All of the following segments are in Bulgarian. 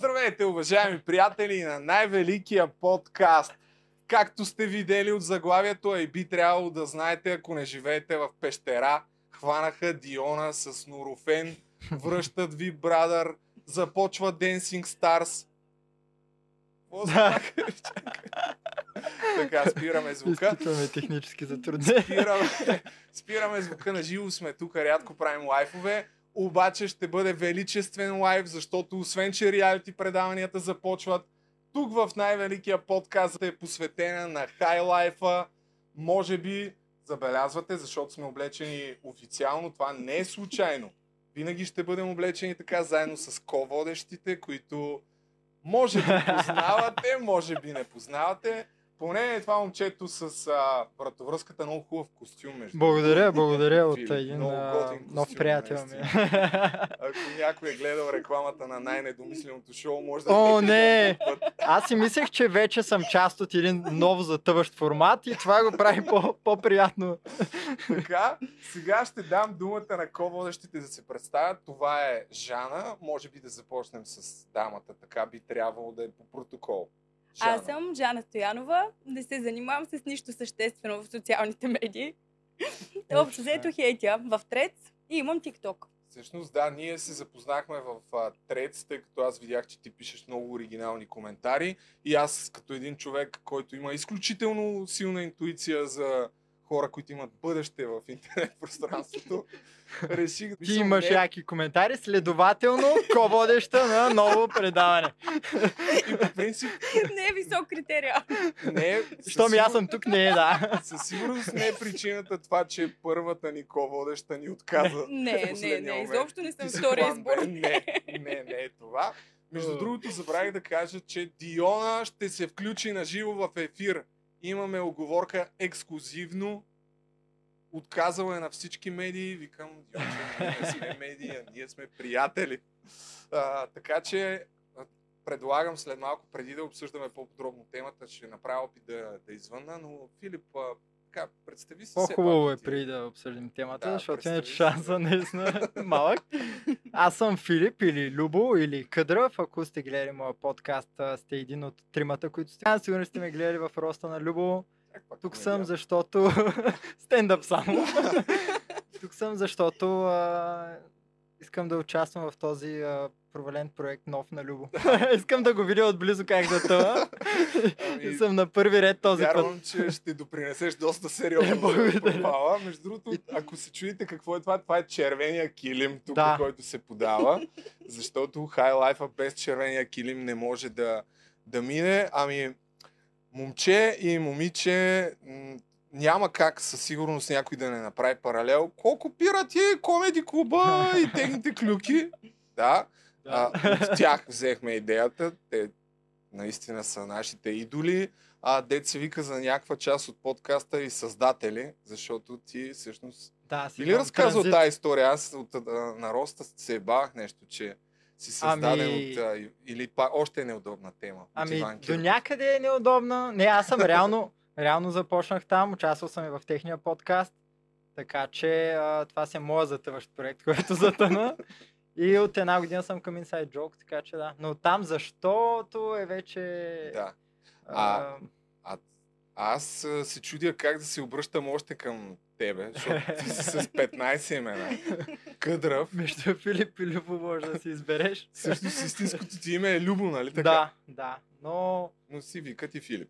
Здравейте, уважаеми приятели на най-великия подкаст. Както сте видели от заглавието, и би трябвало да знаете, ако не живеете в пещера, хванаха Диона с норофен, връщат ви брадър, започва Dancing Stars. Какво става? така, спираме звука. Изпитваме технически затруднения. Спираме, спираме звука на живо сме тук, рядко правим лайфове. Обаче ще бъде величествен лайв, защото освен, че реалити предаванията започват, тук в най-великия подкаст е посветена на хайлайфа. Може би забелязвате, защото сме облечени официално, това не е случайно. Винаги ще бъдем облечени така, заедно с ководещите, които може би познавате, може би не познавате. Поне е това момчето с а, вратовръзката много хубав костюм. Между Благодаря, благодаря от Филип, един много а, готин нов костюм, приятел ми. наистина. Ако някой е гледал рекламата на най-недомисленото шоу, може да... О, не! Аз си мислех, че вече съм част от един нов затъващ формат и това го прави по- по-приятно. Така, сега ще дам думата на ко-водещите да се представят. Това е Жана. Може би да започнем с дамата. Така би трябвало да е по протокол. Жана. Аз съм Жана Стоянова, не се занимавам с нищо съществено в социалните медии. Общо така. взето хейтя в Трец и имам TikTok. Всъщност, да, ние се запознахме в а, Трец, тъй като аз видях, че ти пишеш много оригинални коментари и аз като един човек, който има изключително силна интуиция за хора, които имат бъдеще в интернет пространството, реших... Ти мисъл, имаш не, яки коментари, следователно ко-водеща на ново предаване. И по принцип Не е висок критерия. не е... със Щом и аз сигур- съм тук, не е да. Със сигурност не е причината това, че първата ни ко-водеща ни отказа. в Не, не, последния не, момент. изобщо не Ти съм си втори план Б. избор. Не, не, не е това. Между М. другото, забравих да кажа, че Диона ще се включи на живо в ефир. Имаме оговорка ексклюзивно. Отказала е на всички медии. Викам, Диона, ние не сме медии, а ние сме приятели. А, така че а, предлагам след малко, преди да обсъждаме по-подробно темата, ще направя опит да, да извънна, но Филип, а, така, представи се. все пак По-хубаво е ти. преди да обсъдим темата, Да, защото представи иначе си, шанса да. наистина е малък. Аз съм Филип или Любо или Къдрав. Ако сте гледали моя подкаст, а, сте един от тримата, които сте. А, Сигурно сте ме гледали в роста на Любо. Чак пак Тук ме съм, гледа. защото... Стендъп само. Тук съм, защото а... искам да участвам в този а... провален проект нов на Любо. искам да го видя отблизо как да това. Ами, съм на първи ред този път. Вярвам, че ще допринесеш доста сериозно Благодаря. за провала. Между другото, И- ако се чуете какво е това, това е червения килим, тук, Да. който се подава, защото High Life без червения килим не може да, да мине. Ами, момче и момиче, м, няма как със сигурност някой да не направи паралел. Колко пират е комеди клуба и техните клюки. Да, а, от тях взехме идеята. Те наистина са нашите идоли. А дет се вика за някаква част от подкаста и създатели, защото ти всъщност... Да, си Били имам разказал транзит. тази история? Аз от а, на Роста се бавах нещо, че си създаден Ами- от... А, и- или па, още е неудобна тема. от Ами, Иван до Кирков. някъде е неудобна. Не, аз съм реално, реално започнах там, участвал съм и в техния подкаст. Така че а, това си е моят затъващ проект, който затъна. И от една година съм към Inside Joke, така че да. Но там защото е вече... Да. а, А, Аз а, се чудя как да се обръщам още към тебе, защото ти си с 15 имена. Къдрав. Между Филип и Любо може да си избереш. Всъщност истинското ти име е Любо, нали така? Да, да. Но, но си викат и Филип.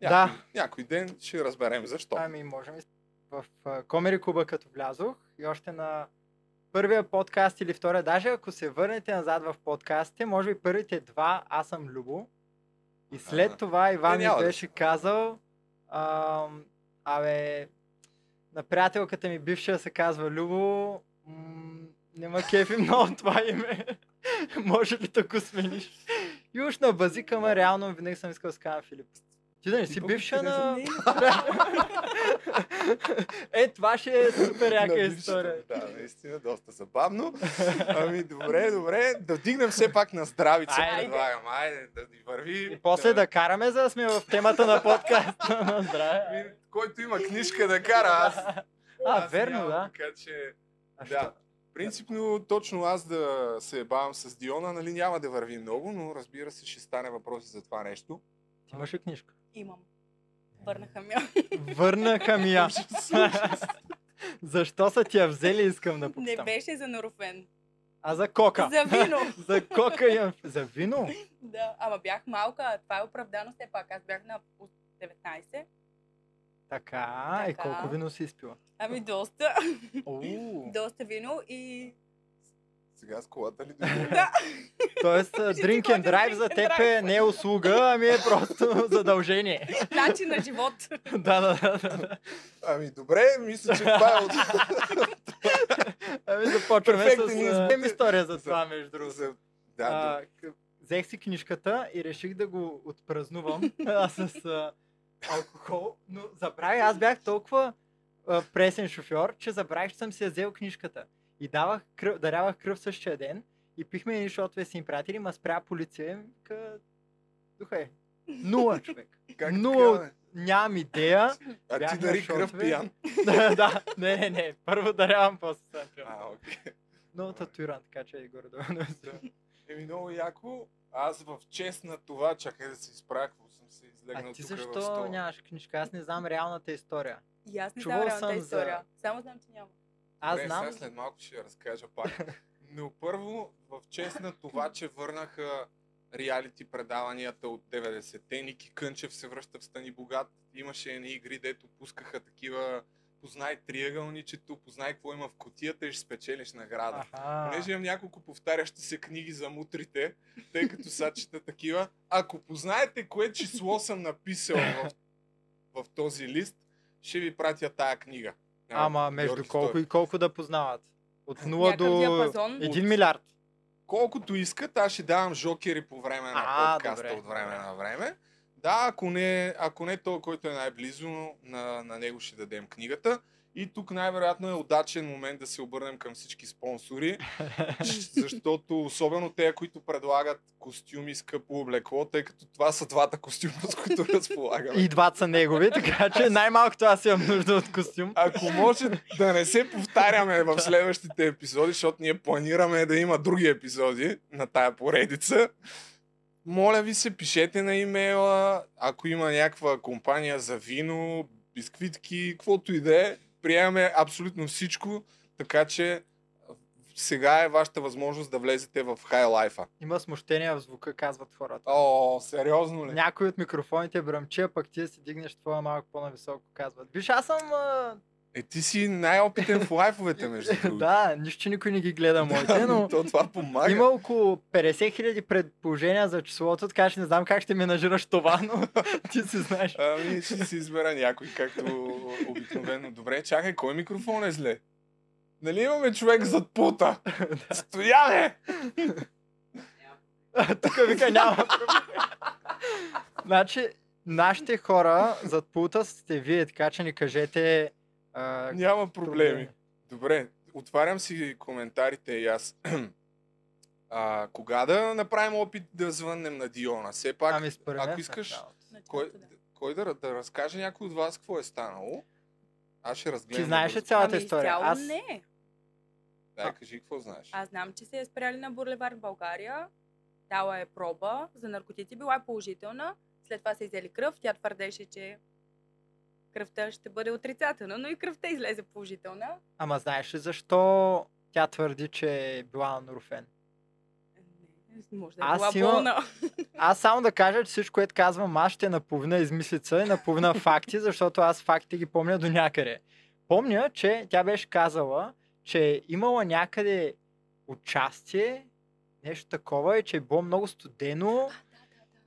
Да. Някой, някой ден ще разберем защо. ами, можем и с- в а, Комери Куба, като влязох и още на първия подкаст или втория, даже ако се върнете назад в подкастите, може би първите два аз съм Любо. И след Ага. това Иван няма ми да беше се- казал, ам, абе, на приятелката ми бивша се казва Любо, м- не ма кефи много това име. може ли да го смениш? И уж на базика, ама реално винаги съм искал да се казвам Филип. Ти да не Ти си пък ти бивша да на... Не, е, това ще е супер На яка бившата история. ми, Нали, Да, наистина, доста забавно. Ами, добре, добре. Да вдигнем все пак на здравица. Айде. Предлагам, айде да ни върви. И после да караме, за да сме в темата на подкаста на здраве. Ами, Който има книжка да кара, аз. А, аз верно, нямам, да. Така че. А да. що- Принципно, точно аз да се бавам с Диона, нали няма да върви много, но разбира се, ще стане въпроси за това нещо. Ти имаш ли книжка? Имам. Върнаха ми. я. Върнаха ми я. Ужас, ужас. Защо са ти я взели, искам да Не попитам. беше за Норофен. А за кока? За вино. за кока имам. За вино? да, ама бях малка. а Това е оправдано все пак. Аз бях на 19. Така, и Така. колко вино си изпила? Ами доста. Уу. доста вино и... Сега с колата ли дойде? Да. Тоест, а, Ще ти drink and ходим drive drink за and теб е drive. не е услуга, ами е просто задължение. Начин на живот. да, да, да, да. Ами добре, мисля, че това е от... Ами започваме с... Перфектен избор. Имам история за това, между другото. за- Да, А, к- Взех си книжката и реших да го отпразнувам а, с а, алкохол, но забравих. Аз бях толкова а, пресен шофьор, че забравих, че съм си я взел книжката. И давах кръв, дарявах кръв същия ден и пихме едни шотове си им пратили, ма спря полиция и ми вика, духа е, нула човек. как нула така, бе? Нямам идея. А бях ти на дари кръв шортове. пиян. да, да, не, не, не. Първо дарявам, после съм пил. А, окей. Много татуиран, така че е горе-долу. Еми много яко. Аз в чест на това, чакай да се изправя, какво съм се излегнал А ти тук в стола. защо нямаш книжка? Аз не знам реалната история. И аз не Чувал знам реалната съм за- история. Само знам, че няма. Аз Добре, знам. Сега след малко ще я разкажа пак. Но първо, в чест на това, че върнаха реалити предаванията от 90-те, Ники Кънчев се връща в Стани Богат. Имаше едни игри, дето пускаха такива познай триъгълничето, познай какво има в котията и ще спечелиш награда. Аха. Понеже имам няколко повтарящи се книги за мутрите, тъй като са чета такива. Ако познаете кое число съм написал в, в този лист, ще ви пратя тая книга. А, Ама между Георги колко Стоев. и колко да познават? От 0 до Някакъв диапазон. 1 милиард. Колкото искат, аз ще давам жокери по време на А, подкаста добре, от време добре. на време. Да, ако не, ако не той, който е най-близо, на, на него ще дадем книгата. И тук най-вероятно е удачен момент да се обърнем към всички спонсори, защото особено те, които предлагат костюми, скъпо облекло, тъй като това са двата костюма, с които разполагаме. И двата са негови, така че най-малкото аз имам нужда от костюм. Ако може да не се повтаряме в следващите епизоди, защото ние планираме да има други епизоди на тая поредица, моля ви се, пишете на имейла, ако има някаква компания за вино, бисквитки, каквото и да е, приемаме абсолютно всичко, така че сега е вашата възможност да влезете в хай лайфа. Има смущения в звука, казват хората. О, сериозно ли? Някой от микрофоните бръмчи, а пък ти да си дигнеш това малко по-нависоко, казват. Виж, аз съм... а, Е, ти си най-опитен в лайфовете, между другото. Да, нищо, че никой не ги гледа моите, е, но... То това е. помага. Има около 50 хиляди предположения за числото, така че не знам как ще менажираш това, но ти си знаеш. Ами ще си избера някой, както обикновено. Добре, чакай, кой микрофон е зле? Нали имаме човек зад пута? Стояне! Тук вика няма проблем. Значи, нашите хора зад пулта сте вие, така че ни кажете... А, Няма проблеми. Добре, отварям си коментарите и аз. А, кога да направим опит да звъннем на Диона? Все пак, Ами според ако мен в искаш, началото. кой, Началото, да. кой да, да разкаже някой от вас какво е станало? Аз ще разгледам. Ти знаеш ли набързо. цялата ами, история? изцяло Аз не. Дай, кажи какво знаеш. Аз знам, че се е спряли на Бурлевар в България. Дала е проба за наркотици, била е положителна. След това са изели кръв. Тя твърдеше, че кръвта ще бъде отрицателна, но и кръвта излезе положителна. Ама знаеш ли защо тя твърди, че е била на Норофен? Не, може да е Аз била имам- болна. Аз само да кажа, че всичко, което казвам, аз ще е наполовина измислица и наполовина факти, защото аз фактите ги помня до някъде. Помня, че тя беше казала, че е имала някъде участие, нещо такова и че е било много студено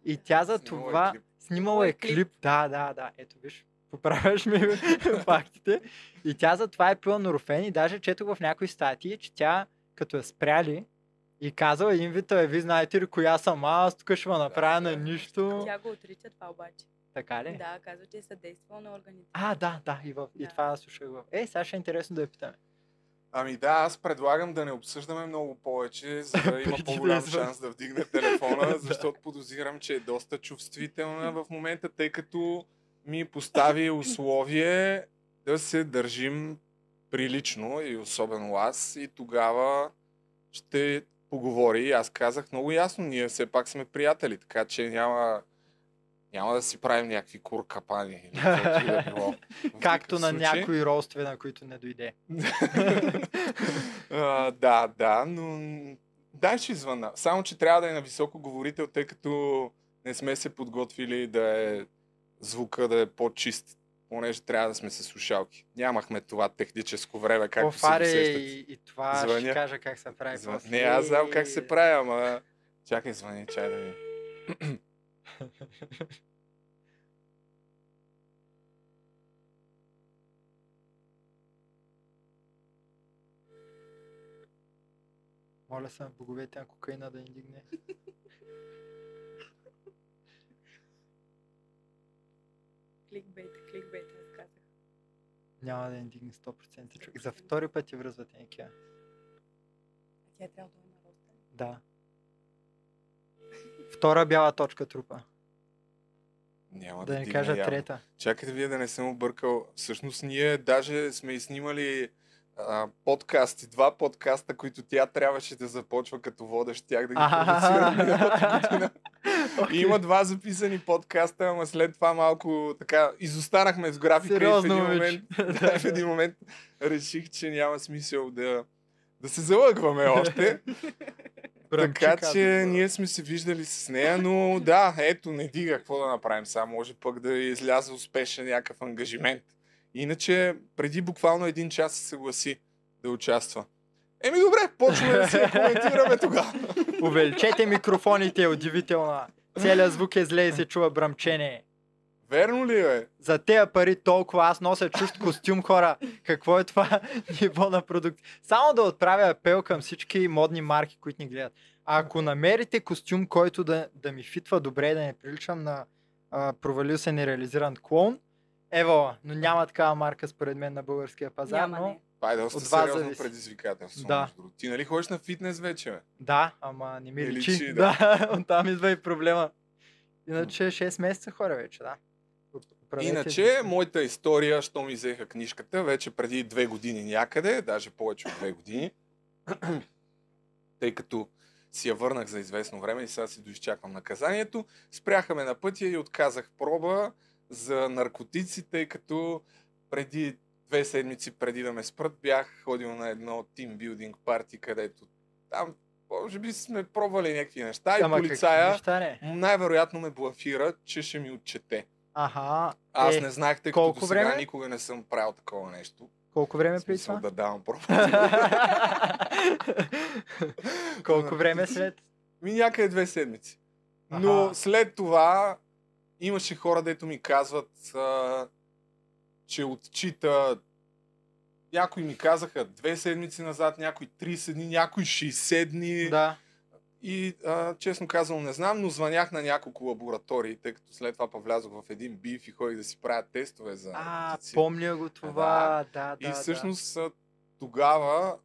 и тя за Снимала е това клип. снимала е Снимала е клип. Да, да, да. Ето виж, поправяш ми фактите. И тя за това е пила норофен и даже четох в някои статии, че тя като я спряли и казала един вид, «Абе, вие знаете ли коя съм аз, тук ще ме да, направя на нищо. Тя го отрича това обаче. Така ли? Да, казва, че е съдействал на органите. А, да, да, и, в... и Да. това слушах в... Е, сега ще е интересно да я питаме. Ами да, аз предлагам да не обсъждаме много повече, за да има Преди да по-голям извън. шанс да вдигне телефона, защото подозирам, че е доста чувствителна в момента, тъй като ми постави условие да се държим прилично и особено аз и тогава ще поговори. Аз казах много ясно, ние все пак сме приятели, така че няма, няма да си правим някакви куркапани. или каквото и да било. В Както на никакъв случай. някои ролстве, на които не дойде. А, да, да, но дай ще звъна. Само, че трябва да е на високо говорител, тъй като не сме се подготвили да е звука да е по-чист, понеже трябва да сме с слушалки. Нямахме това техническо време, както Пофаре се досещате. и, и това ще Звъня. кажа как се прави. Е, Зва- после. Не, аз знам как се прави, ама... Чакай, звъни, чай да видим. Моля съм боговете на кокаина да ни дигне. Кликбейт, кликбейт, аз казах. Няма да ни дигне 100% човек. За втори път ти връзвате Никия. Тя трябва да е на роста. Да. Втора бяла точка трупа. Няма да да, не дигна кажа явно. трета. Чакайте вие да не съм объркал. Всъщност ние даже сме и снимали а, подкасти, два подкаста, които тя трябваше да започва като водещ, тях да ги продуцирам миналата година. И има два записани подкаста, ама след това малко така изостанахме с графика и в Сериозно, един момиче. момент, да, в един момент реших, че няма смисъл да, да се залъгваме още. Така че ние сме се виждали с нея, но да, ето, не дига какво да направим сега. Може пък да изляза успешен някакъв ангажимент. Иначе, преди буквално един час се съгласи да участва. Еми добре, почваме да си я коментираме тогава. Увеличете микрофоните, е удивително. Целият звук е зле и се чува бръмчение. Верно ли е? За тея пари толкова аз нося чужд костюм, хора. Какво е това ниво на продукт? Само да отправя апел към всички модни марки, които ни гледат. Ако намерите костюм, който да, да ми фитва добре, да не приличам на а, провалил се нереализиран клоун, евала, но няма такава марка според мен на българския пазар, Няма, но... не. Това е доста От вас сериозно зависи. предизвикателство. Да. Да. Ти нали ходиш на фитнес вече? Бе? Да, ама не ми Не личи. личи, да. да, оттам идва и проблема. Иначе 6 месеца хора вече, да. Оправете Иначе, моята история, що ми взеха книжката, вече преди две години някъде, даже повече от две години, тъй като си я върнах за известно време и сега си доизчаквам наказанието, спряха ме на пътя и отказах проба за наркотици, тъй като преди две седмици преди да ме спрат, бях ходил на едно тимбилдинг парти, където там може би сме пробвали някакви неща Ама и какви полицая Неща, не. най-вероятно ме блафира, че ще ми отчете. Аха, Аз е, не знаех, тъй колко като до сега време? никога не съм правил такова нещо. колко време преди Смисъл това? да давам проба. колко време след? Ми някъде две седмици. Но Аха. след това имаше хора, дето ми казват, а, че отчита. Някои ми казаха две седмици назад, някои 30 дни, някои 60 дни. Да. И а, честно казвам, не знам, но звънях на няколко лаборатории, тъй като след това повлязох в един биф и ходих да си правя тестове за А, наркотици. помня го това. Да, да. И всъщност а, тогава,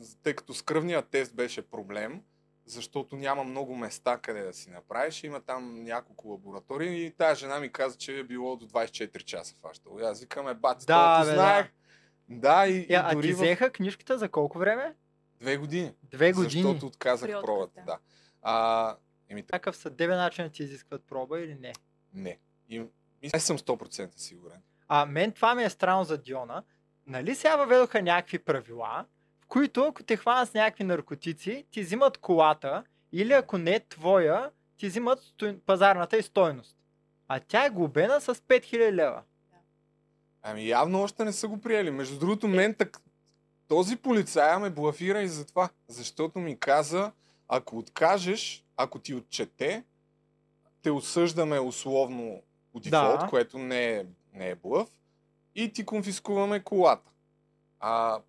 з- тъй като с кръвния тест беше проблем, защото няма много места къде да си направиш, има там няколко лаборатории и тази жена ми каза, че е било до 24 часа фащало. И аз викам, е бати, Да, да, бе, да. знаех. Да, и, Да. Я, и а ти дори в взеха книжката за колко време? две години, Две години. защото отказах При отказ, пробата. да. Да. А, еми, така, Някакъв съдебен начин ти изискват проба или не? не. И, мисля, не съм 100% сигурен. А мен това ми е странно за Диона. Нали сега въведоха някакви правила, в които ако те хванат с някакви наркотици, ти взимат колата или ако не е твоя, ти взимат сто... пазарната и стойност. А тя е глобена с 5000 лева. Ами явно още не са го приели. Между другото, мен так... този полицая ме блафира и за това, защото ми каза, ако откажеш, ако ти отчете, те осъждаме условно по дефолт, Да. което не е, не е блъв, и ти конфискуваме колата. А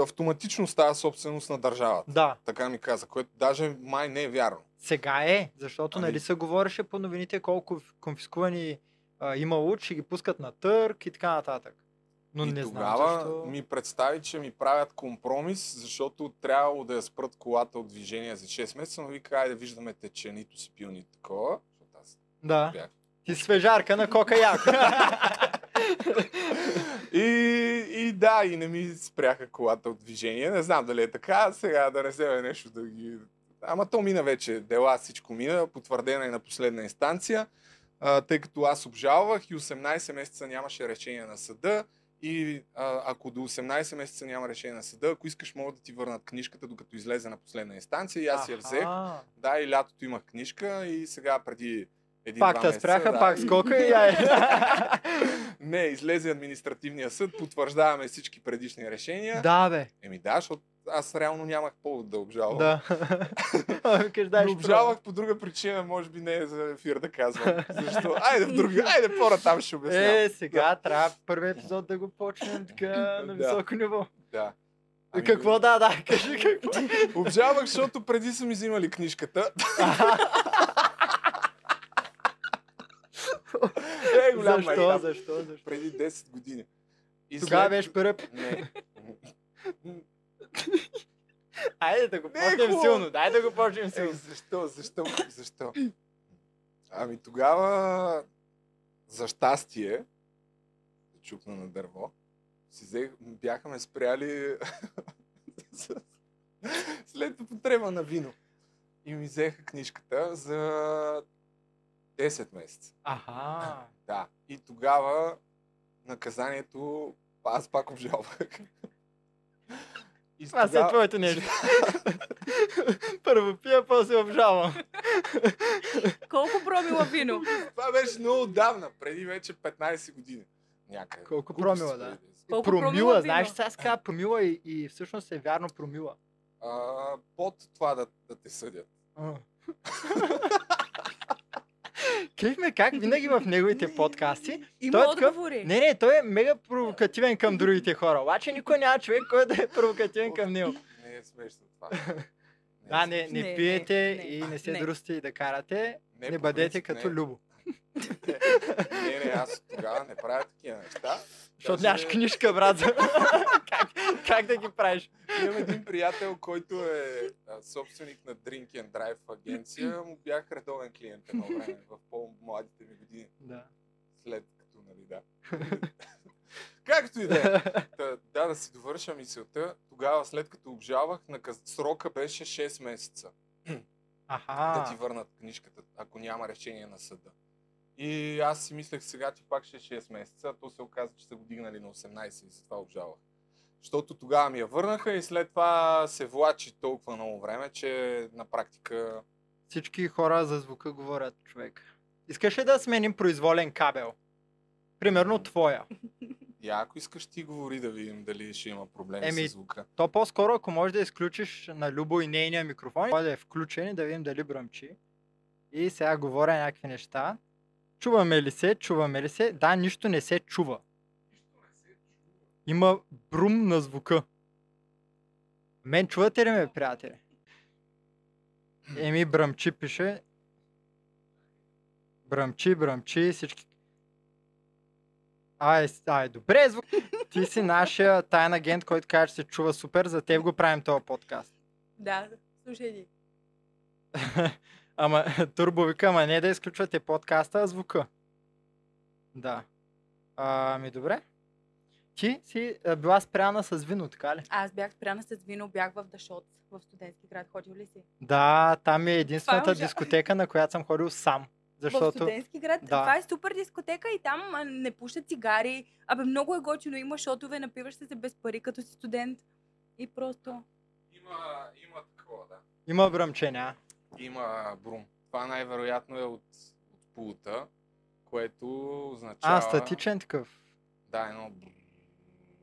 автоматично става собственост на държавата. Да, Така ми каза, което даже май не е вярно. сега е, защото Ами- нали се говореше по новините колко конфискувани а, имало, че ги пускат на търк и така нататък. Но и не тогава знам защо... ми представи, че ми правят компромис, защото трябвало да я спрат колата от движение за 6 месеца, но вика, айде виждаме те, че нито си пил, нито такова. Защото аз Да. бях. Ти свежарка на кока як. И, и И да, и не ми спряха колата от движение. Не знам дали е така, сега да не вземе нещо да ги... Ама то мина вече, дела всичко мина, потвърдена и на последна инстанция, а, тъй като аз обжалвах и 18 месеца нямаше решение на съда. И а, ако до 18 месеца няма решение на съда, ако искаш, могат да ти върнат книжката, докато излезе на последна инстанция. И аз я взех. Аха. Да, и лятото имах книжка и сега преди един Пак два те месеца, спряха, да. пак скока и ай. Не, излезе административния съд, потвърждаваме всички предишни решения. да, бе. Еми да, защото аз реално нямах повод да обжалвам. Да. Викаш, дай Не ще обжалвах по друга причина, може би не е за ефир да казвам. Защо? Айде в друга, айде по там ще пробвам. обяснявам. Е, сега трябва първи епизод да го почнем така Да. на високо ниво. Да. Ами, какво да, да, кажи какво. Обжалвах, защото преди са ми взимали книжката. е, голям защо, майтап. защо, защо? Преди 10 години. И Тогава след- беше първи. Не. Айде да го Не, почнем хубаво. силно, дай да го почнем Е, силно. защо, защо, защо? Ами тогава, за щастие, чукна на дърво, си взех, бяха ме спряли с- след употреба на вино. И ми взеха книжката за 10 месеца. Аха. Да. И тогава наказанието аз пак обжалвах. И Това си е твоето нещо. Първо пия, после обжалвам. Колко промила вино? Това беше много отдавна, преди вече 15 години. Някъде. Колко Глупости, промила, да. бе. Колко промила, промила знаеш, вино? сега сега промила и, и всъщност е вярно промила. А, под това да, да те съдят. Кихме как винаги в неговите подкасти. Има Той е такъв- отговори. Не, не, той е мега провокативен към другите хора. Обаче никой няма човек, който да е провокативен към него. Не е смешно това. е Да, смешно. не, не, Не, пиете не, и не, не се не. друсте и да карате. Не, по бъдете принцип, като не. Любо. Не, не, аз тогава не правя такива неща. Даже Защото нямаш книжка, брат. за- как, как да ги правиш? Имам един приятел, който е а, собственик на Drink and Drive агенция. Му бях редовен клиент едно време в по-младите ми години. Да. След като, нали, да. Както и да е. Та, да, да си довърша мисълта. Тогава, след като обжалвах, наказ... срока беше 6 месеца да ти Аха. върнат книжката, ако няма решение на съда. И аз си мислех сега, че пак ще е 6 месеца, а то се оказа, че са го дигнали на 18 и затова обжалвах. Защото тогава ми я върнаха и след това се влачи толкова много време, че на практика... Всички хора за звука говорят, човек. Искаш ли да сменим произволен кабел? Примерно твоя. Я, ако искаш, ти говори да видим дали ще има проблеми Еми, с звука. То по-скоро, ако можеш да изключиш на Любо и нейния микрофон, той да е включен и да видим дали бръмчи. И сега говоря някакви неща. Чуваме ли се? Чуваме ли се? Да, нищо не се чува. Има брум на звука. Мен чувате ли ме, приятели? Еми, бръмчи пише. Бръмчи, бръмчи, всички. Ай, с- ай, добре, звук. Ти си нашия тайн агент, който каже, че се чува супер, за теб го правим този подкаст. Да, слушай ни. Ама, турбо вика, ама не да изключвате подкаста, а звука. Да. А, Ами, добре. Ти си а, била спряна с вино, така ли? Аз бях спряна с вино, бях в Дашот, в студентски град. Ходил ли си? Да, там е единствената ужа- дискотека, на която съм ходил сам. В Защото... студентски град. да. Това е супер дискотека и там а, не пушат цигари. Абе, много е готино. Има шотове, напиваш се без пари, като си студент. И просто... Има, има такова, да. Има бръмченя. Има брум. Това най-вероятно е от, от пулта, което означава... А, статичен такъв. Да, едно... брррр.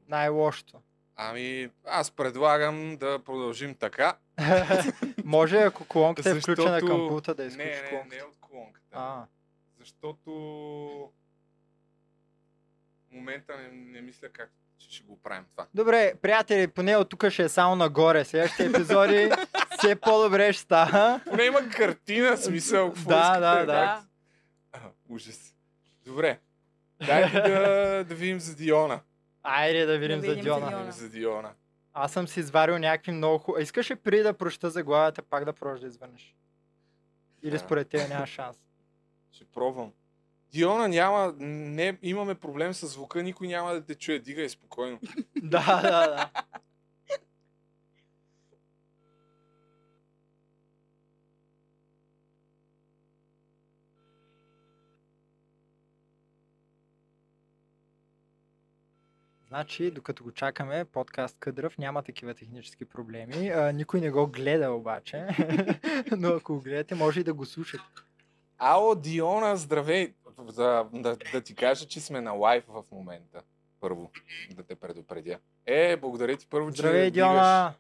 Най-лошото. Ами, аз предлагам да продължим така. Може, ако колонката е включена към Защото- пулта, да не, изключиш не, не колонката. е от колонката. А, Защото в момента не, не мисля как ще, ще го правим това. Добре, приятели, поне от тук ще е само нагоре. Следващите епизоди все по-добре ще става. Поне има картина, смисъл. какво Да, искате, да, да. как- А, ужас. Добре. Дайте да, да видим за Диона. Айде да видим Да за видим за Диона. Диона. Да видим за Диона. Аз съм си изварил някакви много хубави. Искаш ли преди да проща заглавията, пак да прожда да извънеш? Или Да. според тебе няма шанс? Ще пробвам. Диона няма, не, имаме проблем с звука, никой няма да те чуе, дигай спокойно. Да, да, да. Значи, докато го чакаме, подкаст Къдръв няма такива технически проблеми. А, никой не го гледа обаче, но ако го гледате, може и да го слушате. Ало, Диона, здравей! Да, да, да ти кажа, че сме на лайв в момента. Първо, да те предупредя. Е, благодаря ти първо, че Здравей, дигаш. Диона!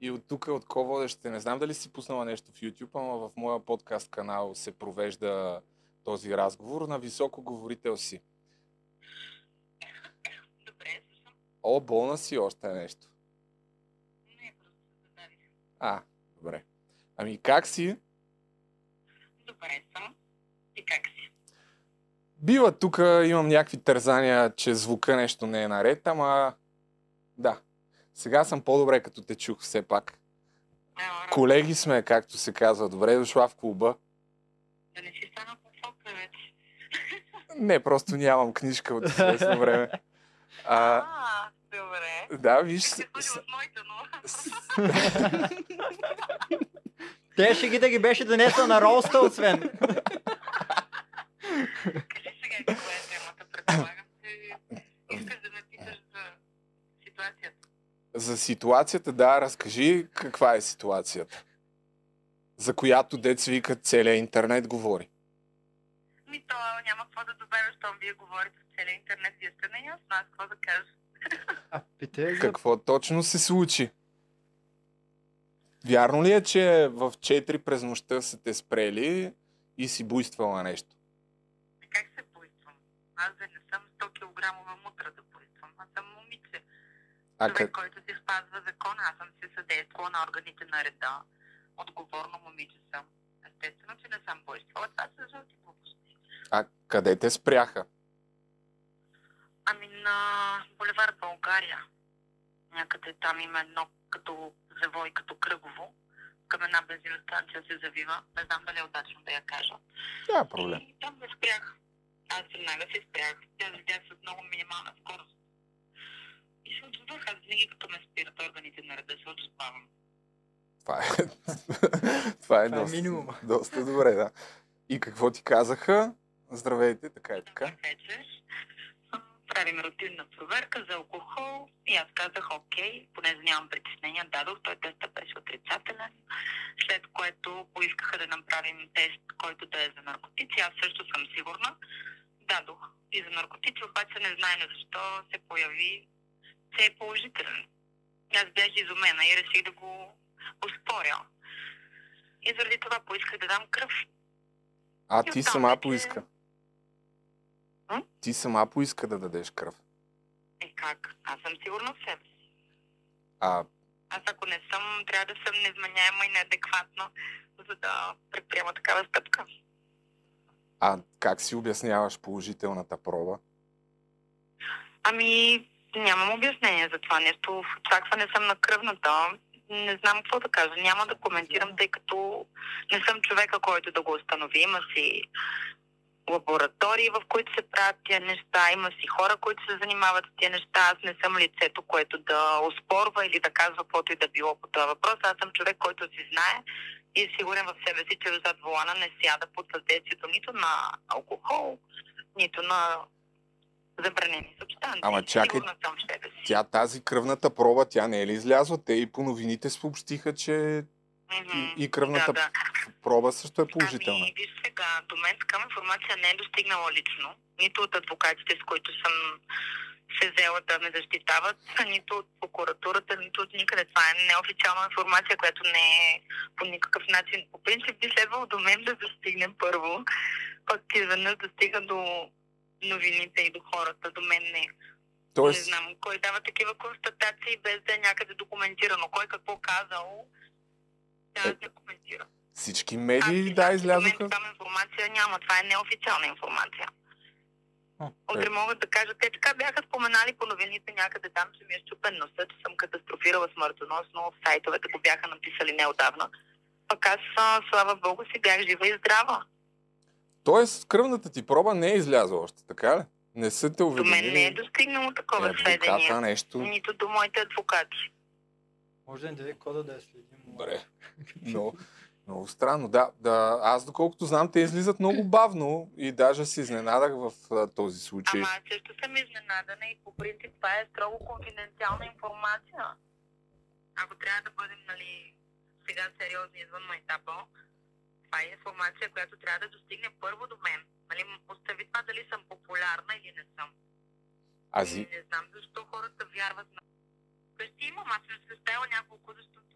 И от тук, от ководещите, не знам дали си пуснала нещо в YouTube, ама в моя подкаст канал се провежда този разговор на високоговорител си. Добре, слушам. О, болна си още нещо. Не, просто се задавих. А, добре. Ами как си? Добре съм. И как си? Бива тук, имам някакви тързания, че звука нещо не е наред, ама да. Сега съм по-добре, като те чух все пак. А, Колеги сме, както се казва. Добре дошла в клуба. Да не си станал по-сокна вече. Не, просто нямам книжка от известно време. А, А, добре. да, виж, Бих се с- случило с моите, но... с- Те ще ги да ги беше донесла на роста, освен. Кажи сега каква е темата, предполагам, че искаш да ме питаш за ситуацията. за ситуацията, да, разкажи каква е ситуацията. За която дец вика целият интернет говори. Ми то няма какво да добавя, щом вие говорите в целия интернет, вие сте наясно, аз какво да кажа. А пите за Какво точно се случи? Вярно ли е, че в 4 през нощта са те спрели и си буйствала нещо? Е, Как се поиствам? Аз да не съм 100 кг мутра да поиствам, аз съм момиче. А човек, как... който си спазва закона. Аз съм си съдействала на органите на реда. Отговорно момиче съм. Естествено, че не съм бойствала. Това са жълти глупости. А къде те спряха? Ами на Боливар България. Някъде там има едно като завой, като кръгово. Към една бензиностанция се завива. Не знам дали е удачно да я кажа. Няма проблем. И там се спрях. Аз веднага се спрях. Тя видях с много минимална скорост. И се отзвах. Аз винаги като ме спират органите на реда, се отзвавам. Това е, това е, Това е доста, минимума. доста добре, да. И какво ти казаха? Здравейте, така и така. Добър вечер. А, Правим рутинна проверка за алкохол и аз казах окей, понеже нямам притеснения, дадох, той тестът беше отрицателен, след което поискаха да направим тест, който да е за наркотици, аз също съм сигурна, дадох и за наркотици, обаче не знаем защо се появи, че е положителен. Аз бях изумена и реших да го успоря. И заради това поисках да дам кръв. А И ти оттам сама вече- поиска. М? Ти сама поиска да дадеш кръв. Е как? Аз съм сигурна в себе си. А Аз ако не съм, трябва да съм невменяема и неадекватна, за да предприема такава стъпка. А как си обясняваш положителната проба? Ами, нямам обяснение за това нещо. В очакване съм на кръвната. Не знам какво да кажа. Няма да коментирам, тъй като не съм човека, който да го установи. Има си лаборатории, в които се правят тия неща. Има си хора, които се занимават с тия неща. Аз не съм лицето, което да оспорва или да казва каквото и да било по този въпрос. Аз съм човек, който си знае и е сигурен в себе си, че зад волана не сяда под въздействието нито на алкохол, нито на забранени субстанции. Ама чакай. Сигурна съм в себе си. Тя тази кръвната проба, тя не е ли излязла? Те и по новините съобщиха, че Мгм. и, и кръвната Да, да. проба също е положителна. Ами, виж сега, до мен такава информация не е достигнала лично. Нито от адвокатите, с които съм се взела да ме защитават, нито от прокуратурата, нито от никъде. Това е неофициална информация, която не е по никакъв начин. По принцип би следвало до мен да достигне първо, пък изведнъж да стига до новините и до хората, до мен не. Не Тоест, знам кой дава такива констатации, без да е някъде документирано. Кой какво казал, да, да коментира. всички Аз медии, не Е, да, знам, излязоха. документ, Там информация няма. Това е неофициална информация. О, е. Утре могат да кажат, те така бяха споменали по новините някъде там, че ми е щупен носът, че съм катастрофирала смъртоносно, в сайтовете го бяха написали неодавна. Пък аз, а, слава богу, си бях жива и здрава. Тоест, кръвната ти проба не е излязла още, така ли? Не са те До мен не е уведомили достигнало такова Е, адвоката, сведение. нещо. Нито до моите адвокати. Може да ни даде кода да я следим. Добре. Много, много странно. Да, да, аз доколкото знам, те излизат много бавно и даже се изненадах в а, този случай. Ама аз също съм изненадана и по принцип това е строго конфиденциална информация. Ако трябва да бъдем, нали, сега сериозни извън майтапа, това е информация, която трябва да достигне първо до мен. Нали, остави това дали съм популярна или не съм. Аз и- Не знам защо хората вярват на... Къщи имам, аз съм се стаяла няколко, защото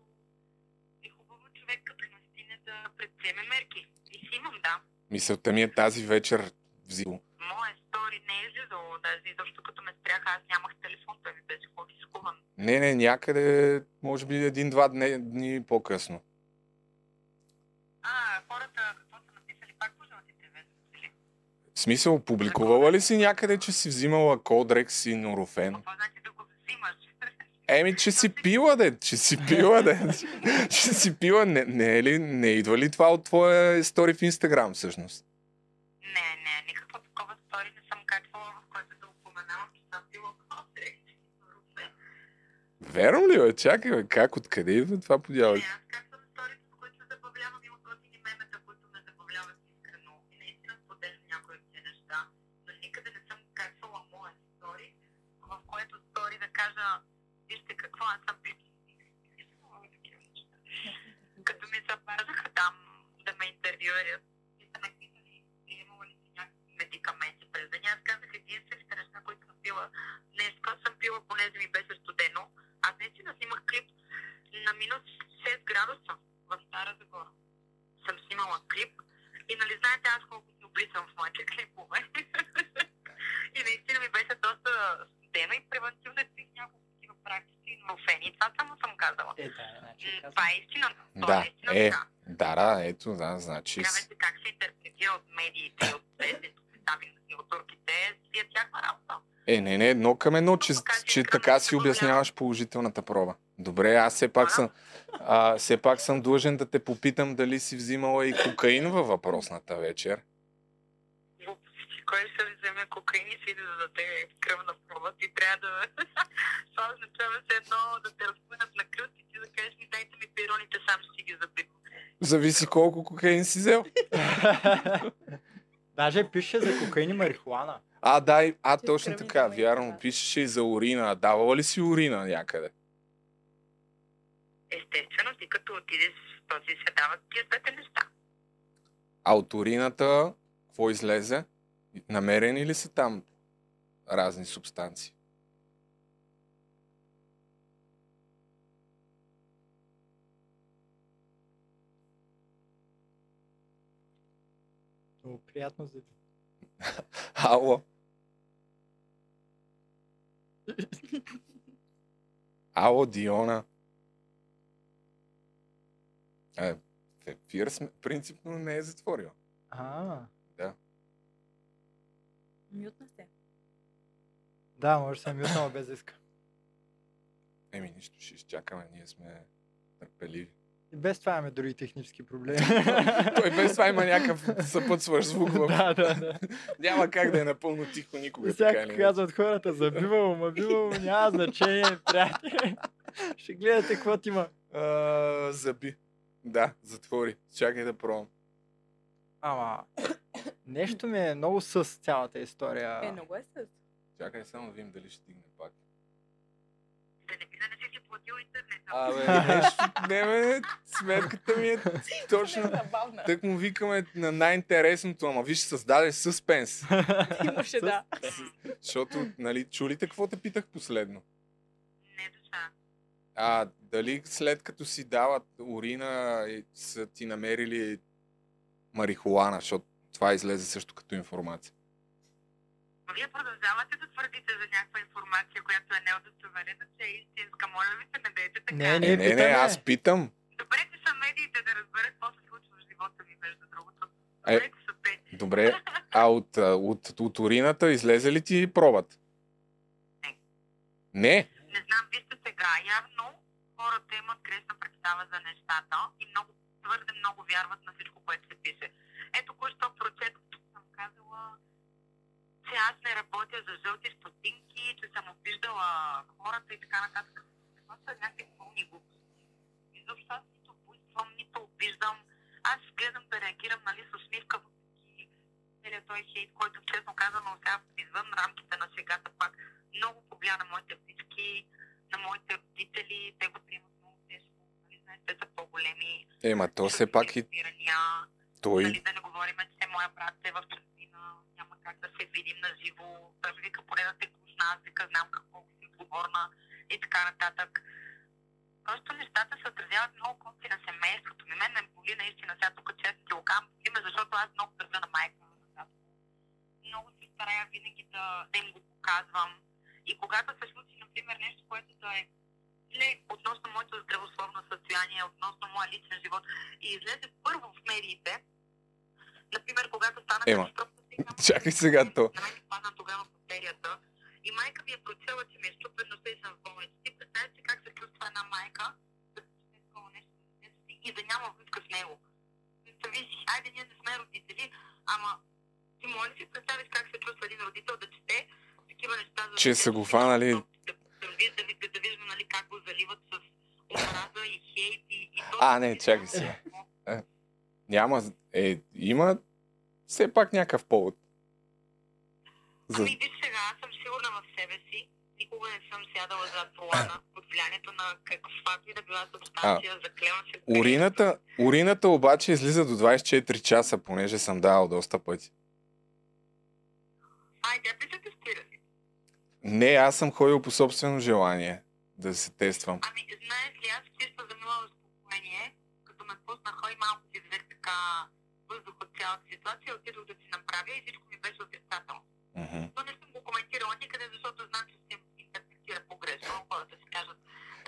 е хубаво човек като настине да предприеме мерки. И си имам, да. мисълта ми е тази вечер взил. Моя стори не е излизало, даже изобщо като ме спряха, аз нямах телефон, той ми беше конфискуван. Не, не, някъде, може би един-два дни, дни по-късно. А, хората, какво са написали, пак нали? по жълтите вестници ли? В смисъл, публикувала ли си някъде, че си взимала Кодрекс и Норофен? Какво значи да го взимаш? Еми, че си пила, де, че си пила, де. че си пила, не, не, е ли, не идва ли това от твоя стори в Инстаграм, всъщност? Не, не, никаква такова стори не съм качвала, в което да упоменавам, че съм била кодрек. Верно ли, бе? Чакай, бе, как, откъде идва това подява? Не, аз качвам стори, с които се забавлявам, има готини мемета, които ме забавляват искрено. И наистина споделям някои от тия неща, но никъде не съм качвала моя стори, в което стори да кажа, вижте какво, аз съм пи- като ми забажаха там да ме интервюерят и са ме питали, имала ли си някакви медикаменти през деня. Аз казах единствените неща, които съм пила. Днес съм пила, понеже ми беше е студено. Аз наистина снимах клип на минус 6 градуса в Стара Загора. Съм снимала клип и нали знаете аз колко се обличам в моите клипове. и наистина ми беше доста студено и превентивно изпих няколко такива практики на фени. Това само съм казала. Е, да, значи М, казвам. Това е истина. Това Да, е, истина, е. така. Да, да, ето, да, значи... Трябва с- се как се интерпретира от медиите, и от тези, и от турките, си е тяхна работа. Е, не, не, едно към едно, че, Така си че искам така да си се обясняваш положителната проба. Добре, аз все пак А? съм, а, все пак съм длъжен да те попитам дали си взимала и кокаин във въпросната вечер. Глупости. Кой ще ви вземе кокаин и си да даде кръвна проба? Ти трябва да... Това означава се едно да те разпънат на кръст и ти да кажеш ми дайте ми пироните, сам ще си ги забивам. Зависи колко кокаин си взел. Даже пише за кокаин и марихуана. А, да, и- а, Че точно кръвните така, му вярно, идват. пишеше и за урина. Давала ли си урина някъде? Естествено, ти като отидеш, то си се дават тия двете неща. А от урината, какво излезе? Намерени ли са там разни субстанции? Много приятно за Ало? Ало, Диона. Е, в ефир сме, принципно не е затворила. А, Мютна се. да, може да съм мютнала без да иска. Еми, нищо, ще изчакаме, ние сме търпеливи. И без това имаме други технически проблеми. Той без това има някакъв съпътстващ звук. В... да, да, да. Няма как да е напълно тихо никога. така или Всяко иначе. казват хората, забивало, ма бивало, няма значение, приятели. Ще гледате какво ти има. А, заби. Да, затвори. Чакай да пробвам. Ама, нещо ми е много с цялата история. Е, много е със. Чакай само да видим дали ще стигне пак. Да не би да не си ти платил интернета. Абе, нещо, не бе, сметката ми е точно Забавна. Тък му викаме на най-интересното, ама виж, създаде съспенс. Имаше, да. Защото, нали, чулите какво те питах последно? Не е душа. А, дали след като си дават урина, и са ти намерили марихуана, защото това излезе също като информация. Но Вие продължавате да твърдите за някаква информация, която е неудостоверена, че е истинска. Моля ви се, не дейте така. Не, Е, не. Ние не, не, питаме. аз питам. Добре, че са медиите да разберат какво се случва в живота ви, между другото. Е. Добре, че са те. Добре, Е. а от, а, от, от, урината излезе ли ти пробът? Не, Не знам, вижте сега, явно хората имат грешна представа за нещата и много, твърде много вярват на всичко, което се пише. Ето, току-що прочетох че работя за жълти стотинки, че съм обиждала хората и така нататък. Това са някакви пълни глупости. Изобщо аз нито буйствам, нито обиждам. Аз гледам да реагирам нали, с усмивка въпреки целият той хейт, който честно казано сега извън рамките на шегата пак много повлия на моите близки, на моите родители. Те го приемат много тежко. Нали, знаете, те са по-големи. Ема то все пак и Разбирания. Нали, той... да не говорим, че моя брат е в чужбина, няма как да се видим на живо. Той ми вика, поне да те кусна, аз вика, знам какво си отговорна и така нататък. Просто нещата се отразяват много конци на семейството. Ми мен ме боли наистина сега тук честно ти лукам, име, защото аз много държа на майка ми на татко. Много се старая винаги да, да им го показвам. И когато се случи, например, нещо, което да е не, относно моето здравословно състояние, относно моя личен живот, и излезе първо в медиите, например, когато стана... Ема, катастрофата, чакай сега то. на мен ми падна тогава потерията. И майка ми е прочела, че ми е щупен носа и съм в болница. Ти представяш си как се чувства една майка, да почне такова нещо на детето си и да няма връзка с него. Представи си, айде ние не сме родители, ама ти може ли си представиш как се чувства един родител да чете такива неща за Че детето са го си, фанали. Да, да, да, виждаме, да виждаме нали, как го заливат с омраза и хейт и, и то. А, не, чакай сега. Няма... Е, има все пак някакъв повод. За... Ами виж сега, аз съм сигурна в себе си. Никога не съм сядала зад пролана под влиянието на каквато и да била субстанция, заклевам се. в Урината, урината обаче излиза до 24 часа, понеже съм давал доста пъти. Ай, тя ти се тестира ли? Не, аз съм ходил по собствено желание да се тествам. Ами, знаеш ли, аз чисто за мило успокоение, като ме пуснаха и малко си взех така въздух от цялата ситуация, отидох да си направя и всичко ми беше отрицателно. Мгм. Но не съм го коментирала никъде, защото знам, че ще ми интерпретира погрешно. Хората ще кажат,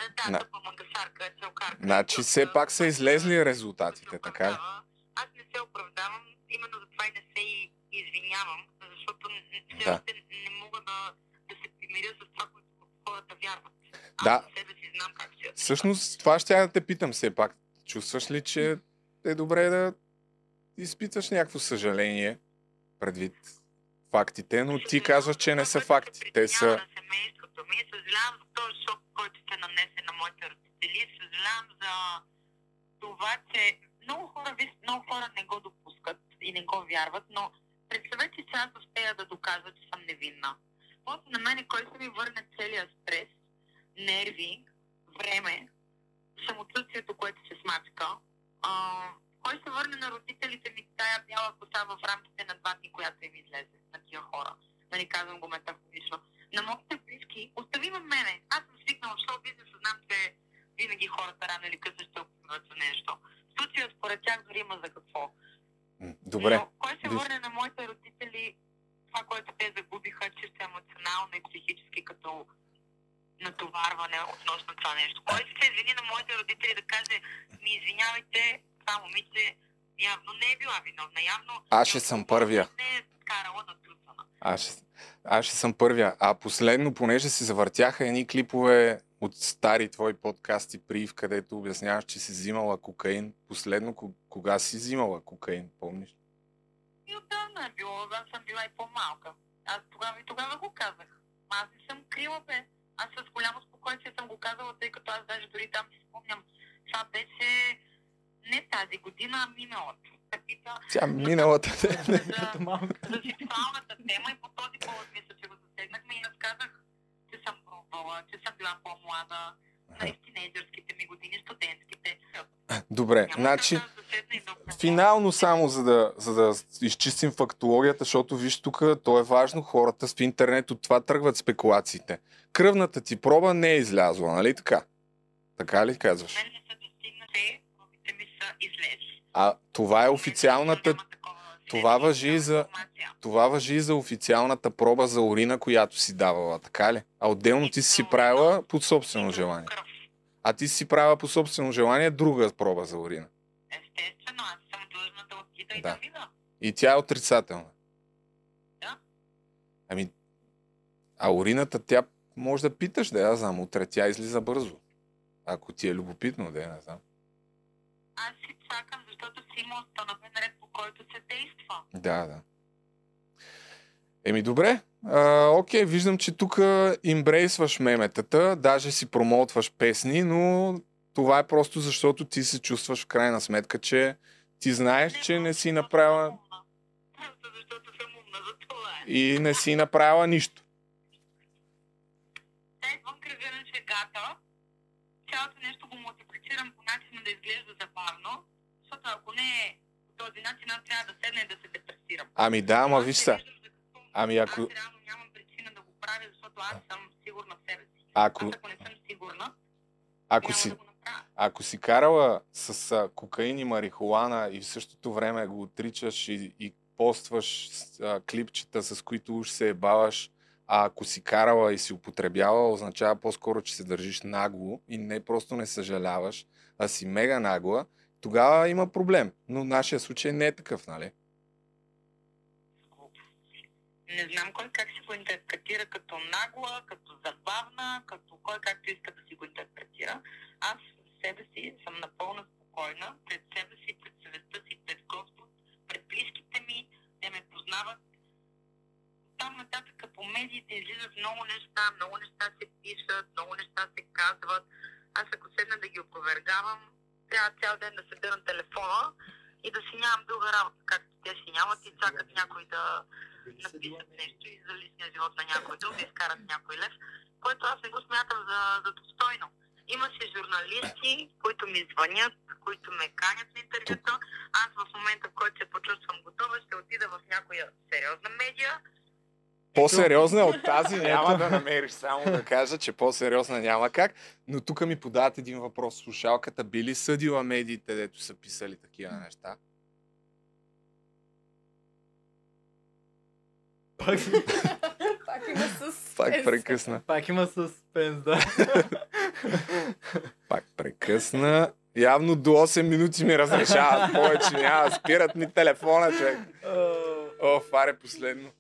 «Е, да, На- тъпа магасарка, е целкарка. Значи все тъпа, пак са излезли резултатите, се така ли? оправдава. Аз не се оправдавам, именно за това и не се и извинявам, защото н- н- все Да. още не мога да, да се примиря с това, което хората вярват. Аз Да. за себе си знам как ще Всъщност това ще я да те питам все пак. Чувстваш ли, че е добре да изпитваш някакво съжаление предвид фактите, но ти казваш, че не са факти. Те са... На семейството ми, съжалявам за този шок, който се нанесе на моите родители, съжалявам за това, че много хора, виж, много хора не го допускат и не го вярват, но представете си, аз успея да докажа, че съм невинна. После на мене, кой ще ми върне целият стрес, нерви, време, самочувствието, което се смачка, а, кой ще върне на родителите ми тая бяла коса в рамките на два дни, която им излезе на тия хора нали, казвам го метафорично, на моите близки, остави ме мене. Аз съм свикнала в шоу бизнеса, знам, че винаги хората рано или късно ще опитват за нещо. В случая според тях дори има за какво. М, Добре. Но кой ще Виж. върне на моите родители това, което те загубиха, чисто емоционално и психически като натоварване относно това нещо? Кой ще се извини на моите родители да каже, ми извинявайте, това момиче явно не е била виновна, явно... Аз ще съм първия. Не е карала натрупана. Аз ще, аз ще съм първия. А последно, понеже се завъртяха едни клипове от стари твои подкасти, Прив, където обясняваш, че си взимала кокаин. Последно, ко- кога си взимала кокаин, помниш? И отдавна е било, аз съм била и по-малка. Аз тогава и тогава го казах. Ма Аз не съм крила, бе. Аз с голямо спокойствие съм го казала, тъй като аз даже дори там си спомням. Това беше не тази година, а миналата. Та пита Тя миналата ден. Като за, малко. за сексуалната тема и по този повод мисля, че го засегнахме и аз казах, че съм пробвала, че съм била по-млада, нали, в тинейджърските ми години, студентските. Добре, Няма Е, значи... как да седна и да обговоря. Финално само, за да, за да изчистим фактологията, защото виж тук, то е важно, хората в интернет от това тръгват спекулациите. Кръвната ти проба не е излязла, нали така? Така ли казваш? Мен не са достигнати, пробите ми са излезли. А това е официалната, Няма такова това следствие, важи и за- информация. това въжи и за официалната проба за урина, която си давала, така ли? А отделно ти си си правила под собствено желание. Кръв. А ти си си правила по собствено желание друга проба за урина. Естествено, аз съм длъжна да отида и Да. да видя. И тя е отрицателна. Да. Ами, а урината тя може да питаш, да я знам, утре тя излиза бързо. Ако ти е любопитно, да я не знам. Аз си чакам, защото си има установен ред, по който се действа. Да, да. Еми, добре, А, окей, виждам, че тук имбрейсваш меметата, даже си промоутваш песни, но това е просто защото ти се чувстваш в крайна сметка, че ти знаеш, че не си направила Просто защото съм умна за това. е. и не си направила нищо. Тя Е, извън кръга на шегата, цялото нещо го мултиплицирам по начина да изглежда забавно, защото ако не е по този начин, аз трябва да седна и да се депресирам. Ами да, ама Аз виж не са, виждам за какво- Ами ако- Аз реално нямам причина да го правя, защото аз съм сигурна в себе си. ако, Аз ако не съм сигурна, ако няма си да го направя. Ако си карала с а, кокаин и марихуана и в същото време го отричаш и, и постваш с, а, клипчета, с които уж се ебаваш, а ако си карала и си употребяла, означава по-скоро, че се държиш нагло и не просто не съжаляваш, а си мега нагла, тогава има проблем. Но нашия случай не е такъв, нали? Не знам кой как си го интерпретира като нагла, като забавна, като кой както иска да си го интерпретира. Аз себе си съм напълно спокойна, пред себе си, пред съвестта си, пред Господ, пред близките ми, те ме познават. Там нататък по медиите излизат много неща, много неща се пишат, много неща се казват. Аз ако седна да ги опровергавам, трябва цял ден да седя на телефона и да си нямам друга работа, както те си нямат и чакат някой да напишат нещо и за личния живот на някой друг, да изкарат някой лев, което аз не го смятам за, за достойно. Имаше журналисти, които ми звънят, които ме канят на интервюта. Аз в момента, в който се почувствам готова, ще отида в някоя сериозна медия. По-сериозна е от тази няма Ето. да намериш. Само да кажа, че по-сериозна няма как. Но тук ми подават един въпрос. Слушалката би ли съдила медиите, дето са писали такива неща? Пак, Пак има с... Пак прекъсна. пак има суспенс, да. Пак прекъсна. Явно до 8 минути ми разрешават. Повече няма. Спират ми телефона, човек. А, О, фаре последно.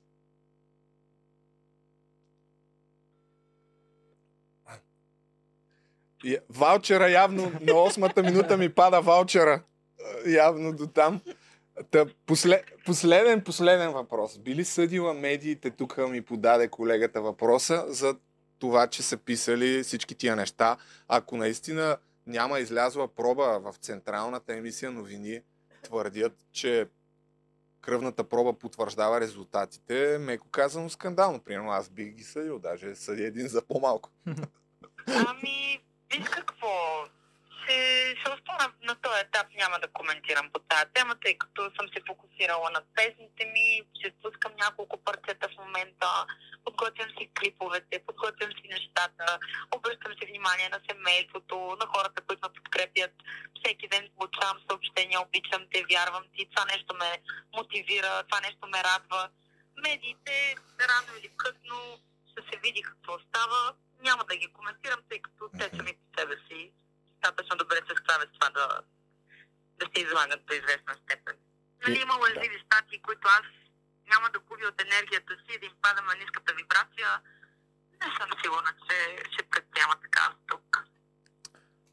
Я- Ваучера явно на 8-та минута ми пада ваучера. Е, Явно до там. Та, после, последен, последен въпрос. Били съдила медиите, тук ми подаде колегата въпроса за това, че са писали всички тия неща. Ако наистина няма излязла проба в централната емисия новини, твърдят, че кръвната проба потвърждава резултатите, меко казано скандално. Примерно аз бих ги съдил, даже съди един за по-малко. Ами, виж какво. Се, се остана на този етап няма да коментирам по тази тема, тъй като съм се фокусирала на песните ми, ще спускам няколко парчета в момента, подготвям си клиповете, подготвям си нещата, обръщам си внимание на семейството, на хората, които ме подкрепят. Всеки ден получавам съобщения, обичам те, вярвам ти, това нещо ме мотивира, това нещо ме радва. Медиите, рано или късно, ще се види какво става. Няма да ги коментирам, тъй като те сами по себе си достатъчно добре се справят с това да, да се излагат до известна степен. Нали, И- има лъжливи статии, които аз няма да губя от енергията си, да им падам на ниската вибрация. Не съм сигурна, че ще предприема така тук.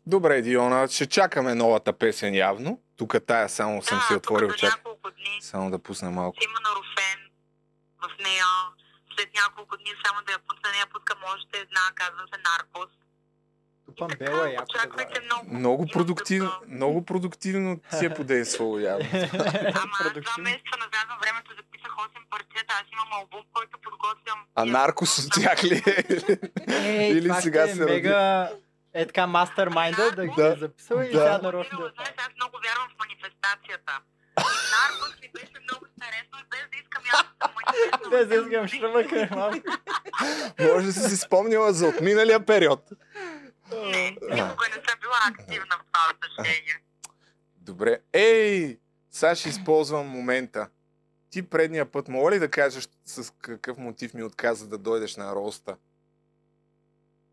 Добре, Диона, ще чакаме новата песен явно. Тук тая само съм си да, отворил тук за чак. няколко дни Само да пусна малко. ще има наруфен в нея. След няколко дни само да я пусна, не я пускам още една, казва се наркос. Тупан Бела е яко очаквайте много. Много Има продуктивно, друга. много продуктивно ти е подействало явно. Ама аз два месеца назад във времето записах 8 парчета, аз имам албум, който подготвям. А наркос от тях ли е? Е, Или това сега ще е се роди. мега... Е така мастермайнда да Да. ги е записал и Да. сега нарочно да Нарочно. Знаеш, аз много вярвам в манифестацията. И наркос ми беше много интересно, и без да искам аз да манифестирам. Без да изгам шръма край е малко. Може да си си спомнила за отминалия период. Не, никога не съм била активна в това отношение. Добре. Ей, сега ще използвам момента. Ти предния път мога ли да кажеш с какъв мотив ми отказа да дойдеш на роста?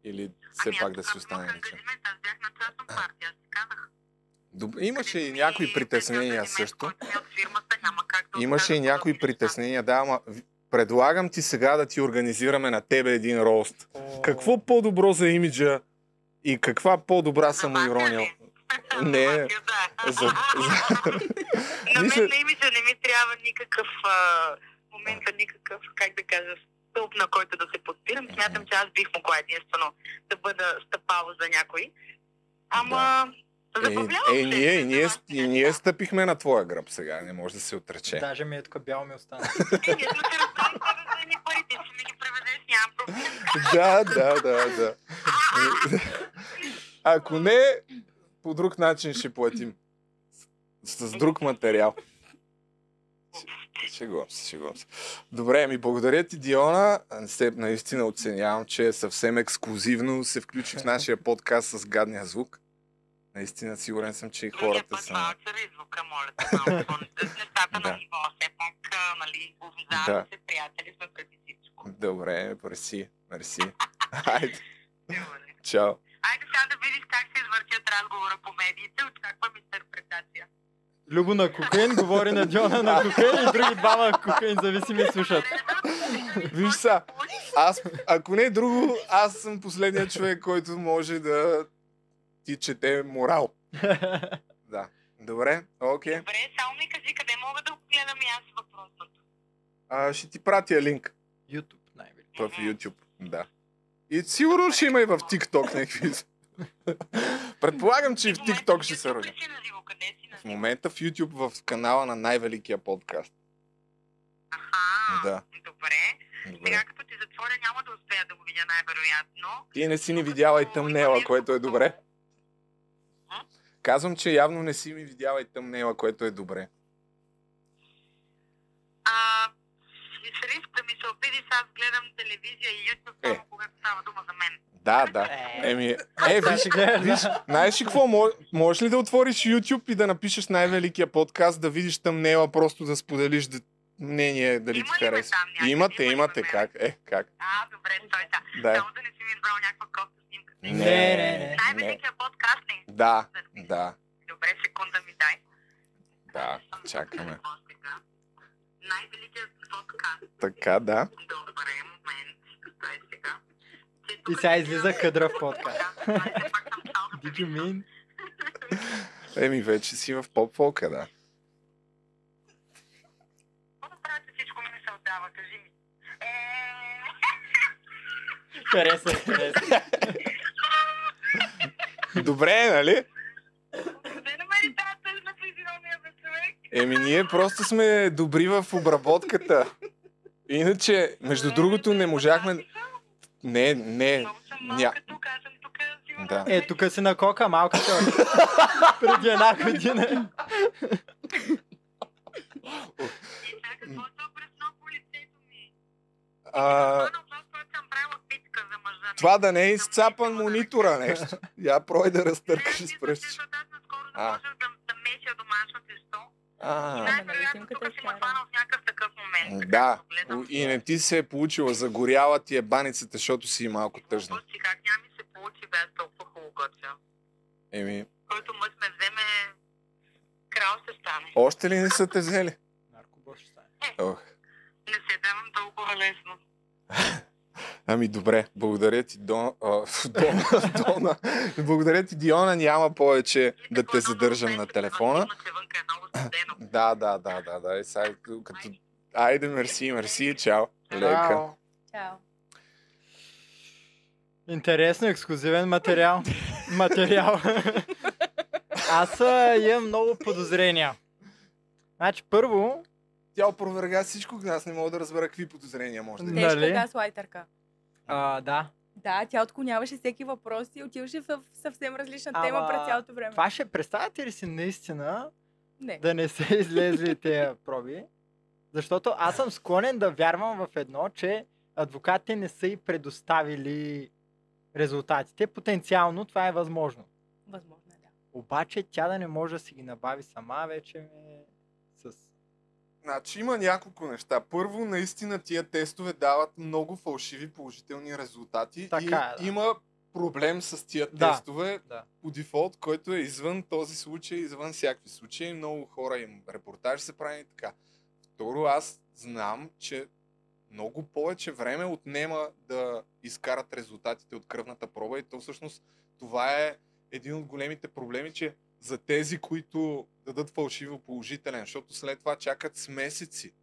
Или все ами, пак да си си остане на член? ангажимент, аз бях на частна партия, аз ти казах. Добре, Имаше и Ми, някои ангажимент, притеснения също. който ми е от фирмата, няма как да Имаше и откажа някои подобни неща. притеснения, да, ама в- предлагам ти сега да ти организираме на тебе един рост. Какво по-добро за имиджа и каква по-добра За самоирония? вас ли? Не. За вас ли, да. За- На Мисля- мен на имиджа не ми трябва никакъв а, в момента, никакъв, как да кажа, стълб, на който да се подпирам. Смятам, че аз бих могла единствено да бъда стъпало за някой. Ама... Е, забавлявам е, се, ние, и не ние, знам, и ние стъпихме на твоя гръб сега, не може да се отрече. Даже ми е тук бяло ми остана. Е, ние сме се разстали, когато за едни парите, ще ми ги преведеш, нямам проблем. да, да, да, да. Ако не, по друг начин ще платим. С, с друг материал. Шегувам се, шегувам се. Добре, ми благодаря ти, Диона. Се, наистина оценявам, че е съвсем ексклюзивно се включи в нашия подкаст с гадния звук. Наистина сигурен съм, че и Другия хората път са... ваучера и звука, моля те, малко по- нещата Да. на ниво, все пак, а, нали, обвиняваме се, приятели сме преди всичко. Добре, мерси, мерси. Хайде, Добре. чао. Айде сега да видиш как се извъртят разговора по медиите, очаквам интерпретация. Любо на кокаин, говори на Диона на кокаин и други двама кокаин зависими слушат. Виж са, аз, ако не е друго, аз съм последният човек, който може да ти чете морал. Да. Добре, окей. Добре, само ми кажи къде мога да го гледам и аз въпросното. А, ще ти пратя линк YouTube най-вече. в YouTube. Да. И сигурно ще има и в TikTok някакви. Предполагам, че и в TikTok ще се роди. Къде си на живо, къде си на В живо? момента в YouTube в канала на най-великия подкаст. Аха, Да. добре. Сега Добре. като ти затворя няма да успея да го видя най-вероятно. Ти не си ни видяла и тъмнела, което е добре. Казвам, че явно не си ми видяла и тъмнела, което е добре. А, и с риск да ми се обиди, аз гледам телевизия и YouTube, Е. само когато става дума за мен. Да, да. Еми, е, Сега виж, ще гледаш, виж, знаеш ли какво? Мо- Можеш ли да отвориш YouTube и да напишеш най-великия подкаст, да видиш тъмнела, просто да споделиш д- мнение, дали ти Има ли ме харесва? там някъде? Имате, Има ли имате, ме? как? Е, как? А, добре, стой са. Да. Само да не си ми избрал някаква кофта снимка. Не, не, не. е Най-великият подкаст ли? Да, да, Добре, секунда ми дай. да, чакаме. Сега. Най-великият подкаст. Така, да. Добре, момент. Стой е сега. Ти И тук сега си излиза имам- къдра в подкаст. Да, това е пак съм чал да Did you видя. mean? Еми, вече си в поп-фолка, да. Какво да правя, че всичко ми не се отдава? Кажи ми. Е, Хареса, хареса. Добре, нали? Къде намери тази тъжна физиономия бе, човек? Еми, ние просто сме добри в обработката. Иначе, Е, между другото, не можахме... Не, не, Много съм ня- малка тук, аз съм тук сигурно. Да. Е, тук си на кока, малка се още. Преди една година. И чакай, какво е това през много лицето ми? а, Това на това, което съм правила питка за мъжа ми. Това да не е изцапан монитора нещо. Я прой да разтъркаш и Не, мисля, че спръщи. защото аз наскоро А. наложих да- да меся домашно тесто. И А, най-вероятно Снимката тук е си ме вкарана. хванал в някакъв такъв момент. Така да. го гледам. О, И не ти се е получила, загоряла ти е баницата, защото си малко тъжна. Глупости, Как няма ми се получи без толкова хубаво готвя. Еми, Който мъж ме вземе, крал ще стане. още ли не са те взели? Наркобос ще стане. Ох. Не се давам толкова лесно. Ами добре, благодаря ти, Дон, а, Дон, Дона. Благодаря ти, Диона. Няма повече да те задържам на телефона. е Да, да, да, да, да. И сега, като... Айде, мерси, мерси, чао. Лека. Вау. Чао. Интересно, ексклюзивен материал. материал. Аз а, имам много подозрения. Значи първо, Тя опроверга всичко, аз не мога да разбера какви подозрения може да има. Тежка Нали? газлайтърка. а, да, Да, тя отклоняваше всеки въпрос и отиваше в съвсем различна Ама, тема през цялото време. това ще представяте ли си наистина Не. да не се излезли тези проби? Защото аз съм склонен да вярвам в едно, че адвокатите не са и предоставили резултатите. Потенциално това е възможно. Възможно е, да. Обаче тя да не може да си ги набави сама, вече ми е с... Значи има няколко неща. Първо, наистина тия тестове дават много фалшиви положителни резултати. и Така е, да. има проблем с тия Да. тестове Да. по дефолт, който е извън този случай, извън всякакви случаи. Много хора им репортаж се прави и така. Второ, аз знам, че много повече време отнема да изкарат резултатите от кръвната проба и то всъщност това е един от големите проблеми, че за тези, които дадат фалшиво положителен, защото след това чакат с месеци.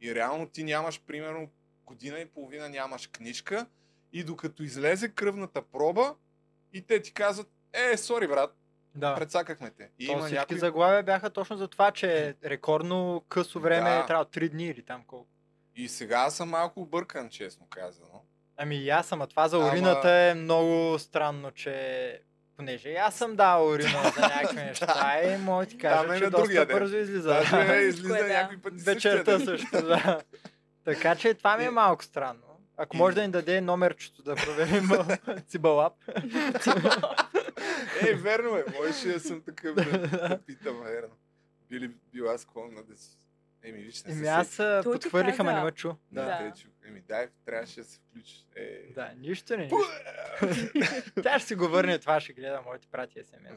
И реално ти нямаш, примерно, година и половина нямаш книжка и докато излезе кръвната проба и те ти казват, е, сори брат, Да. прецакахме те. И То има всички някои... заглавия бяха точно за това, че рекордно късо време Да. трябва 3 дни или там колко. И сега аз съм малко объркан, честно казано. Ами и аз съм, а това за Ама- урината е много странно, че понеже и аз съм дал урина за някакви неща и мога да ти кажа, Там е че на доста другия ден. бързо излиза. Даже да. излиза Всичко е, да. някои пъти същия Вечерта ден. също, да. Така че това ми е И- малко странно. Ако и- може да ни даде номерчето да проверим а, Цибалап. Е, верно е, можеше да съм такъв да, Да. да питам, верно. Били била склонна да си... Еми, виж, не се Еми Ами аз а, Той ти подхвърлих, ама не каза. ме чу. Да, Да. да. Те, чу. Еми, дай, трябваше да се включиш. Е, Да, нищо не. Пу- нищо. Тя ще си го върне това, ще гледа моите прати Да, СМС.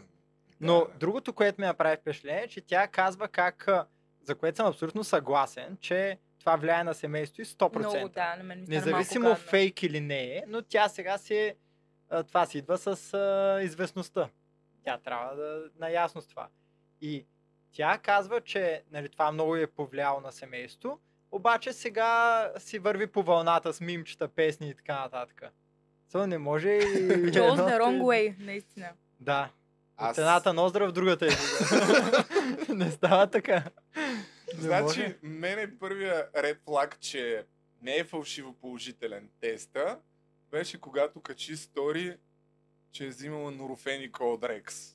Но да. другото, което ми направи впечатление, е, че тя казва как, а, за което съм абсолютно съгласен, че това влияе на семейството и 100%. Много, да, на мен ми стана Независимо малко гадно. фейк или не е, но тя сега си е, а, това си идва с а, известността. Тя трябва да е наясно с това. И тя казва, че нали, това много е повлияло на семейството, обаче сега си върви по вълната с мимчета, песни и така нататък. Со не може и... Goes едното the и- wrong way, наистина. Да. От Аз- едната ноздра в другата е излиза. не става така. Не Значи, може. мен е първия ред флаг, че не е фалшиво положителен теста, беше когато качи стори, че е взимала норофени колдрекс.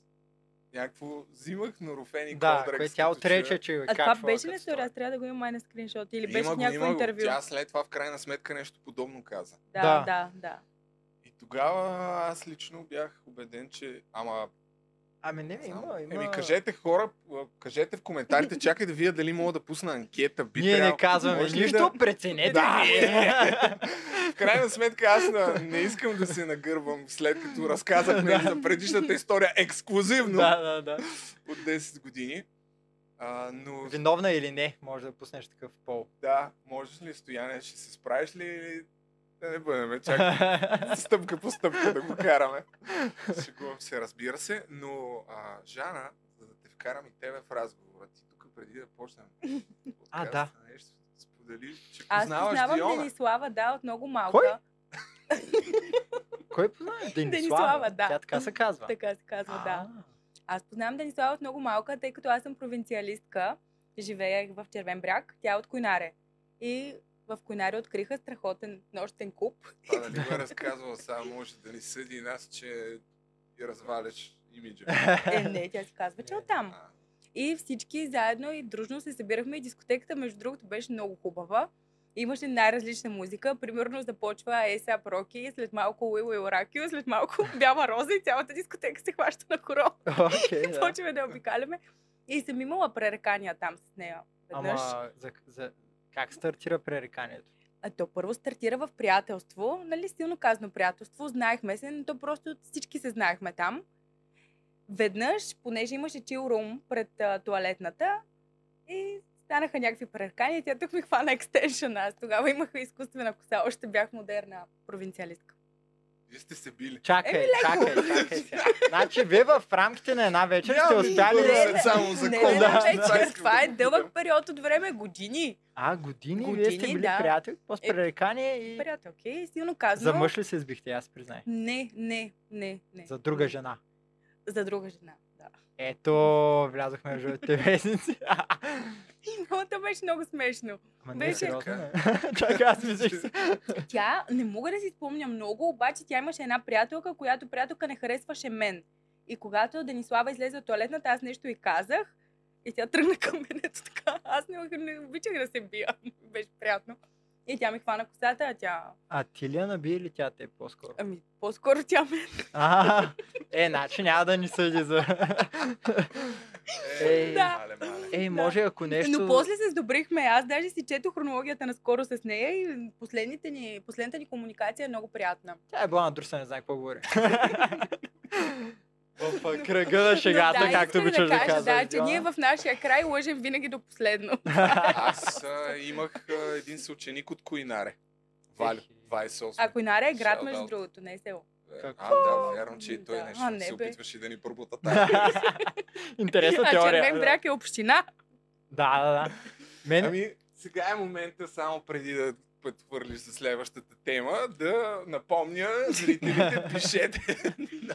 Някакво, взимах норофени Да, колдрекс. което тя отрече, че А това качва беше като стори. ли стория? Аз трябва да го имам май на скриншот. Или Има беше в го, някакво има го. интервю. Тя след това в крайна сметка нещо подобно каза. Да. Да, да, да. И тогава аз лично бях убеден, че... Ама, Ами не, знам. има, има... Еми, кажете хора, а, кажете в коментарите, чакай да видя дали мога да пусна анкета. Би Ние трябвало- не казваме Може ли нищо, Да... преценете. Да, вие. В крайна сметка аз на, не искам да се нагървам, след като разказахме Да. за предишната история ексклюзивно да, да, да. от 10 години. А, но Виновна е или не, може да пуснеш такъв пол. да, можеш ли, Стояне, ще се справиш ли или да не бъдем чак стъпка по стъпка да го караме. Шегувам се, разбира се, но а, Жана, за да те вкарам и тебе в разговора ти, тук преди да почнем А, да. подкаста, нещо, сподели, че Аз познаваш познавам Диона. Денислава, да, от много малка. Кой? Кой познава? Денислава, да. Тя така се казва. Така се казва, да. Аз познавам Денислава от много малка, тъй като аз съм провинциалистка. Живеех в Червен бряг, тя е от Койнаре. И в Койнаре откриха страхотен нощен клуб. Това дали го е разказвал, сега може да ни съди нас, че и разваляш имиджа. Е, не, тя си казва, че е Не. оттам. А, И всички заедно и дружно се събирахме и дискотеката, между другото, беше много хубава. Имаше най-различна музика. Примерно започва ASAP Rocky, след малко Will Will Rock You, след малко Бяла Роза и цялата дискотека се хваща на хорон. Окей, Да. да. Почваме да я обикаляме. И съм имала пререкания там с нея. Веднъж. Ама за, за, как стартира пререканието? А то първо стартира в приятелство, нали, силно казано приятелство, знаехме се, но то просто всички се знаехме там. Веднъж, понеже имаше чил рум пред а, туалетната и станаха някакви преркания, тя тук ми хвана екстеншън, аз тогава имах изкуствена коса, още бях модерна провинциалистка. Вие сте се били. Чакай, чакай, чакай сега. Значи вие в рамките на една вечер Няма сте да успяли избързаме. да... Добре, само за не, кол, не, да, не, да. вече, това е дълъг период от време, години. А, години, вие сте Години, били да. приятели, после Е, пререкание и... Приятелки, силно казано. За мъж ли се избихте, аз признай. Не, не, не, не. За друга жена. За друга жена, да. Ето, влязохме в жълтите вестници. Но то беше много смешно. Ама не е Беше- сериозно. не? Чакай, аз мислех се. Тя, не мога да си спомня много, обаче тя имаше една приятелка, която приятелка не харесваше мен. И когато Денислава излезе от туалетната, аз нещо и казах. И тя тръгна към мен ето така. Аз не, не обичах да се бия. Беше приятно. И тя ми хвана косата, а тя... А ти ли я наби или тя те е по-скоро? Ами, по-скоро тя ме... А, е, значи няма да ни съди за... Ей. Е, Да. Е. мале, мале. Ей, Да. може ако нещо... Но после се сдобрихме. Аз даже си чето хронологията наскоро с нея и последните ни, последната ни комуникация е много приятна. Тя е била на друса, не знае какво говори. В а, кръга на Но шегата, да, както искам обичаш да, да кажа, казваш. да, че ние в нашия край лъжем винаги до последно. Аз а, имах а, един съученик от Коинаре. Валю, 28. А Койнаре е град, Shout между out. другото, не е село. А, да, вярно, че и той Да. нещо А, не не, се бе. опитваше да ни пробута тая. Интересна а теория. Червен бряг е община. Да, да, да. Мен... Ами, сега е момента, само преди да предхвърлиш за следващата тема, да напомня зрителите, пишете,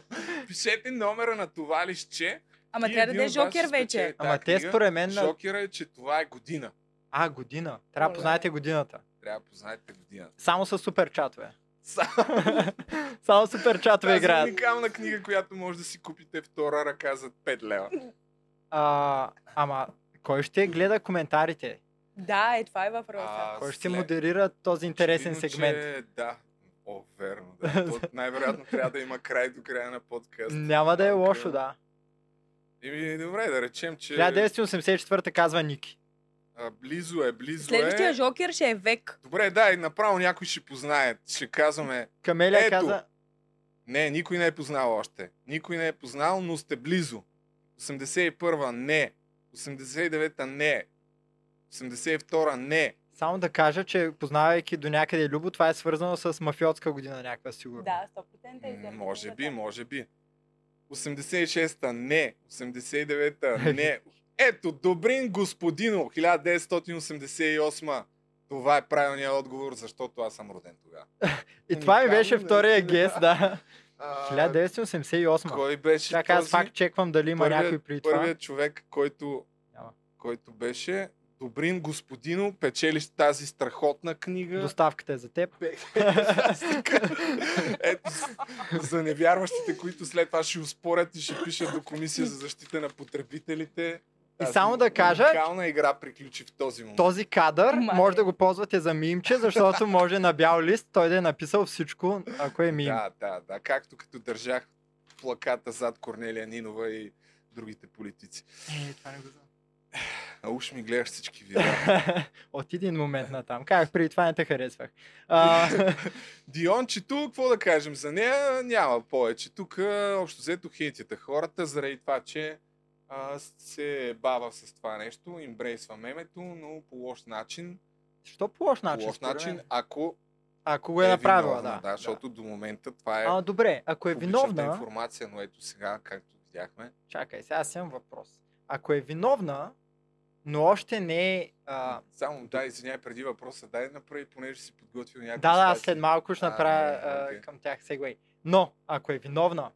пишете номера на това лище. е Ама И трябва да един даде от вас ще жокер вече. спечели Ама тази те Е, книга. според мен... на- Жокера е, че това е година. А, година. Трябва да Моля. познаете годината. Трябва да познаете годината. Само с суперчатове. Са- Само суперчатове Това е играят. уникална книга, която може да си купите втора ръка за 5 лева. А, ама кой ще гледа коментарите? Да, е това е въпросът. А, Кой ще след- модерира този интересен Очевидно, сегмент? Че, да. О, верно. Да. То, най-вероятно трябва да има край до края на подкаст. Няма да е Малко. лошо, да. е Еми, добре, да речем, че 1984 казва Ники. а, близо е, близо Следващия е. жокер ще е век. Добре, да, и направо някой ще познае. Ще казваме, Камелия Ето. каза... не, никой не е познал още. Никой не е познал, но сте близо. 81-а не. 89-та не. 82-а не. Само да кажа, че познавайки до някъде Любо, това е свързано с мафиотска година някаква сигурно. Да, 100% М, е излязъл. Може би, може би. 86-та не, 89-та не. Ето, Добрин господино, 1988 Това е правилният отговор, защото аз съм роден тогава. И това ми Уникално, беше втория наистина. гес, да. А, 1988. Кой беше Чакай, аз този? пак чеквам дали има някой при това. първият човек, който, Няма. който беше Добрин господино, печелиш тази страхотна книга. Доставката е за теб. Фантастика. Ето, с- за невярващите, които след това ще успорят и ще пишат до Комисия за защита на потребителите. И Тази само да кажа, Уникална игра приключи в този момент. Този кадър Май. може да го ползвате за мимче, защото може на бял лист той да е написал всичко, ако е мим. Да, да, да. Както като държах плаката зад Корнелия Нинова и другите политици. Е, това не го знам. А уж ми гледаш всички видеа. От един момент на там. Как преди това не те харесвах. А, Диончето, какво да кажем за нея, няма повече. Тук а, общо взето хейтите хората, заради това, че а, се бава с това нещо, имбрейсва мемето, но по лош начин. Що по лош По начин? лош според начин, мен? ако Ако го е, направила, виновна, да. да. Защото до момента това е А, добре, ако е публичната виновна, информация, но ето сега, както видяхме, Чакай, сега аз имам въпрос. Ако е виновна, но още не е... А... само да, извиняй, преди въпроса, дай направи, понеже си подготвил някакви Да, да, аз статии. след малко ще А, направя добре, а, окей. към тях сегвей. Но, ако е виновна,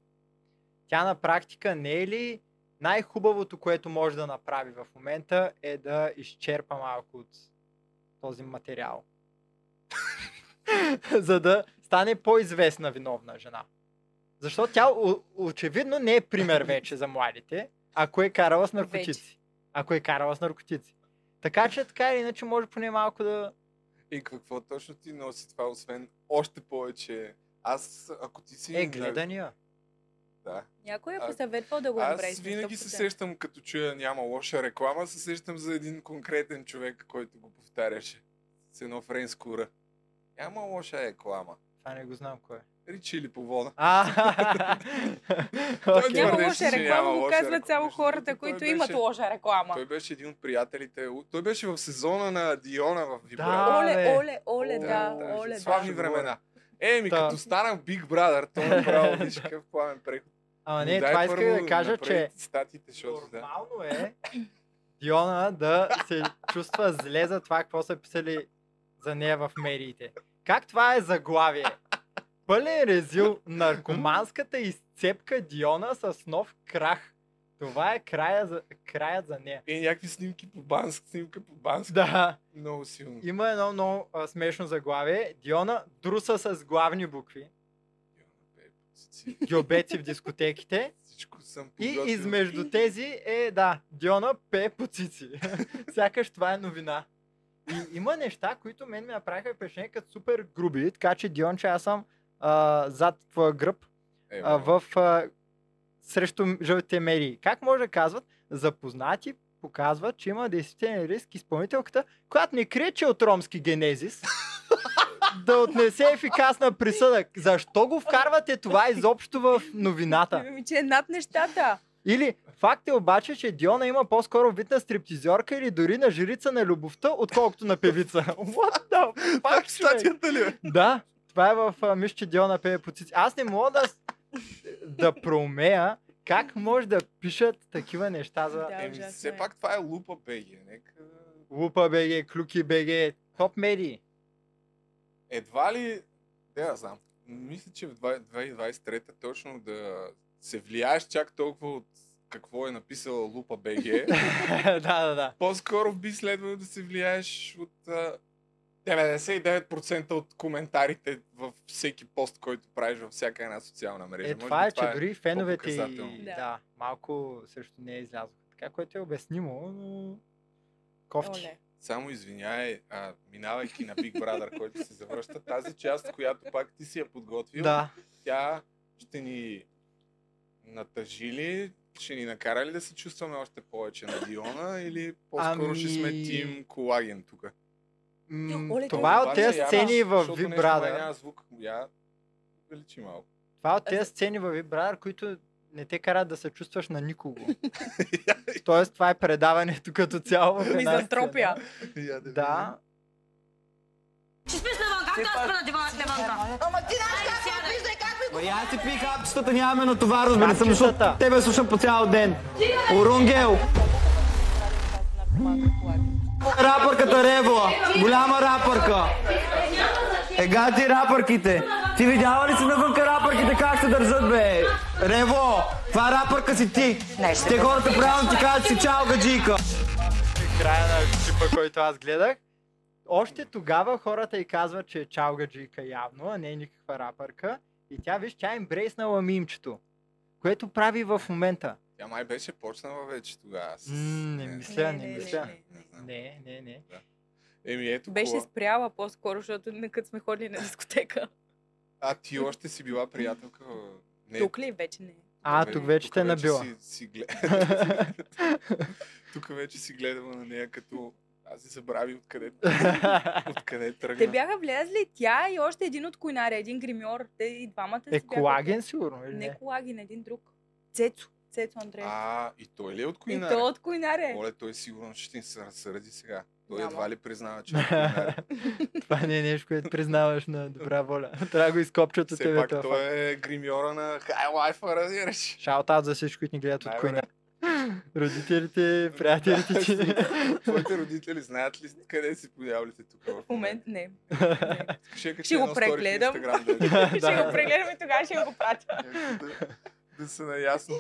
тя на практика не е ли най-хубавото, което може да направи в момента е да изчерпа малко от този материал. За да стане по-известна виновна жена. Защото тя о- очевидно не е пример вече за младите, ако е карала с наркотици. Ако е карала с наркотици. Така че така или иначе може поне малко да... И какво точно ти носи това, освен още повече. Аз, ако ти си... Е, гледания. Да. Някой е А- посъветвал да го направи. Аз винаги се сещам, като чуя няма лоша реклама, се сещам за един конкретен човек, който го повтаряше. С едно френско ра. Няма лоша реклама. Това не го знам кой е. Ричи или по вода. А, Той окей. Твърдеше, Няма че лоша няма реклама, го лоша реклама, казват само между хората, другото, той които имат беше- лоша реклама. Той беше един от приятелите. У- Той беше в сезона на Диона в Вибрадо. Да, Оле, бе. оле, оле, О, да, да, оле, Славни да. времена. Еми, Та. като станах Big Brother, той направо виж какъв пламен преход. Ама Но не, дай това исках първо да кажа, направи че Статите, защото да. нормално е Диона да се чувства зле за това, какво са писали за нея в медиите. Как това е заглавие? Пълен резил наркоманската изцепка Диона с нов крах. Това е края за, краят за нея. И Е, някакви снимки по банск, снимка по банск. Да. Много силно. Има едно много а, смешно заглавие. Диона друса с главни букви. Геобеци в дискотеките. Всичко съм И подготвил. измежду тези е, да, Диона пе по цици. Сякаш това е новина. И има неща, които мен ми направиха впечатление като супер груби, така че Дионче, аз съм а, зад твоя гръб Е, а, бе. в а, срещу м- жълтите медии. Как може да казват, запознати показват, че има действителен риск изпълнителката, която не крие, че е от ромски генезис, да отнесе ефикасна присъда. Защо го вкарвате това изобщо в новината? Ми, че е над нещата. Или факт е обаче, че Диона има по-скоро вид на стриптизьорка или дори на жрица на любовта, отколкото на певица. What the Това е fuck, човек? статията ли? бе? Да, това е в а, мисля, че Диона пее по цици. Аз не мога да, с- да проумея как може да пишат такива неща за Да, Еми, ужасно все е. пак това е лупа, беги. Нека... Лупа БГ, Клюки БГ, топ медии. Едва ли, да я знам, мисля, че в 20- 2023 точно да се влияеш чак толкова от какво е написала Лупа БГ, да, да, да. по-скоро би следвало да се влияеш от а, 99% от коментарите във всеки пост, който правиш във всяка една социална мрежа. Е, Може това би е, че дори феновете и по-показателно. Да. да, малко също не е излязоха. Така, което е обяснимо, но... Кофти. Оле. Само извиняй, а, минавайки на Big Brother, който се завръща, тази част, която пак ти си я подготвил, Да. тя ще ни натъжи ли? Ще ни накара ли да се чувстваме още повече на Диона или по-скоро ще сме Ами- тим колаген тук? М, Оле, това е от Обаче, тези я- сцени в защото Big нещо май Brother. Няма звук, я увеличи малко. Това е от тези сцени в Big Brother, които не те карат да се чувстваш на никого. Тоест, това е предаването като цяло. в една сцена. Мизантропия. Я видим. Да. Ще спиш навън, как да спра на дивана с леванка? Ама ти знаеш как ме виждай, как ме Бе, аз си пих апчетата, нямаме на това, разбира се, защото Апчетата. тебе слушам по цял ден. Орунгел, рапърката Револа, голяма рапърка. Ега ти рапърките. Ти видяла ли си навънка рапърките как се държат, бе? Рево, това рапърка си ти. Те хората правилно ти казват си чао, гаджийка. Края на клипа, който аз гледах. Още тогава хората и казват, че е чалгаджийка явно, а не е никаква рапърка. И тя, виж, тя е ембрейснала мимчето, което прави в момента. Тя май беше почнала вече тогава. с- М, не мисля. Сега не мисля. не знам. Не, не, не. Еми ето Беше кола. спряла по-скоро, защото ние като сме ходили на дискотека. А ти още си била приятелка. в- Не, Тук ли вече не? е? А, бе, тук вече те е набила. Си, си глед... тук вече си гледала на нея като... Аз си забрави откъде, откъде е тръгна. Те бяха влезли тя и още един от койнаря, един гримьор. Те и двамата си Е бяха колаген сигурно от- или Не не? колаген, един друг. Цецо. Цецо Андреев. А, и той ли е от и Куинаре? то от койнаре. Моля, той е сигурно ще ти се разсърди сега. Той Няма. едва ли признава, че е от Куинаре. Това не е нещо, което признаваш на добра воля. Трябва да го изкопчат от Все тебе пак това. той е гримьора на High Life, разбираш. Шаутаут за всички, които ни гледат от Най-добре. Куина. Родителите, приятелите ти. Твоите родители знаят ли къде си появлите тук в В момент не. Ще, кача Ще го едно стори в прегледам. Инстаграм, да, ще го прегледам и тогава ще им го пратя. да, да са наясно.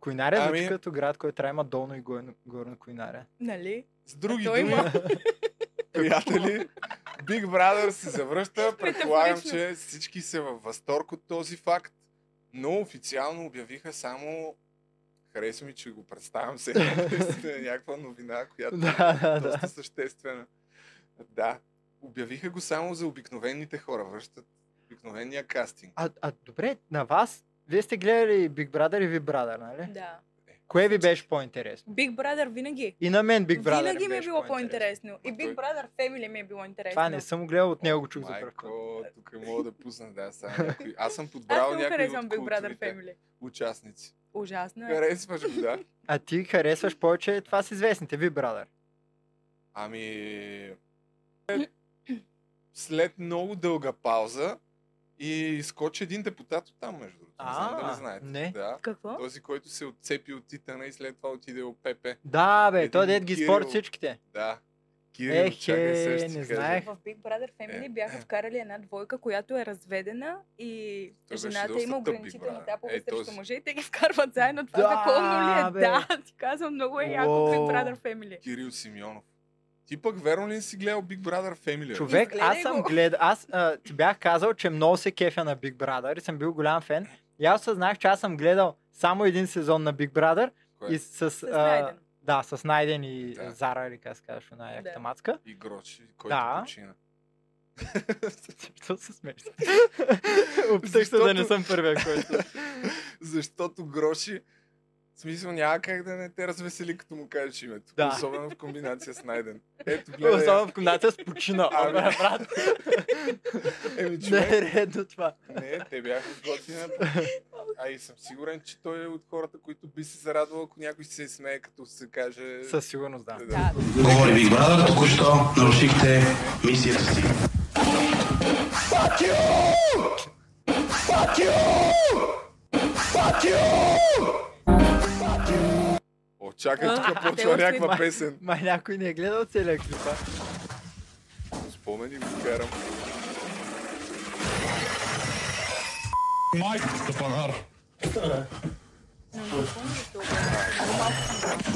Куинария е звучи Ами- като град, който трябва да има долно и горно, горно Куинария. Нали? С други той думи, има. приятели, Big Brother се завръща. Предполагам, Метафорично. че всички са във възторг от този факт, но официално обявиха само Харесва ми, че го представям се. наистина е някаква новина, която Да, да, е да. доста съществена. Да. Обявиха го само за обикновените хора. Връщат обикновения кастинг. А, а добре, на вас, вие сте гледали Big Brother и Big Brother, нали? Да. Кое ви беше по-интересно? Big Brother винаги. И на мен Big Brother винаги ми е беше било по-интересно. И Ма той- Big Brother Family ми е било интересно. Това не съм го гледал, от него го чух за пръв път. Майко, тук е мога да пусна, да, сега някой. Аз съм подбрал Аз не го някои харесвам от Big Brother култовите Family. участници. Ужасно е. Харесваш го, да? А ти харесваш повече това с известните Big Brother. Ами... След много дълга пауза и изкочи един депутат от там, между другото. Не знам дали А, знаете. не. Да. Какво? Този, който се отцепи от Титана и след това отиде от ПП. Да, бе, Един той дед ги Кирил. спорт всичките. Да. Кирил, Ех, чакай, сега ще е, ти не кажа. знаех. В Big Brother Family Е, бяха е. вкарали една двойка, която е разведена и Той беше жената доста има тъп Big ограничителна Brother. заповед Е, срещу този- мъже и те ги вкарват заедно. Това Да, законно ли е? бе. Да, ти казвам, много е яко в Уоу. Big Brother Family. Кирил Симеонов. Ти пък верно ли не си гледал Big Brother Family? бе? Човек, Изгледай аз съм го. гледал, аз а, ти бях казал, че много се кефя на Big Brother и съм бил голям фен. И аз осъзнах, че аз съм гледал само един сезон на Big Brother Кой е? и с... С а, Найден. да, с Найден и Да. да. Зара, или как се казваш, една Да. яхта мацка. И Грочи, който Да. почина. Защо се смееш? Опитах се да не Защото- съм първия, който... Защото гроши, в смисъл няма как да не те развесели, като му кажеш името. Да. Особено в комбинация с Найден. Ето, гледай. Особено в комбинация с почина. Ами. Ама, брат, Еми, не човек, е редно това. не, те бяха готина. А и съм сигурен, че той е от хората, които би се зарадвал, ако някой се смее, като се каже... Със сигурност да. Да, Говори Big Brother, току-що нарушихте мисията си. О, чакай, А, тук те почва още някаква има. песен. Май някой не е гледал целия клипа. Спомени го карам. Майката панар.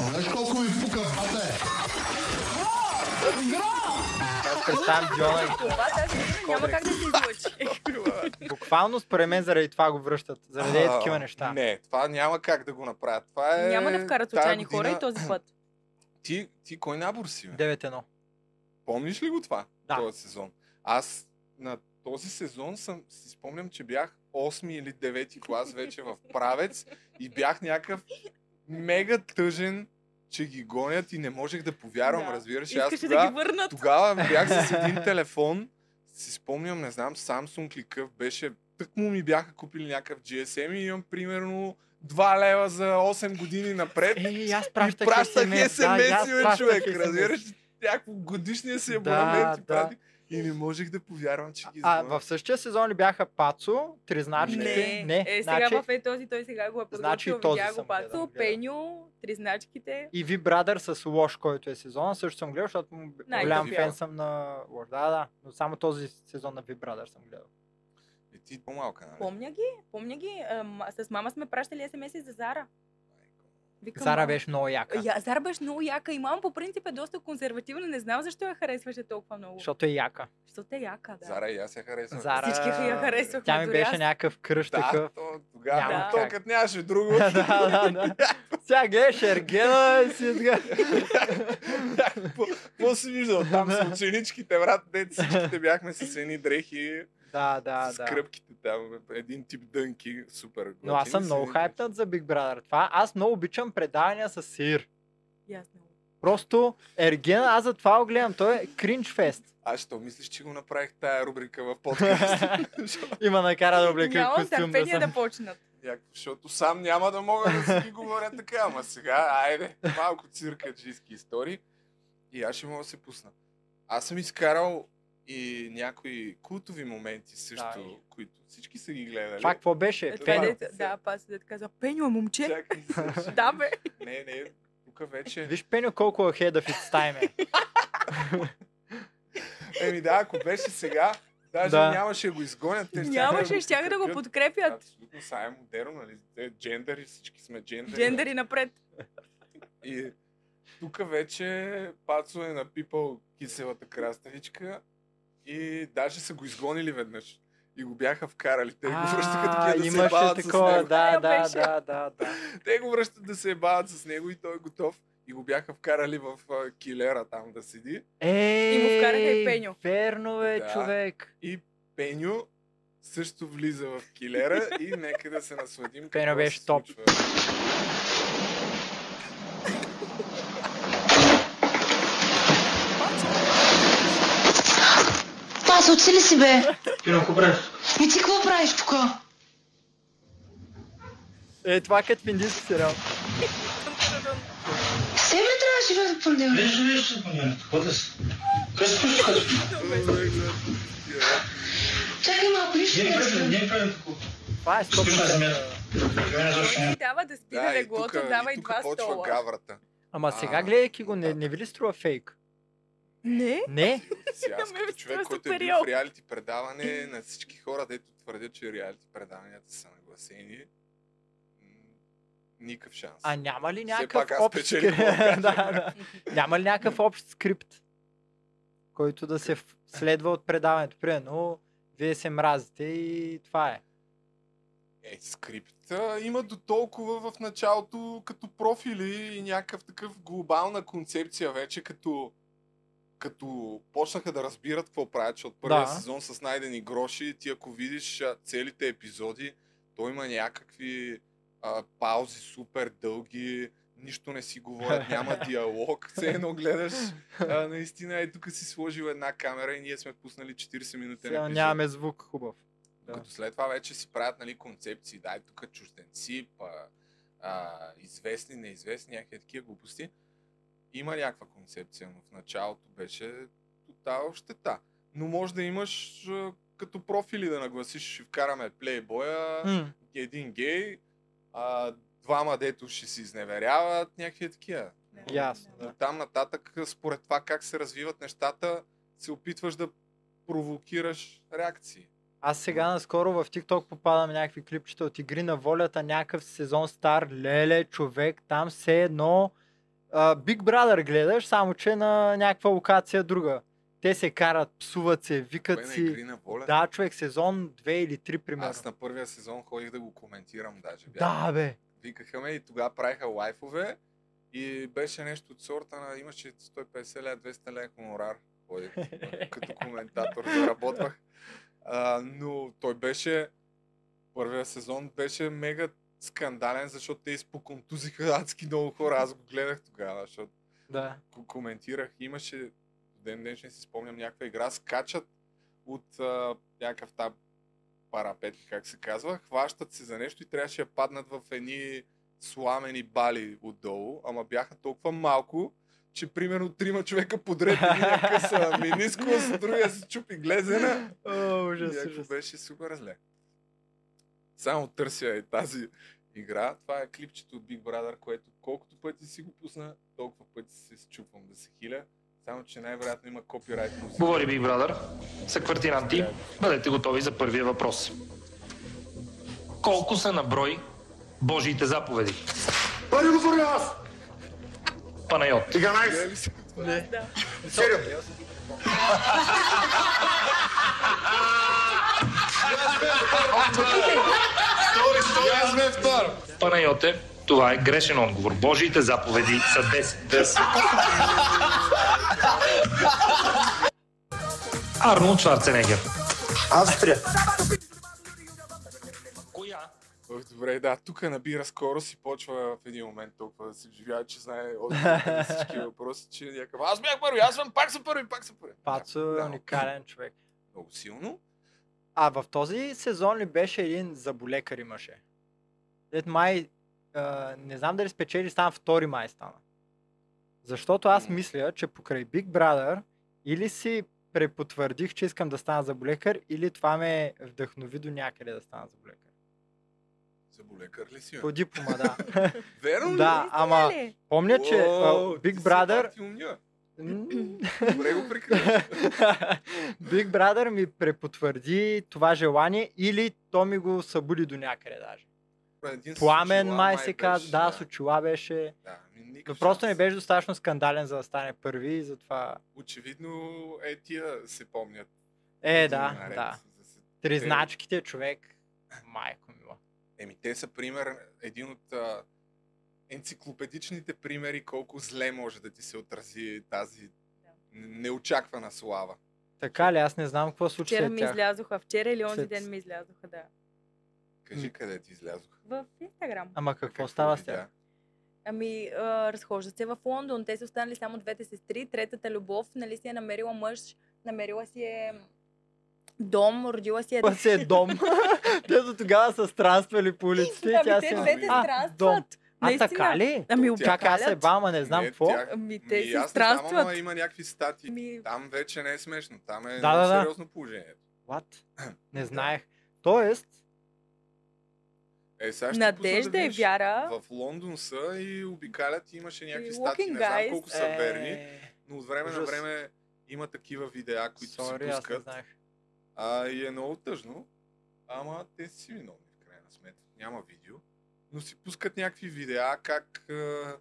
Знаеш колко ми пука, бате? Аз представям Джона и Това тази година няма как да се излъчи. буквално според мен заради това го връщат. Заради е А, такива неща. Не, това няма как да го направят. Това е... Няма да вкарат тая случайни хора година- и този път. Ти, ти кой набор си, бе? 9-1. Помниш ли го това? Да. Този сезон. Аз на този сезон съм, си спомням, че бях 8 или 9 клас вече в правец и бях някакъв мега тъжен, че ги гонят и не можех да повярвам, Да. разбираш. И аз Искаше тогава, да ги върнат. тогава бях с един телефон, си спомням, не знам, Samsung ли къв беше, тък му ми бяха купили някакъв GSM и имам примерно 2 лева за 8 години напред. Ей, Е, аз Пращах, пращах пращах SMS, да, и аз SMS, бе, пращах човек, SMS. разбираш? Някакво годишния си Да, абонамент да. да, прати. И не можех да повярвам, че ги А, изгоня. в същия сезон ли бяха Пацо, Тризначките? Не, е, сега в е този, той сега го е Значи и подготвил, този видя го съм гледал, пацо, гледал. пеню, три значките. И Ви Брадър с Лош, който е сезон. Също съм гледал, защото му б- Най- голям да. фен съм на Лош. Да, да, но само този сезон на Ви Брадър съм гледал. И ти по-малка, нали? Помня ги, помня ги. А, м- с мама сме пращали смс за Зара. Викам, Зара мама, беше много яка, Я, Зара беше много яка и мама по принцип е доста консервативна. Не знам защо я харесваше толкова много. защото е яка. Защото е яка, да. Зара и аз я харесвам. Зара... Всички я харесвахме, Тя ми дори беше аз. някакъв кръщ Да, такъв. то, тогава, Няма да. то как. като нямаше друго, да, да, да. Сега гледаш Ергена и си така. по- какво си виждал? Там Да. са ученичките, брат, дет, всичките бяхме с едни дрехи, Да, да, с да. кръпките там, един тип дънки, супер. Но аз готини съм са много едни хайпнат за Big Brother. Това аз много обичам предавания с сир. Ясно. Просто Ерген, аз за това го гледам. Той е кринч фест. А що мислиш, че го направих тая рубрика в подкаста? Има накара да облека Нямам костюм да търпение съм. да почнат. Някакво, защото сам няма да мога да си ги говоря така, ама сега, айде, малко циркаджийски истории и аз ще мога да се пусна. Аз съм изкарал и някои култови моменти също, Да, и- които всички са ги гледали. Това какво Е, беше? Това Пеню. дете- Да, паси да каза, пеню е момче. Чакай, се, Да, бе. Не, не, тук вече. Виж Пеню колко е хеда в тайме. Еми да, ако беше сега, даже Да. нямаше да го изгонят. Те щяха Нямаше, щяха да го подкрепят. подкрепят. Абсолютно, сега е модерно, нали? Те Джендъри, всички сме джендъри. Джендери напред. И тук вече Пацо е напипал киселата краставичка и даже са го изгонили веднъж. И го бяха вкарали. Те го връщаха А, такива е да се Имаше бават с такова, него. да, Тая да, беше. да, да, да. Те го връщат да се бават с него и той е готов. И го бяха вкарали в а, килера там да седи. Е, му вкараха и Пеню. Верно е, Да. човек. И Пеню също влиза в килера и нека да се насладим. Пеню какво беше се топ. случва. Пас, отси ли си бе? Ти какво правиш? И ти какво правиш тук? Е, това е като в индийски сериал. Е, Все ли трябваше да бъде понеделник? Виж, виж, какво да си? Къде спиш тук? Чакай малко, виж Ние как не правим, се- ние не правим такова. Това е Спиш на 100%. земята. Ние не Той завършваме. ни дава да спи на Да, и леглото, тук- дава и и тук два почва стола. гаврата. Ама А, сега гледайки го, не, да. не ви ли струва фейк? Не? Не, Си аз Ме като вижда човек, който е супер бил ял. в реалити предаване на всички хора, дето твърдят, че реалити предаванията са нагласени, м, никакъв шанс. а няма ли Все някакъв пак аз общ печелих, скрипт? мога да, да да. Няма ли някакъв общ скрипт, който да се в- следва от предаването? Примерно, вие се мразите и това е. Е, скрипта има до толкова в началото като профили и някакъв такъв глобална концепция вече като като почнаха да разбират какво правят, защото първия Да. сезон с найдени гроши, ти ако видиш а, целите епизоди, то има някакви а, паузи супер дълги, нищо не си говорят, няма диалог, все едно гледаш, а, наистина е тук си сложил една камера и ние сме пуснали 40 минути Сега нямаме звук хубав. Да. като след това вече си правят нали, концепции, дай тук чужденци, па, а, известни, неизвестни, някакви такива глупости. Има някаква концепция, но в началото беше тотал щета. Но може да имаш а, като профили да нагласиш, ще вкараме плейбоя, М, един гей, а, двама дето ще си изневеряват, някакви такива. ясно. Но Да. там нататък, според това как се развиват нещата, се опитваш да провокираш реакции. Аз сега наскоро в TikTok попадам някакви клипчета от игри на волята, някакъв сезон стар, леле, човек, там все едно а, Big Brother гледаш, само че на някаква локация друга. Те се карат, псуват се, викат Кой на игри си. на воля? Да, човек, сезон 2 или 3 примерно. Аз на първия сезон ходих да го коментирам даже. Бях Да, бе. викаха ме и тогава правиха лайфове и беше нещо от сорта на имаше 150 ля, 200 ля хонорар. Ходих като коментатор заработвах. А, но той беше, първия сезон беше мега скандален, защото те изпоконтузиха адски много хора. Аз го гледах тогава, защото Да. го коментирах. Имаше, до ден днешен си спомням, някаква игра, скачат от а, някакъв там парапет, как се казва, хващат се за нещо и трябваше да паднат в едни сламени бали отдолу, ама бяха толкова малко, че примерно трима човека подред единия къса миниско, с другия се чупи глезена. О, и ужас, ако ужас. беше супер зле. Само търся е тази игра. Това е клипчето от Big Brother, което колкото пъти си го пусна, толкова пъти се счупвам да се хиля. Само, че най-вероятно има копирайт музика. Говори Big Brother, са квартиранти, бъдете готови за първия въпрос. Колко са на брой Божиите заповеди? Пари говоря аз! Панайот. 11! Гледали сте това? Серио! Втори, втори, аз сме втор! Панайот е, това е грешен отговор. Божиите заповеди са 10. 10. Арнолд Шварценегер. Австрия! Коя Ох, Добре, да, тук набира скорост и почва в един момент толкова да се вживява, че знае отговорите на всички въпроси, че някакъв аз бях първи, аз съм пак съм първи, пак съм първи. Пацо е Да, уникален човек. Много силно. А в този сезон ли беше един заболекар имаше? Дед май, а, не знам дали спечели, стана втори май стана. Защото аз М. мисля, че покрай Big Brother или си препотвърдих, че искам да стана заболекар, или това ме вдъхнови до някъде да стана заболекар. Заболекар ли си? бе? По диплома, да. Верно ли? да, ама Леле, помня, че а, Уау, Big ти си Brother... пак ти умния. М, Добре го прикриваш. Big Brother ми препотвърди това желание или то ми го събуди до някъде даже. Един с Пламен очила май се казва, беше, Е, да, с очила беше. Да, ми никакъв Но просто не шанс. беше достатъчно скандален за да стане първи и затова... Очевидно е тия се помнят. Е, Един да, наред Е. да. за се- Три значките, човек. Майко мила. Еми, те са пример, един от а, енциклопедичните примери колко зле може да ти се отрази тази н- неочаквана слава. Така ли? Аз не знам какво случи вчера след ми тях. излязоха, вчера или онзи След- ден ми излязоха, да. Кажи къде ти излязох. В Инстаграм. Ама какво става с тях? видя? Ами, а, разхождат се в Лондон. Те са останали само двете сестри. Третата любов, нали си е намерила мъж, намерила си е дом, родила си е... Това си е дом. Те до тогава са странствали по улиците и Ами, тя те си... е двете А, дом. странстват. А Наистина. така ли? Ами, Тя Е, Чакай, аз се обикалят. бам, а не знам Не, какво. тях. Ами, Ми, те си аз не знам, ама странстват. има някакви статии. Ами, Там вече не е смешно. Там е Да, много да, да. сериозно положение. What? Не Да. знаех. Тоест, Е, сега ще пусна надежда да и видиш. вяра. В Лондон са и обикалят и имаше някакви И статии, Walking не знам Guys. колко са верни, Е, но от време на ужас. време има такива видеа, които Sorry, се аз не пускат. знаех. А, и е много тъжно, ама те си виновни в крайна сметка. Няма видео, но си пускат някакви видеа, как... а,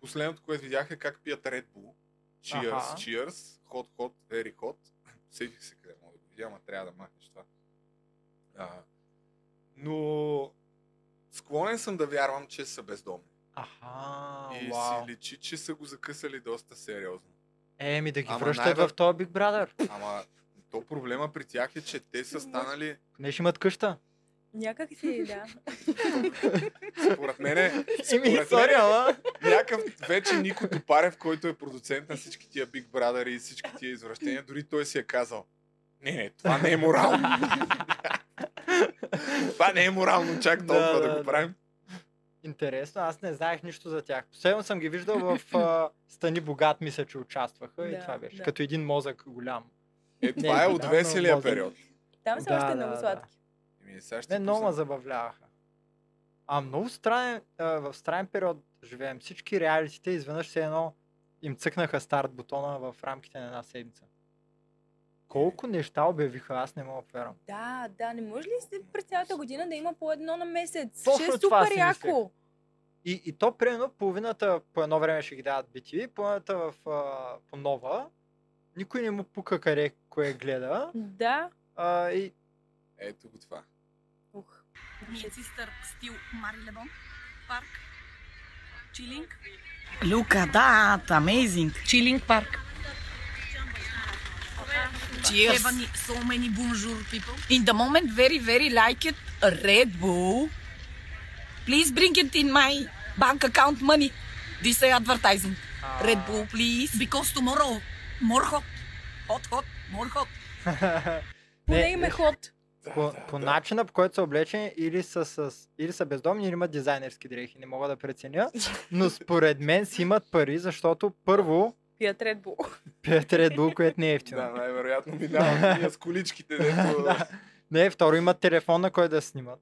Последното, което видях е как пият Red Bull. Cheers, Аха. cheers, hot, hot, very hot. Сетих се къде мога да го видя, ама трябва да махнеш това. А, но склонен съм да вярвам, че са бездомни. Аха, и вау. си личи, че са го закъсали доста сериозно. Еми да ги Ама връщат най-вър- в този Big Brother. Ама то проблема при тях е, че те са станали Не ще имат къща. Някак си, да. Според мен е Еми, мен- сори, ама. някакъв вече Нико Топарев, който е продуцент на всички тия Big Brother и всички тия извращения, дори той си е казал не, не, това не е морално. това не е морално, чак Да, толкова да, да, го да. правим. Интересно, аз не знаех нищо за тях. Последно съм ги виждал в а, Стани Богат, мисля, че участваха и Да, това беше. да. Като един мозък голям. Е, това е да, от но веселия може би. период. Там са Да, още да, много да. сладки. Еми, сега ще Не, ти много ме пусна. забавляваха. А много странен, а, в странен период живеем. Всички реалитите изведнъж се едно им цъкнаха старт бутона в рамките на една седмица. Колко неща обявиха, аз не мога да повярвам. Да, да, не може ли си през цялата година да има по едно на месец? Точно Ще е това си супер мислех. яко! И, и то, примерно, половината по едно време ще ги дават BTV, половината в, а, по нова. Никой не му пука къде кое гледа. Да. А, и Ето го това. Ух. Сестър е стил Мари Лебон, парк, чилинг. Люка, да, amazing. Чилинг парк. Cheers. so many bonjour people. In the moment, very, very like it. a Red Bull. Please bring it in my bank account money. This is advertising. А. Red Bull, please. Because tomorrow, more hot. Hot, hot, more hot. Поне им е ход. по, по начина, по който са облечени, или са, с, или са бездомни, или имат дизайнерски дрехи. Не мога да преценя. Но според мен си имат пари, защото първо Пият Red Bull. пият Red Bull, което не е ефтино. Да, най-вероятно минават ние с количките, дето... Да. Не, е, второ имат телефон, на който да снимат.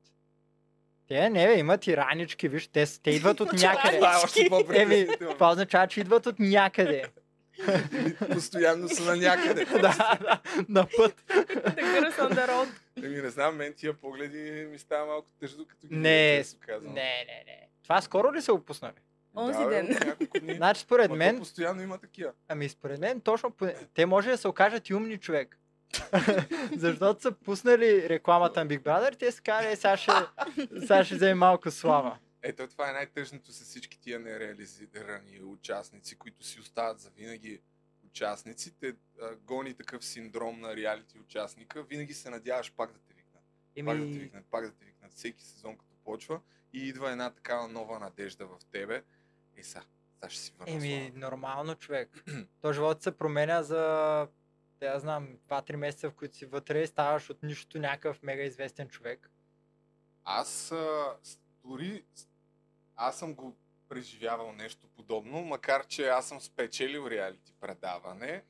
Те не, бе, имат и ранички, виж, те, с- те идват от някъде. Това е още Еми, по-притеснително. това означава, че идват от някъде. Или Постоянно са на някъде. да, да, на път. Да гърс on the road. Еми, не знам, мен тия погледи ми става малко тъжно, като ги Не, видя, честно казано. Не, не, не. Това скоро ли се опусна? бе? Онзи Да, бе, ден. от няколко дни. Значи, според Ма то мен, постоянно има такива. ами според мен, точно по... те може да се окажат и умни човек. Защото са пуснали рекламата на Big Brother, те са казали, «Е, сега ще, сега ще вземе малко слава. Ето, това е най-тъжното с всички тия нереализирани участници, които си остават за винаги участниците. а, Гони такъв синдром на реалити участника. Винаги се надяваш пак да те викнат. Пак да те Еми, викнат, пак да те викнат. Всеки сезон като почва и идва една такава нова надежда в тебе. Е, са, сега ще си върна еми, слава. нормално човек. То живот се променя за, да я знам, 2-3 месеца, в които си вътре и ставаш от нищото някакъв мега известен човек. Аз а, с- дори... с- Аз съм го преживявал нещо подобно, макар че аз съм спечелил реалити предаване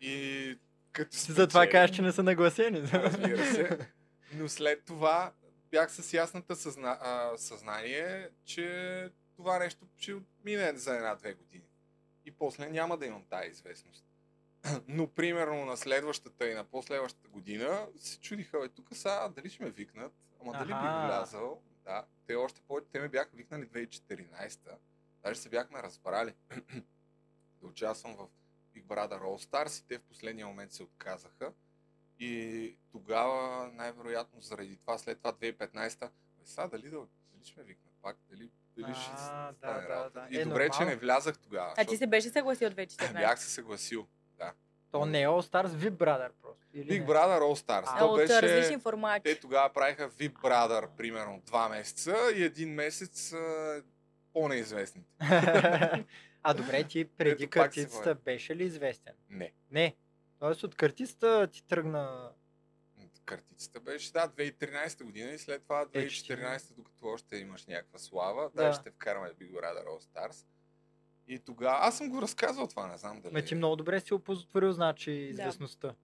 и като Ти затова спечелих- кажеш, че не са нагласени. Разбира се. Но след това бях с ясната съзна... а, съзнание, че това нещо ще мине за една-две години. И после няма да имам тази известност. Но примерно на следващата и на последващата година се чудиха, бе, тук са, дали ще ме викнат, ама дали Аха. би влязал. Да, те още повече, те ме бяха викнали 2014-та. Даже се бяхме разбрали да участвам в Big Brother All Stars и те в последния момент се отказаха. И тогава, най-вероятно заради това, след това 2015-та, бе, са, дали, да, дали ще ме викнат пак, дали, дали ще А, си да, стане да, работа. да. И Е, добре, че нормално. не влязах тогава. А ти защото се беше съгласил 2014. Бях се съгласил. То не е All Stars, VIP Brother просто. Или Big не? Brother All Stars. А, А То Е, от а, различни беше... формати. Те тогава правиха VIP Brother, примерно, два месеца и един месец а, по-неизвестните. а добре, ти преди Ето пак се картицата беше ли известен? Не. Не. Тоест от картицата ти тръгна... Картицата беше, да, 2013 година и след това Е, 2014, докато още имаш някаква слава, да, ще вкараме Big Brother All Stars. И тогава, аз съм го разказвал това, не знам дали. Ме ти много добре си опозотворил, значи, известността.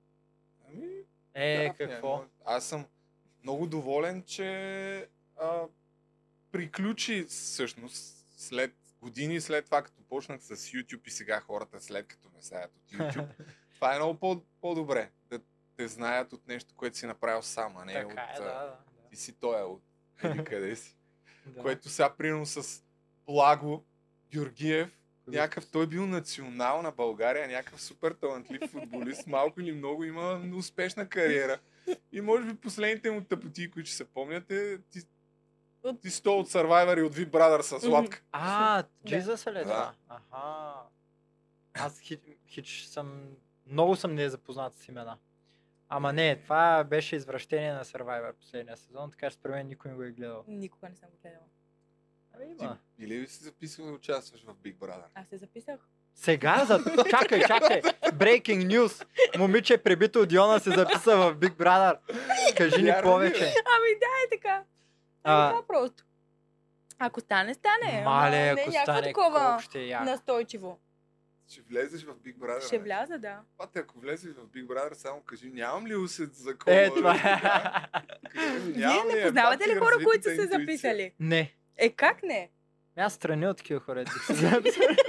Ами, Е, Да, какво? примерно. Аз съм много доволен, че а, приключи всъщност след години след това, като почнах с YouTube и сега хората след като ме знаят от YouTube. това е много по- по-добре. Да те знаят от нещо, което си направил сам, а не от... така е, да, а, да. Ти си той е от еди къде си. да. Което сега прино с Благо Георгиев, някакъв, той бил национал на България, някакъв супер талантлив футболист, малко или много има успешна кариера. И може би последните му тъпоти, които ще се помнят е ти, ти 100 от Survivor и от Ви Brother с сладка. А, Да. Jesus ли е Да. това? Аха. Аз хич, хич съм... Много съм не запознат с имена. Ама не, това беше извращение на Survivor последния сезон, така че според мен никой не го е гледал. Никога не съм го гледала. Ами Ти има. или ли си записал да участваш в Big Brother? Аз се записах. Сега за... Чакай, чакай! Breaking news! Момиче пребито от Йона се записа в Big Brother. Кажи ни Вярно ли повече. е? Ами да, е така. А, А, това е просто. Ако стане, стане. ама Мале, не е ако някакво стане, колко такова ще е яко. настойчиво. Ще влезеш в Big Brother? Ще бе? вляза, да. Пате, ако влезеш в Big Brother, само кажи, нямам ли усет за кола? Е, това е. Кажи, Вие нямам ли не е? познавате Бати, ли хора, които са се развитата интуиция. записали? Не. Е, как не? Аз страня от такива хора. дето се записват.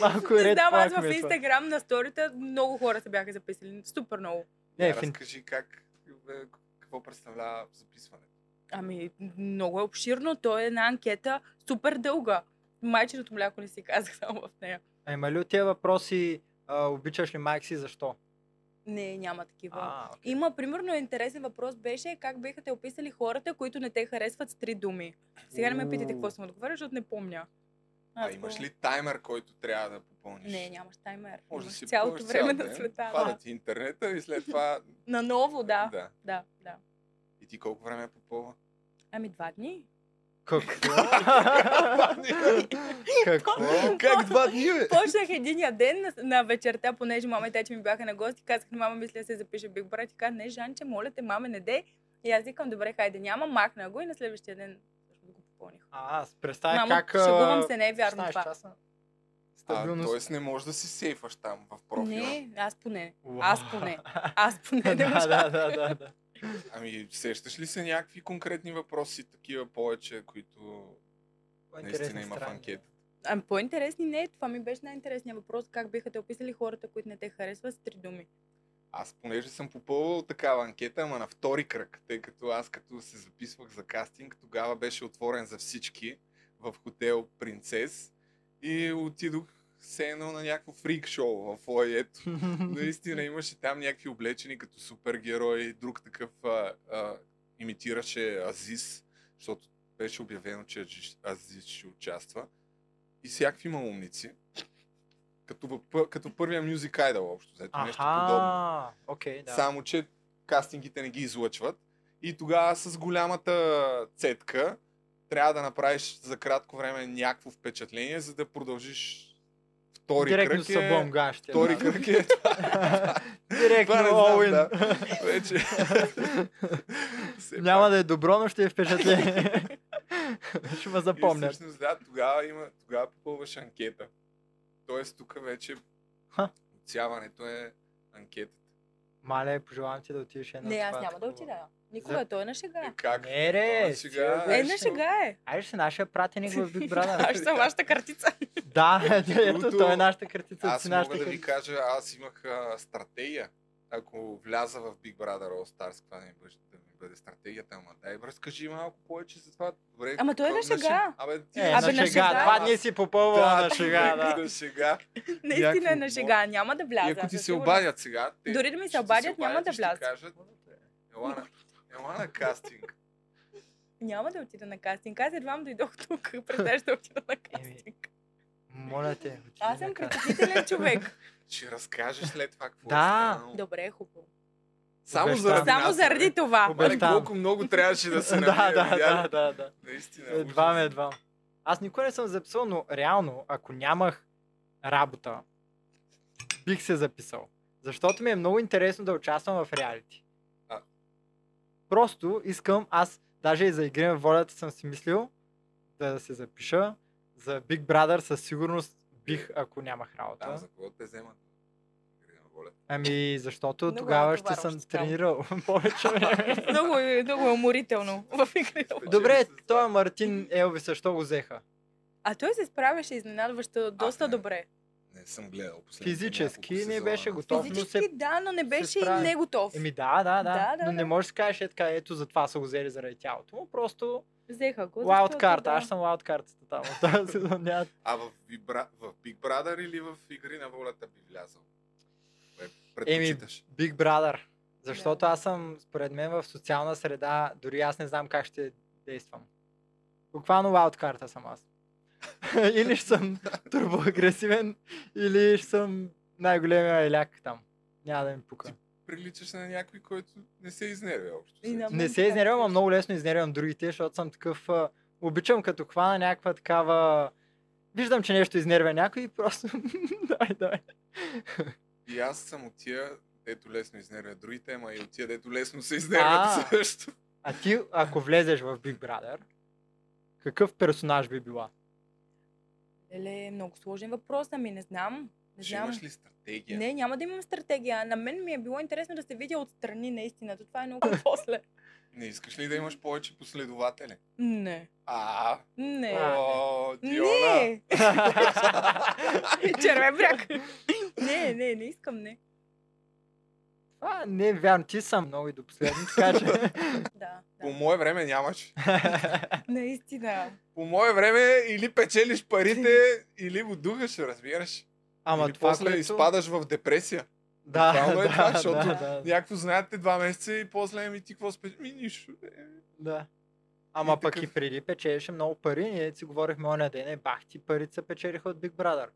Малко Не ред знам, аз флаг в ми е това. Инстаграм на сторита много хора се бяха записали. Супер много. Не, Я в ин- Разкажи как, бе, какво представлява записването. Ами, много е обширно. То е една анкета супер дълга. Майченото мляко не си казах само в нея. а има Е, ли от тия въпроси а, обичаш ли майка си, защо? Не, няма такива. А, окей. Има, примерно, интересен въпрос беше как биха те описали хората, които не те харесват с три думи. Сега не ме питайте какво съм отговаряла, защото не помня. А имаш ли таймер, който трябва да попълниш? Не, нямаш таймер. Може да Имаш си цялото пълниш време цял на ден, света. Пада Да. ти интернета и след това... Наново, да. да. Да, да. И ти колко време попълва? Ами два дни. Какво? О, как два дни, бе? Почнах единия ден на, на вечерта, понеже мама и тече ми бяха на гости, казах на мама, мисля да се запиша Big Brother. Тя каза, не, Жанче, моля те, мама, не дей. И аз викам, добре, хайде, няма, махна го и на следващия ден всъщност го попълних. А, аз представя Мама, как... а, шегувам се, не е вярно 16 това. часа А, Стабилност. т.е. не можеш да си сейфаш там в профила. Не, аз поне. Уау. Аз поне. Аз да, поне не можа. да, да, да, да. Ами, сещаш ли се някакви конкретни въпроси, такива повече, които наистина Интересни има в страни. анкета? Ами по-интересни не, това ми беше най-интересният въпрос. Как биха те описали хората, които не те харесват с три думи? Аз понеже съм попълвал такава анкета, ама на втори кръг, тъй като аз като се записвах за кастинг, тогава беше отворен за всички в хотел Принцес и отидох все едно на някакво фрик шоу в фойето. Наистина имаше там някакви облечени като супергерои, друг такъв а, а, имитираше Азис, защото беше обявено, че Аджи- Азис ще участва. И всякакви малумници. Като, въп- като първия Music Idol, общо, взето нещо подобно. Аха, окей, Да. да. Само, че кастингите не ги излъчват. И тогава с голямата цетка трябва да направиш за кратко време някакво впечатление, за да продължиш втори Директно кръг. са Е, бомгащи. нали? втори кръг е Директно Това не знам, all in. да. вече. Все Няма пак. да е добро, но ще е впечатление. ще ме И запомнят. всъщност, да, тогава, има, тогава попълваш анкета. Тоест, тук вече Ха. отсяването е анкетата. Мале, пожелавам ти да отидеш една не, аз няма да отида. Никога, е За- той е на шега. Е, как? Не, ре, Това сега- стига, Е, Е, бе, на ще- шега е. Айде ще нашия пратеник в Big Brother. Аз съм вашата картица. да, ето, другото, той е нашата картица. Аз ти мога нашата да ви картица. кажа, аз имах а, стратегия. Ако вляза в Big Brother All Stars, това да ми бъде, да ми бъде стратегията, ама дай разкажи малко повече за това. Добре, Ама той е на какво- шега. Абе, ти Е, Абе, на на шега. шега. Два дни си попълвала на шега, човек, да. На шега. Наистина е Някакво на шега, няма да И вляза. ако ти със се сигурност. обадят сега, те Дори да ми ще се обадят, няма обадят да и ще вляза. кажат, Ела на, ела на кастинг. Няма да отида на кастинг. Аз едва му дойдох тук, представяш да отида на кастинг. Моля те. отиди Аз на съм каста. критичителен човек. Ще разкажеш след това какво Да. е станало. Добре, хубаво. Само Обещавам. заради Само нас, заради бе. това. Абе, Обещавам. колко много трябваше да се да, намеря. нали? да, да, да, да. Наистина. Едва ме, ужас. едва. Аз никога не съм записал, но реално, ако нямах работа, бих се записал. Защото ми е много интересно да участвам в реалити. А. Просто искам, аз даже и за игри на волята съм си мислил да се запиша. За Big Brother със сигурност бих, ако нямах работа. Там за кого те вземат? Игри на воля. Ами, защото Много е тогава ще натоварващо съм спрямо. тренирал повече време. Много, е- много е уморително в играта. Добре, Печели с той Мартин Елви, защо го взеха? А той се справяше изненадващо доста не. добре. Не съм гледал последните Физически няколко не сезона. беше готов, но Физически се... да, но не беше и справи. не готов. Еми да, да, да, Да, да, но не да. можеш да кажеш е така, ето за това са го взели заради тялото му, просто Взеха го. лаут защото, карта, да. аз съм лаут картата там, от тази сезон няма. А в, Вибра... в Big Brother или в Игри на волята би влязал? Кое Еми, Предпочиташ. Big Brother, защото аз съм, според мен, в социална среда, дори аз не знам как ще действам. Буквално лаут карта съм аз. или ще съм турбоагресивен, или ще съм най-големия еляк там. Няма да ми пука. Приличаш на някой, който не се изнервя общо. И на- Не мен се така ми изнервям, а беше. много лесно изнервям другите, защото съм такъв... а, Обичам като хвана някаква такава... Виждам, че нещо изнервя някой и просто... давай, давай. И аз съм от тия, дето лесно изнервя другите, ама и от тия, дето лесно се изнервят А. също. А ти, ако влезеш в Big Brother, какъв персонаж би била? е Леле, много сложен въпрос, ами не знам. Не Ще знам. имаш ли стратегия? Не, няма да имам стратегия. На мен ми е било интересно да се видя отстрани наистина. То това е много после. Не искаш ли да имаш повече последователи? Не. А, Не. А, о, Диона! Е. Не. Червен бряг. Не, не, не искам, не. А, не, е вярно, ти съм много и до последно, така Ами че... Да. По да. мое време нямаш. Наистина. По мое време или печелиш парите, или го духаш, разбираш. Ама или Ами това, после което... изпадаш в депресия. Да, Буквално е да, това, защото да, да, Някакво знаете два месеца и после ми ти какво спеш? Ми нищо. е. да. Ама пък и такъв- преди печелеше много пари, ние си говорихме оня ден, е, бах ти парица печелиха от Big Brother.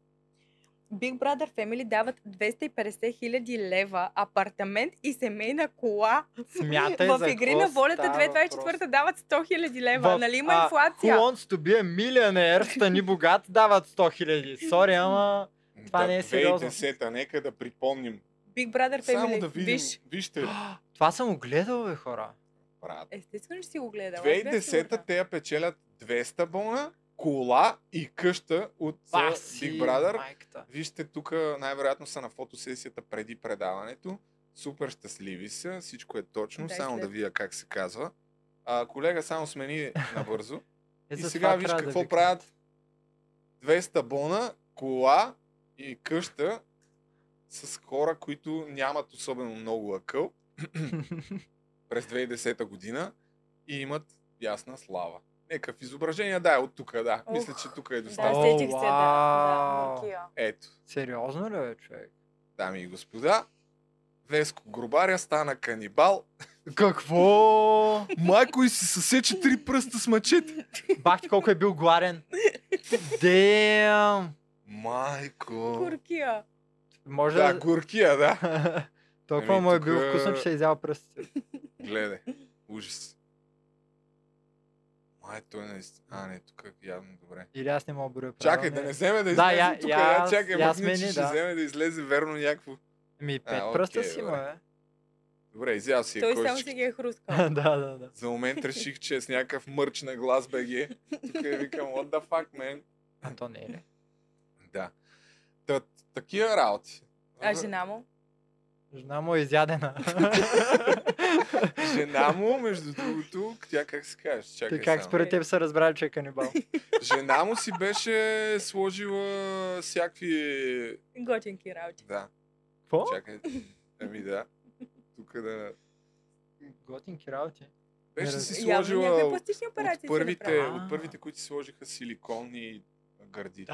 Big Brother Family дават 250 хиляди лева, апартамент и семейна кола. Смятай за Ами, в игри на какво волята става 2024 въпрос. дават 100 хиляди лева. В- нали има а, Who инфлация? wants to be a millionaire, стани богат, дават 100 хиляди. Сори, ама... Това Да, не е сериозно. 2010-та, нека да припомним. Big Brother Family. Само да видим. Виж, Вижте, Това съм го гледал, бе, хора. брат. естествено, че си го гледала. аз бях 2010-та сигурна. те я печелят 200 бона, кола и къща от а, Big Brother. Майката. Вижте, тук най-вероятно са на фотосесията преди предаването. Супер щастливи са, всичко е точно, Да, и само да след. видя как се казва. А, колега, само смени набързо. Е, И за сега това виж трябва да какво викнат. правят. 200 бона, кола и къща с хора, които нямат особено много акъл през 2010 година и имат ясна слава. Нека в изображение, да, е от тук, да. Ох, Мисля, че тук е Да, достатъчно. О, сетих се, да. Да, вау. Маркия. Ето, Сериозно ли, бе, човек? дами и господа, Веско Грубаря стана канибал. Какво? Майко и си съсече три пръста с мачете. Бах ти колко е бил гладен. Дем! Майко. Куркия. Може Да, да... горкия, да. Толкова Еми, му е тук, бил вкусно, че се е изял пръстите. Гледай. Ужас. Май, той наистина. А, не, тук е явно добре. Или аз не мога да броя Чакай, правилно, е. да не вземе да Да, излезе я- тук. я- да, чакай, я махни, че смени, ще да. вземе да излезе верно някакво. Ми, Ами, пет окей, пръста си е. добре. има, бе. Добре, изял си е Той само си кошички. ги е хрускал. да, да, да. За момент реших, че е с някакъв мърч на глас БГ. Тук е викам, what the fuck, man. А то не е ли? Да. Та, такива работи. А жена му? Жена му е изядена. Жена му, между другото, тя как се каже? Чакай Ти как само. според теб са разбрали, че е канибал? Жена му си беше сложила всякакви... Готинки работи. Да. Какво? Чакай. Ами да. Тук да. Готинки работи. Беше Не си разбирам. сложила някакви от, пластични от, операции. си е първите, направи. направи. от първите, които си сложиха силиконни гърди.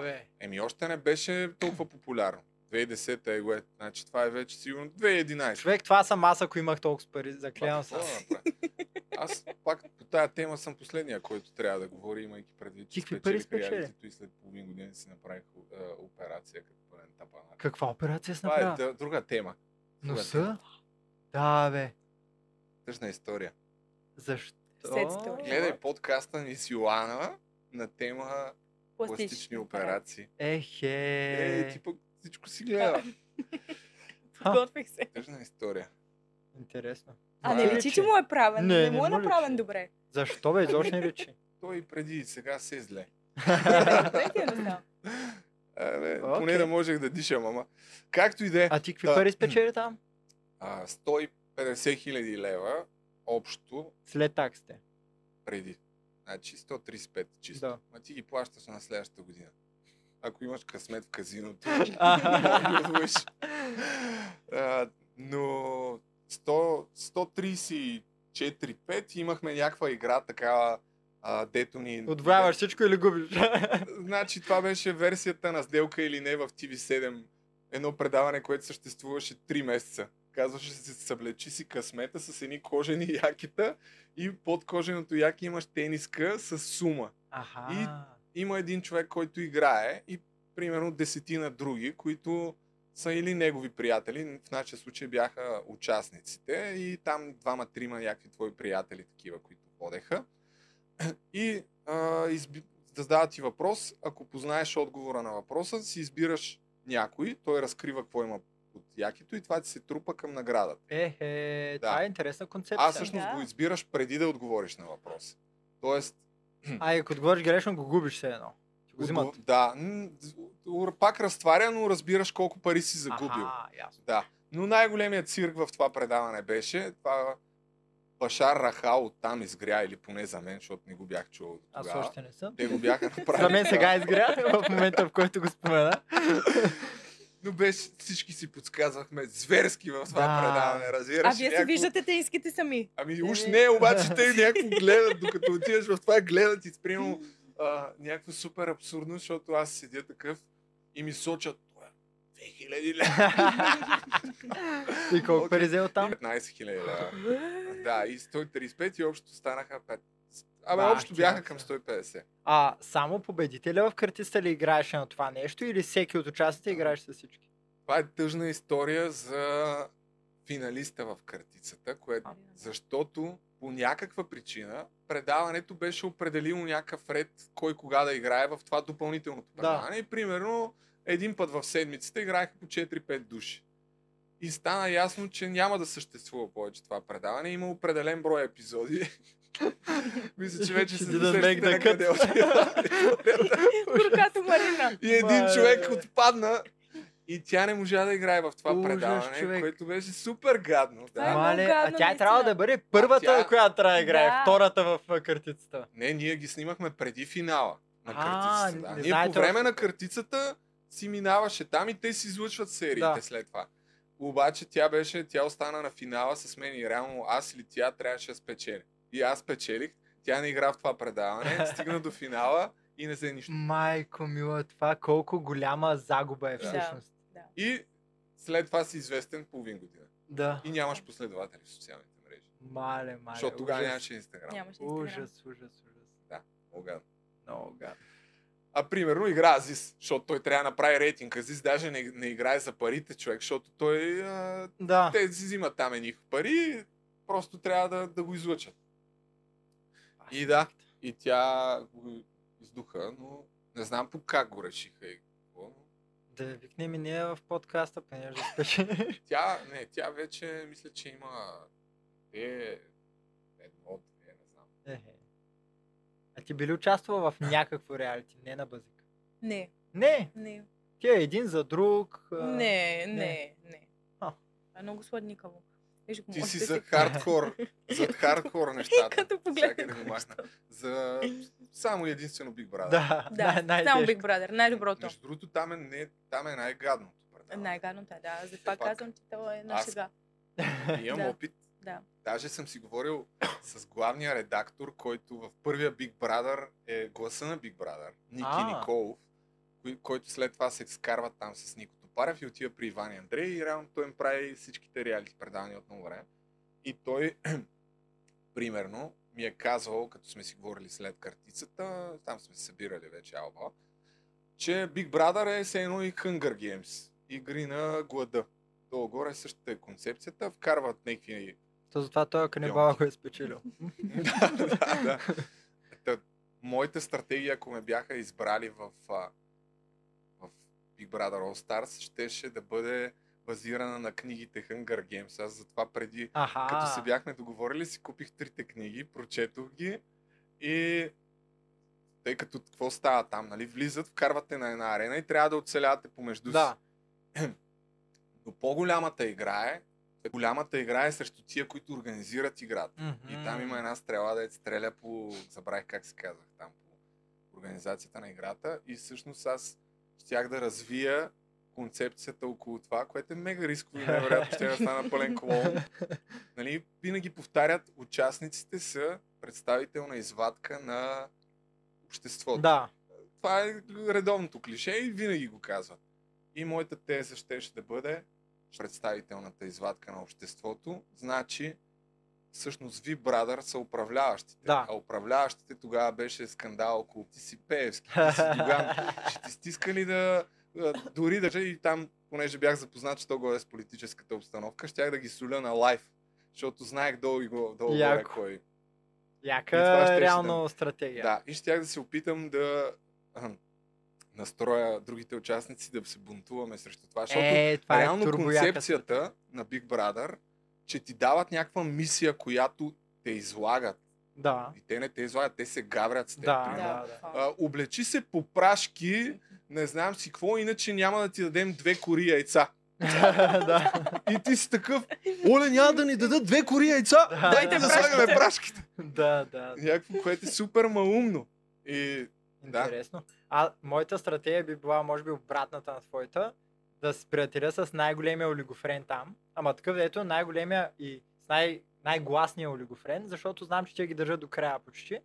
бе. Еми още не беше толкова популярно. 2010 е го е. Значи това е вече сигурно 2011. Човек, това съм аз, ако имах толкова пари, заклевам Пак се. какво да направя? Аз пак по тая тема съм последния, който трябва да говори, имайки предвид, че Ти какви пари спечелих спечели? реалитито и след половин година си направих е, операция като пълен тапанар. Каква операция си Това е направил? да- друга тема. Друга тема. Носа? Да, бе. Тъжна история. Защо? Сетите, бе. Гледай подкаста ни с Йоана на тема Пластични, пластични операции. Е, Ехе. ти пък всичко си гледа. Подготвих се. Тъжна история. Интересно. А Това не е. личи, че му е правен. Не, Не, не му е му личи. направен добре. Защо бе, изобщо не речи? Той и преди и сега се е зле. Добре ти е настал. Абе, Окей. Поне да можех да дишам, ама. Както и да е. А ти какви Та. пари спечели там? А, 150 хиляди лева общо След таксите. преди. Значи 135 чисто. Да. Ма ти ги плащаш на следващата година. Ако имаш късмет в казиното, А. отвоиш. А, но 100 134-5 имахме някаква игра такава, а, дето ни... Отбравяш всичко или губиш? Значи това беше версията на сделка или не в TV7. Едно предаване, което съществуваше 3 месеца. Казваше се, съблечи си късмета с едни кожени якита и под коженото яки имаш тениска с сума Аха. има един човек, който играе и примерно десетина други, които са или негови приятели, в нашия случай бяха участниците и там двама-трима някакви твои приятели, такива, които водеха. И а, изби... да задават ти въпрос, ако познаеш отговора на въпроса, си избираш някой, той разкрива какво има от якито и това ти се трупа към наградата. Ехе, Да. това е интересна концепция. А всъщност Да. го избираш преди да отговориш на въпроса. Тоест, А, и ако отговориш грешно, го губиш все едно. Ще го взимат. Да. м, ур- Пак разтваря, но разбираш колко пари си загубил. Аха, ясно. Да. Но най-големият цирк в това предаване беше това Башар Рахал оттам изгря, или поне за мен, защото не го бях чувал до Аз тогава. още не съм. Те го бяха направили. За мен това. сега изгря, в момента в който го спомена. Но беше, всички си подсказвахме зверски в това Да. предаване, разбираш. А вие се Е. някакво- виждате тенските сами. Ами уж Еми. не, обаче те някакво гледат, докато отидеш в това, гледат и спрямо а, някакво супер абсурдно, защото аз седя такъв и ми сочат това е 2000 лева. И колко Окей. пари взел там? 15 хиляди лева. Да, и 135 и общо станаха 5. Абе, Да, общо бяха тя към са. 150. А само победителя в картиста ли играеше на това нещо или всеки от участите играеше с всички? Това е тъжна история за финалиста в картицата, което, защото по някаква причина предаването беше определило някакъв ред кой кога да играе в това допълнителното Да. предаване. И примерно един път в седмицата играеха по 4-5 души. И стана ясно, че няма да съществува повече това предаване. Има определен брой епизоди. Мисля, че вече се Didn't досещате make the на cut. къде отива. Буркато Марина. И един Ма, човек бе. отпадна и тя не можа да играе в това Ужас, предаване, човек. което беше супер гадно. Това е Да. много Мале, а гадно, тя е наистина. трябва да бъде първата, тя- която трябва да играе, Да. втората в а, картицата. Не, ние ги снимахме преди финала на А, картицата. не да. Ние по знаете време още. на картицата си минаваше там и те си излъчват сериите Да. след това. Обаче тя беше, тя остана на финала с мен и реално аз или тя трябваше да спечели. И аз печелих, тя не игра в това предаване, стигна до финала и не взе нищо. Майко мила, това колко голяма загуба е Да. всъщност. И след това си известен половин година. Да. И нямаш последователи в социалните мрежи. Мале, мале. Защото тогава ужас. нямаше Инстаграм. Нямаше Инстаграм. Ужас, ужас, ужас. Много гадно. Много гадно. А примерно игра Азис, защото той трябва да направи рейтинг. Азис даже не, не играе за парите, човек, защото той... А, Да. те си взимат там едни пари, просто трябва да, да го излъчат. И да, и тя го издуха, но не знам по как го решиха и какво. но Да викнем и ние в подкаста, понеже да спече. Тя, не, тя вече мисля, че има е, едно, две, не знам. Ехе. А ти били участвал в някакво реалити, не на базик? Не, Не, не, ти е един за друг. а, не, не, не. не. А. Това е много сладникаво. Виж го, Ти може си да за се- хардкор, за хардкор нещата. Като Всякъде погледна го махна. За само и единствено Big Brother. Да, Да, най- само най-тежко. Big Brother, най-доброто. Между другото, там е, не, там е най-гадното. предаване. Най-гадното е, да. Затова пак. казвам, че това е на Аз- шега. Имам Да. опит. Да. Даже съм си говорил с главния редактор, който в първия Big Brother е гласа на Big Brother, Ники А. Николов, кой- който след това се скарва там с Нико Топарев и отива при Иван и Андрей и реално той им прави всичките реалити предавания от много време. И той, примерно, ми е казвал, като сме си говорили след картицата, там сме се събирали вече алба, че Big Brother е все едно и Hunger Games, игри на глада. Долу-горе същата е концепцията, вкарват някакви То затова той канибал го е спечелил. да, да, да. Та, моята стратегия, ако ме бяха избрали в, а, в Big Brother All Stars, щеше да бъде базирана на книгите Hunger Games. Аз затова преди, Аха. като се бяхме договорили, си купих трите книги, прочетох ги и тъй като какво става там, нали? Влизат, вкарвате на една арена и трябва да оцелявате помежду си. Да. Но по-голямата игра е, голямата игра е срещу тия, които организират играта. И там има една стрела, да стреля по... Забравих как се казах там по организацията на играта. И всъщност аз щях да развия концепцията около това, което е мега рисково и невероятно ще да стана пълен клоун. Нали, винаги повтарят, участниците са представителна извадка на обществото. Да. Това е редовното клише и винаги го казват. И моята теза щеше да бъде представителната извадка на обществото, значи всъщност ви, брадър, са управляващите. Да. А управляващите тогава беше скандал около ти си Пеевски, ти си Доган. Ще ти стиска ли да... а, Дори да и там, понеже бях запознат, че то го е с политическата обстановка, щях да ги соля на лайф. Защото знаех долу и го- долу горе Яко. кой. И това щеше Яка да- реално стратегия. Да, и щях да се опитам да ахм, настроя другите участници да се бунтуваме срещу това, защото Е, това е реално турбояка концепцията на Big Brother, че ти дават някаква мисия, която те излагат Да. И те не те излагат, те се гаврят с теб. Да, примерно. да, да. А, облечи се по прашки, не знам си какво, иначе няма да ти дадем две кори яйца. да. И ти си такъв, оле, няма да ни дадат две кори яйца, Да, дайте да. да слагаме прашките. Да, да. Някакво, което е супер малумно. И Да. Интересно. А моята стратегия би била, може би, обратната на твоята. Да се приятеля с най-големия олигофрен там. Ама такъв, дето е най-големия и с най- най-гласния олигофрен, защото знам, че те ги държат до края почти.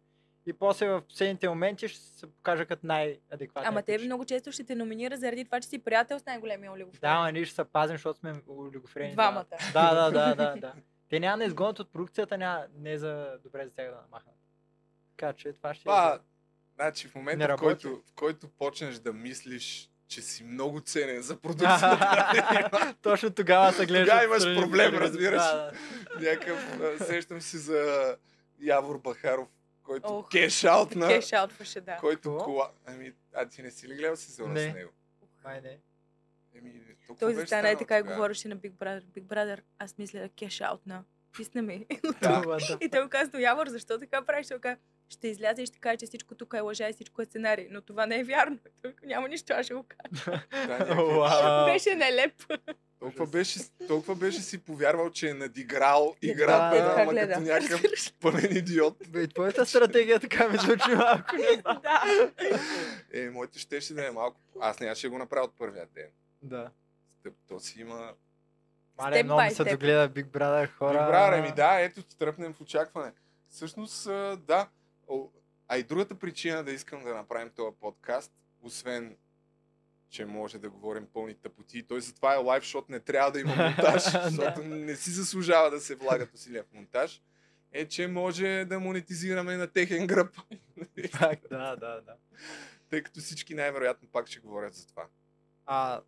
И после в последните моменти ще се покажа като е най-адекватен. Ама те много често ще те номинира заради това, че си приятел с най-големия олигофрен. Да, ама ние ще се пазим, защото сме олигофрени. да. Двамата. Да, да, да, да, да. Те няма да изгонят от продукцията, няма, не е за добре за тях да намахнат. Така че това ще е... това, за- значи в Не момента, в работи. който, в който почнеш да мислиш, че си много ценен за продукцията. Точно тогава се гледаш. Тогава имаш отстрани в проблем, телевизора. разбираш. Да, да. Някакъв, а, сещам си за Явор Бахаров, който Ох, кешаут на... Кешаутваше, да. Който Какво? кола... Ами, а ти не си ли гледал сезона Не. с него? Май не. Еми, толкова Той беше застана и станал така и тогава. говореше на Big Brother. Big Brother, аз мисля кешаут на. Писна ми. Да. Това, да. И той му каза до Явор, защо така правиш? Той каза, ще изляза и ще кажа, че всичко тук е лъжа и всичко е сценарий. Но това не е вярно. Той каза, няма нищо, аз ще го кажа. Да, някакви- Уау. Беше нелеп. толкова, беше, толкова беше си повярвал, че е надиграл да, играта, да. ама като някакъв пълен идиот. Бе, и твоята стратегия така ми звучи малко. не знам. да. Е, моите щеше да е малко... Аз нямаше да го направя от първия ден. Да. Тъп, То си има... Мале, Step много ми by се step. догледа Big Brother хора. Добра, ми ами да, ето тръпнем в очакване. Всъщност, а, да. О, А и другата причина да искам да направим този подкаст, освен че може да говорим пълни тъпоти. Той затова е лайв, защото не трябва да има монтаж, защото не си заслужава да се влагат усилия в монтаж, е, че може да монетизираме на техен гръб. Пак, да, да, да. Тъй като всички най-вероятно пак ще говорят за това. А,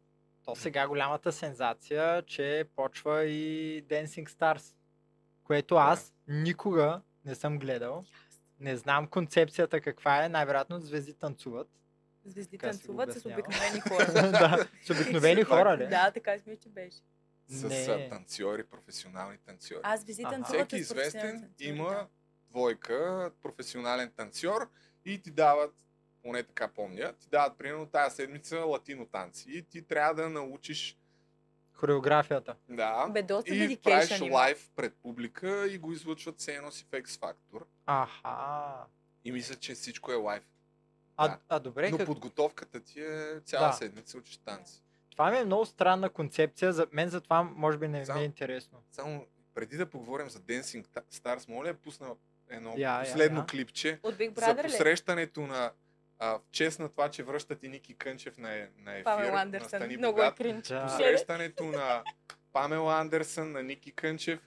то сега голямата сензация, че почва и Dancing Stars, което аз никога не съм гледал. Не знам концепцията каква е. Най-вероятно звезди танцуват. Звезди Така си го танцуват с обяснява. обикновени хора. е. да, с обикновени хора ли? Да, така си мисля, че беше. С Не. а, танцьори, професионални танцьори. Аз звезди Аха. танцуват Всеки с професионални известен танцори, има да. двойка, професионален танцор и ти дават, поне така помня, ти дават примерно тази седмица латино танци и ти трябва да научиш Хореографията. да, Бе, доста и правиш дедикейшън има. лайв пред публика и го излъчват се едно си в X Factor Аха. и мисля, че всичко е лайв. А, Да. а добре, Но как... подготовката ти е цяла Да. седмица учиш танци. това ми е много странна концепция. За мен за това може би не ми Само- е интересно. Само преди да поговорим за Dancing Ta- Stars, моля, я пусна едно Я, я, последно я. клипче. От Big за Brother ли? е? посрещането на а, в чест на това, че връщат и Ники Кънчев на, е- на ефир. Павел на Андерсън. Стани Много е Богат. кринч. Да. Посрещането на Памела Андерсън, на Ники Кънчев.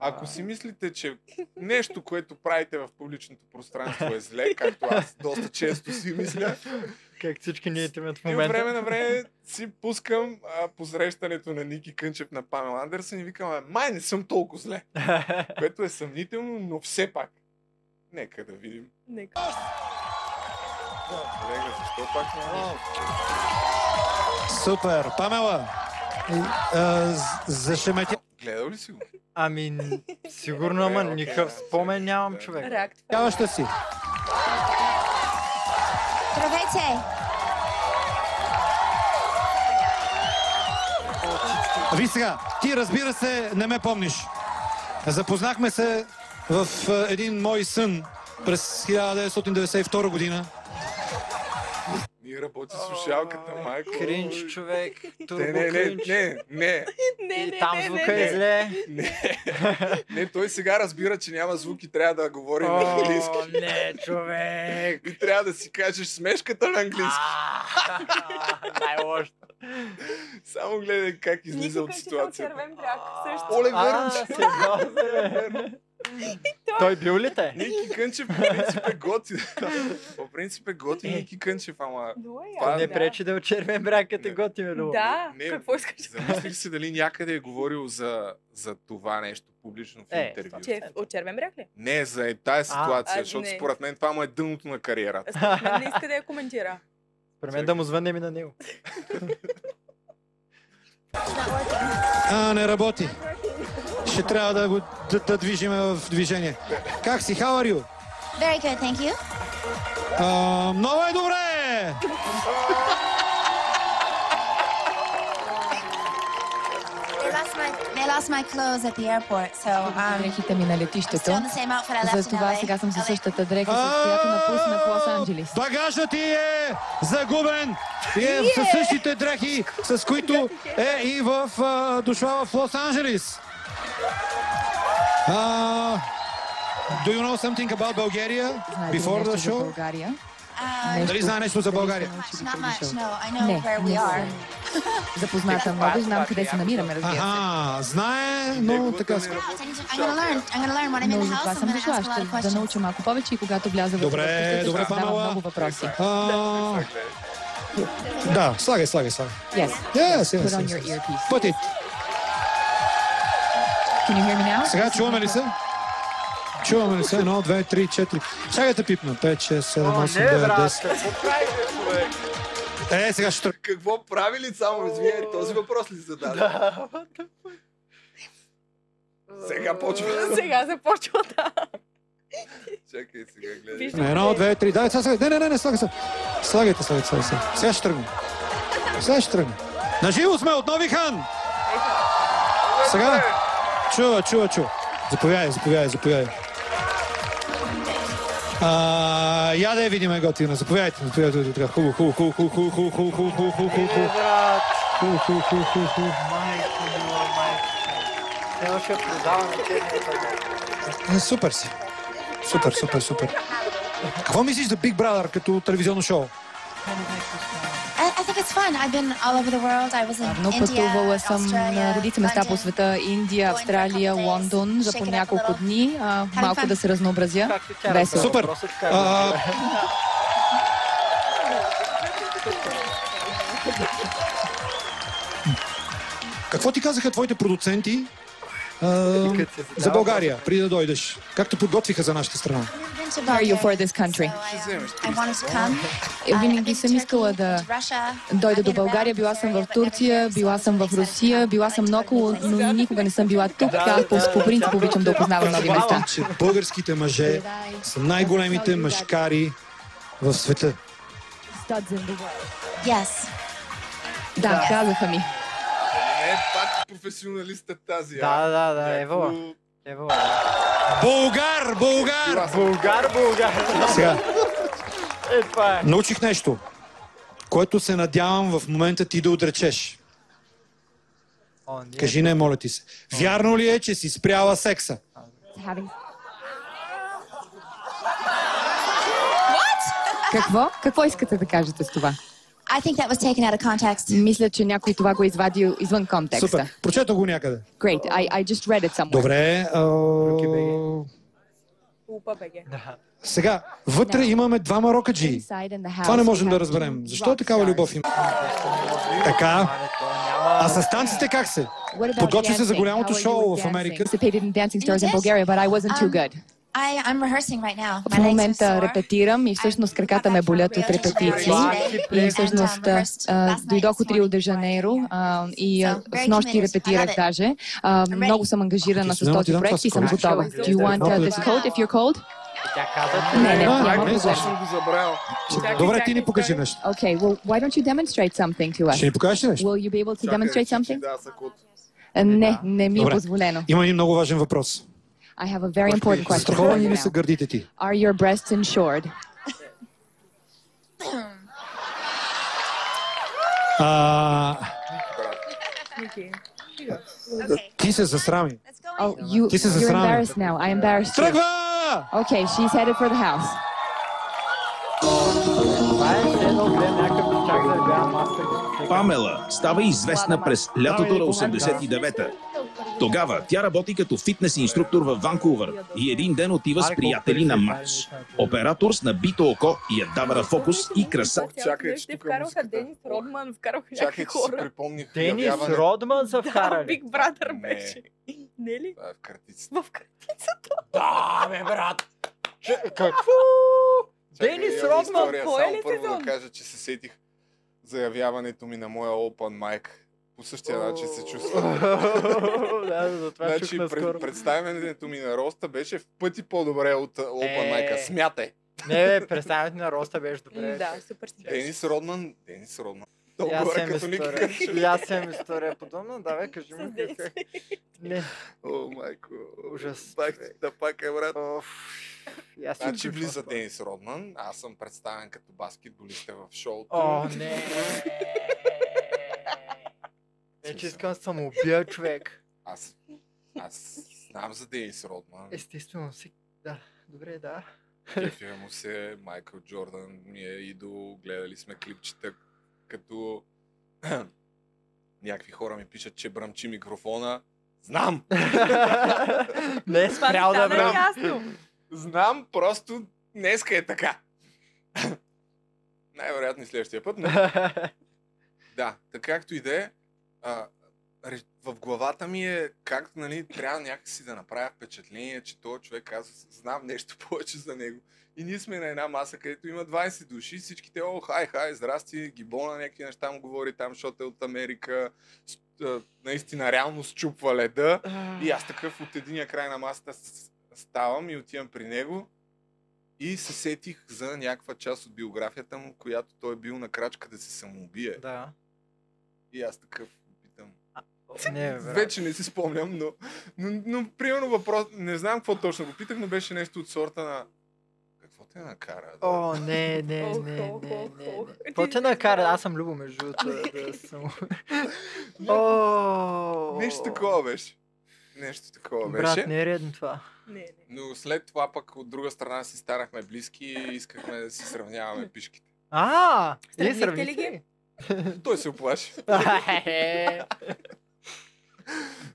Ако А. си мислите, че нещо, което правите в публичното пространство е зле, както аз доста често си мисля, Как всички ние тримат в и от момента. време на време си пускам а, посрещането на Ники Кънчев на Памела Андерсън и викам, «А, май не съм толкова зле, което е съмнително, но все пак. Нека да видим. Нека. Колега, защо пак е? няма нищо? Супер. Памела, е, зашеметя. Гледал ли си го? ами, н- сигурно, Добре, ама окей, никакъв да, спомен да. нямам, Да. човек. Реакт. Тяваща си. Здравейте! Ви сега, ти разбира се не ме помниш. Запознахме се в е, един мой сън през 1992 година. Ние работи с слушалката, майко. Кринч, човек. Турбо Не, не, не, кринч. не, не, Не, не, И там не, не, звука е не. зле. не, не. той сега разбира, че няма звук и трябва да говори на английски. О, не, човек. И трябва да си кажеш смешката на английски. А, Най-лошо. Само гледай как излиза Никога от ще се ситуацията. отървем бряг. Също. Оле, А, верно, че сериозно ли? Той бил ли те? Ники Кънчев по принцип е готи. По принцип е готи Ники Кънчев, ама... Много е Това яко, Не да. пречи да очервим бракът и Не. готиме любов. Да, Не, какво искаш? Замислих се дали някъде е говорил за, за това нещо публично в Е, интервю. Че от червен бряг ли? Не, за е тази А, ситуация, а, защото не. според мен това му е дъното на кариерата. Според мен не иска да я коментира. При мен да му звънем и на него. А, не работи. Ще трябва да го да, да движиме в движение. Как си? How are you? Very good, thank you. А, много е добре! They lost my they lost my clothes at the airport, so um Дрехите ми на летището. still in the same outfit I left in Затова LA. сега съм със същата дреха, с която напуснах Лос-Анджелес. Багажът ти е загубен и е Е. със същите дрехи, с които е и в, а, дошла е в Лос-Анджелес. А, do you know something about Bulgaria Знаете ли before нещо the за show? България? Дали знае нещо за България? Not much, no. I know Не, where не we are. съм запозната много, знам къде се намираме, разбира се. Аха, знае, но така... I'm gonna learn. I'm gonna learn when I'm in Но the за това house. I'm съм gonna дошла, ask a lot of ще да questions. науча малко повече и когато вляза в Добре, въпросите, добре, ще задавам Памела. много въпроси. А, да, слагай, слагай, слагай. Yes. Yes, yes, Put on yes, your yes. earpiece. Put it. Can you hear me now? Сега чуваме ли се? Чуваме ли се? Едно, две, три, четири. Чакай да пипна. Пет, шест, седем, осем, девет, десет. Е, сега ще тръгна. Какво прави ли само? Извинявай, този въпрос ли зададе? Сега почва. Сега започва да. Чакай сега, гледай. Едно, две, три. Дай, сега, сега. Не, не, не, не, слагай се. Слагайте, слагайте, слагайте. Сега, сега ще тръгна. Сега ще тръгна. Наживо сме от Нови хан! Сега. Чува, чува, чува. Заповядай, заповядай, заповядай. А, я да я видим е готина. Заповядайте, заповядайте. Така, хубаво, хубаво, хубаво, хубаво, хубаво, хубаво, хубаво, хубаво, хубаво, хубаво, хубаво. Хубаво, хубаво, хубаво, хубаво, хубаво. Те ще продавам на техния Е, Супер си. Супер, супер, супер. Какво мислиш за Big Brother като телевизионно шоу? I, I think it's fun. I've been all over the world. I was in Но India, пътувала е съм на Australia, редица места по света, Индия, Австралия, Лондон, за по няколко дни, а, малко да се разнообразя. Весело. Супер. А, какво ти казаха твоите продуценти а, Е, за България, преди да дойдеш? Как те подготвиха за нашата страна? How are you uh, for this country? Е, I wanted to come. Винаги съм искала да дойда до България. Била съм в Турция, била съм в Русия, била съм много, но никога не съм била тук. Така, по, по принцип обичам да нали? опознавам нови места. че българските мъже са най-големите мъжкари в света. Yes. Да, казаха ми. Не, е пак професионалистът тази. Да, да, да, ево. Ево. Българ, българ! Българ, българ. Сега. Е, това е. Научих нещо, което се надявам в момента ти да отречеш. О, ние- Кажи не, моля ти се. Вярно ли е, че си спряла секса? Какво? Какво искате да кажете с това? I think that was taken out of context. Мисля, че някой това го е извадил извън контекста. Супер. Прочета го някъде. Great, I, I just read it somewhere. Добре. а, Лупа беге. Сега, вътре имаме двама рокаджи. Това не можем да разберем. Защо е такава любов има? Така. А с танците как се? Подготви се за голямото шоу в Америка. Participated in dancing stars in Bulgaria, but I wasn't too good. I, I'm rehearsing right now. В момента репетирам и всъщност краката ме болят от репетиции. И всъщност а, дойдох от Рио де Жанейро а, и а, в нощи репетирах даже. А, Много съм ангажирана с този проект и съм готова. Do you want uh, this coat if you're cold? Тя каза, че... Не, не, А, няма не, проблем. съм го забравил. Добре, ти ни покажи нещо. Okay, well, why don't you demonstrate something to us? Ще ни покажеш ли нещо? Will you be able to demonstrate something? Да, са кут. Не, не ми е Добре. позволено. Има един много важен въпрос. I have a very important question for Застраховани you ли са now. гърдите ти? Are your breasts insured? А, ти се засрами. Oh, you, Ти се you're засрами. embarrassed now. I embarrassed you. Okay, she's headed for the house. Памела става известна през лятото на 89-та. Тогава тя работи като фитнес инструктор в Ванкувър и един ден отива с приятели на матч. Оператор с набито око и Едавара Фокус и красавче. Чакай, че тук вкараха Денис Родман, вкараха някакви Чакай, че си хора. припомних Денис явяването. Родман са Да, вкарали. Биг Братър беше. Не ли? Това е в картицата. В картицата. Да, бе, брат. Че- Какво? Денис имам Родман, история, кой е Само ли първо сезон? да кажа, че се сетих заявяването ми на моя Open Mic по същия начин се чувствам. да, затова чух значи, наскоро. пред, представянето ми на Роста беше в пъти по-добре от uh, Open Mic. Е. Смятай! Не, бе, представянето на Роста беше добре. Да, супер си е беше. Денис Родман, Денис Родман. И Толкова аз е имам като Ники история. Кършев. И аз имам история подобна. Давай, кажи ми. Денис. как е. Не. О, майко. Ужас. Пак ти да пак е, брат. и аз имам Значи чувство влиза за това. Денис Родман. Аз съм представен като баскетболист в шоуто. О, не. Не, че искам да съм убия човек. Аз, аз знам за Денис Родман. Е. Естествено, си. Да, добре, да. Кефира му се, Майкъл Джордан ми е идол, гледали сме клипчета, като някакви хора ми пишат, че бръмчи микрофона. Знам! Не е спрял да брам. Знам, просто днеска е така. Най-вероятно и следващия път, но... да, така както и да е, а, ре- в главата ми е как, нали, трябва някакси да направя впечатление, че този човек казва, знам нещо повече за него. И ние сме на една маса, където има 20 души, всичките, о, хай, хай, здрасти, гибона, някакви неща му говори там, защото е от Америка, с- а, наистина реално счупва леда. И аз такъв от единия край на масата с- ставам и отивам при него. И се сетих за някаква част от биографията му, която той е бил на крачка да се самоубие. Да. И аз такъв питам. Не, бе, брат. Вече не си спомням, но, но, но примерно въпрос, не знам какво точно го питах, но беше нещо от сорта на какво те накара? Да? О, не, не, не, не, не, не. Какво те накара? Аз съм любо между другото да- да съм... О, Нещо такова беше. Нещо такова беше. Брат, не е редно това. Не, не. Но след това пък от друга страна си станахме близки и искахме да си сравняваме пишките. А, е Сравнихте сравните ли ли? Той се оплаши. Е.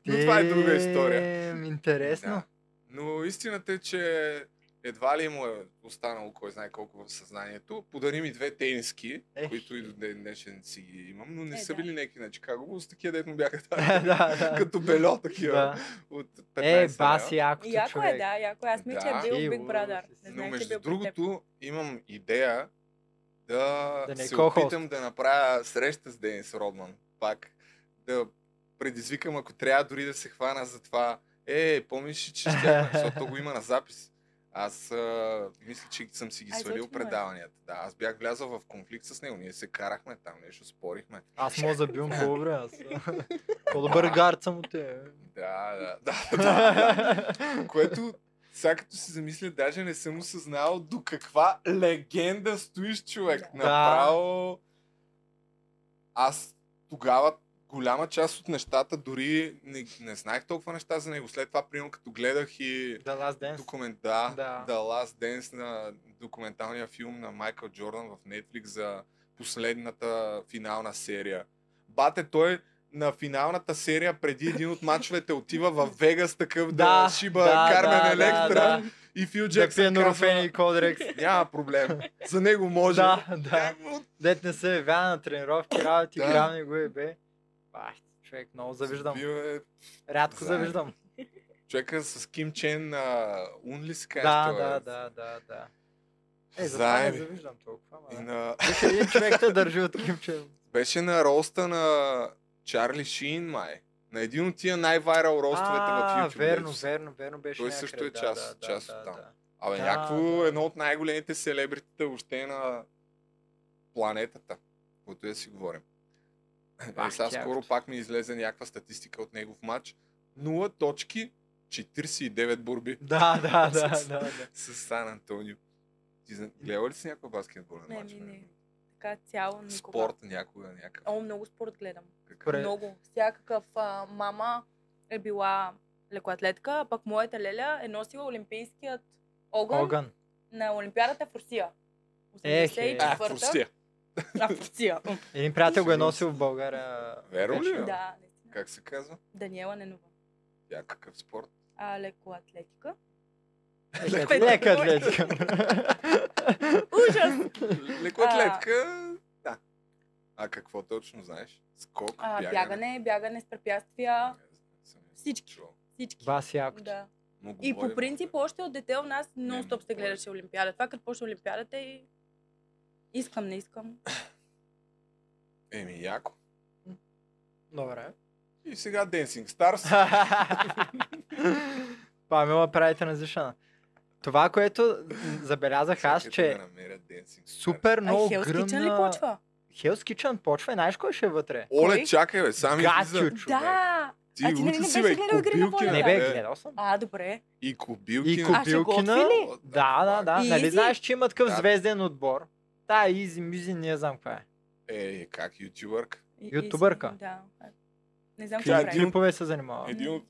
Но това е друга история. Интересно. Да. Но истината е, че едва ли му е останало кой знае колко в съзнанието. Подари ми две тениски, които и до ден днешен си ги имам, но не Е, са да. били неки на Чикаго, но с такива дето му бяха Да, да. като бельо такива. Да. От 15 Е, лева. баси, якото Яко е, човек. да, яко е. Аз мисля, че Да. е бил Е, Big Brother. Не Но знаех, че е между бил при теб. другото имам идея да, Да не се ко-хост. опитам да направя среща с Денис Родман. Пак да предизвикам, ако трябва дори да се хвана за това. Е, помниш ли, че ще, защото го има на запис. Аз а, мисля, че съм си ги Ай, свалил излъчено е. предаванията. Да, аз бях влязъл в конфликт с него. Ние се карахме там, нещо спорихме. Аз мога да забивам по-добре. Аз... По-добър гард съм от те. Да, да, да, да, да. Което, сега като си замисля, даже не съм осъзнал до каква легенда стоиш, човек. Направо... Аз тогава голяма част от нещата, дори не, не знаех толкова неща за него. След това, примерно, като гледах и The Last Dance, документ, да, Да. The Last Dance на документалния филм на Майкъл Джордан в Netflix за последната финална серия. Бате, той на финалната серия преди един от мачовете отива в Вегас такъв да, Да, шиба да, Кармен да, Електра да, да. и Фил Да Джексън пие нурофен и Кодекс. няма проблем, за него може. Да, да. Дет не се явява на тренировки, работи, Да. грам го е бе. Бах, човек, много завиждам. Рядко Заедно. завиждам. е Човека с Ким Чен на Ун ли се казва? Да, той? е. да, да, да, да. Е, затова не Заеби. завиждам толкова. ама И да. на... Виж, един човек те държи от кимче. Беше на роста на Чарли Шин, май. На един от тия най-вайрал ростовете А, в YouTube. верно, дето са. верно, верно беше Той някъде, също е да, част, да, част да, от там. да. Абе, Да, някакво едно от най-големите селебритита въобще на планетата, което да си говорим. Е, сега тя, скоро пак ми излезе някаква статистика от негов матч. 0 точки, 49 борби. Да, да, да, С- да, да. С Сан Антонио. Ти зна- гледала ли си някаква баскетболен Не, матч? не, бе? не. Така цяло никога. Спорт някога, някакъв. О, много спорт гледам. Какъв? Много. Всякакъв а, мама е била лекоатлетка, а пък моята леля е носила олимпийският огън, Огън. на Олимпиадата в Русия. Ех, е. 84-та. А, в Русия. А, в Русия. М. Един приятел го е носил в България. Верно ли? вече. е? Да, Как се казва? Даниела Ненова. Тя какъв спорт? А, лекоатлетика. Лека- Лека атлетика. Ужас! Лекоатлетка, да. А какво точно знаеш? Скок, А, бягане. бягане, бягане с препятствия. Всички. Всички. Бас якото. Да. Но И говорим, по принцип, още от дете у нас нон-стоп се гледаше Олимпиада. Това като почна Олимпиадата и искам, не искам. Еми, яко. Добре. И сега Dancing Stars. Памела прави транзишън. Това, което забелязах аз, че супер много Хелс Кичън ли гръмна... почва? Хелс Кичън почва и знаеш кой ще е вътре? Оле, чакай, бе, сами Гатю, излиза. човек. Да! Ти а ти нали луд не си, бе, беше гледал Игри на Кобилкина, волята? Значи, Не бе, гледал съм. А, добре. И Кобилкина. И А, ще готви Кобилкина. ли? Да, да, да. И Нали Изи? знаеш, че има такъв Да. звезден отбор? Та, е Изи, Мюзи, не знам каква е. Е, как ютубърк? И- и- Ютубърка. Да. Не знам Тя какво е един прави. Клипове се занимава. Един Ами. от...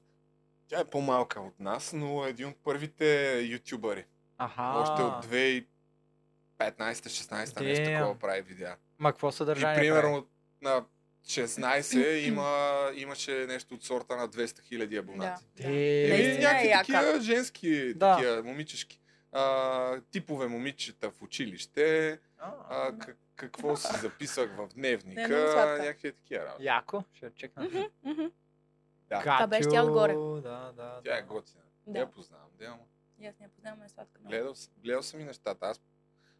Тя е по-малка от нас, но е един от първите ютубъри. Аха. Още от 2015-16 нещо Damn. такова прави видеа. Ма какво И съдържание прави? примерно на 16 има, имаше нещо от сорта на 200 000 абонати. Да. Еми, Наистина някакви е яка. такива женски, Да. такива момичешки. А, типове момичета в училище, а, к- какво си записах в Не, много дневника, сладка. някакви такива работи. Яко, ще чекна. Мгм. Да. Това беше тя отгоре. Да, да. Тя е готина. Да. Да. Я познавам. Да, ама. И Аз не я познавам, но е сладка. много. Гледал, с- гледал съм и нещата. Аз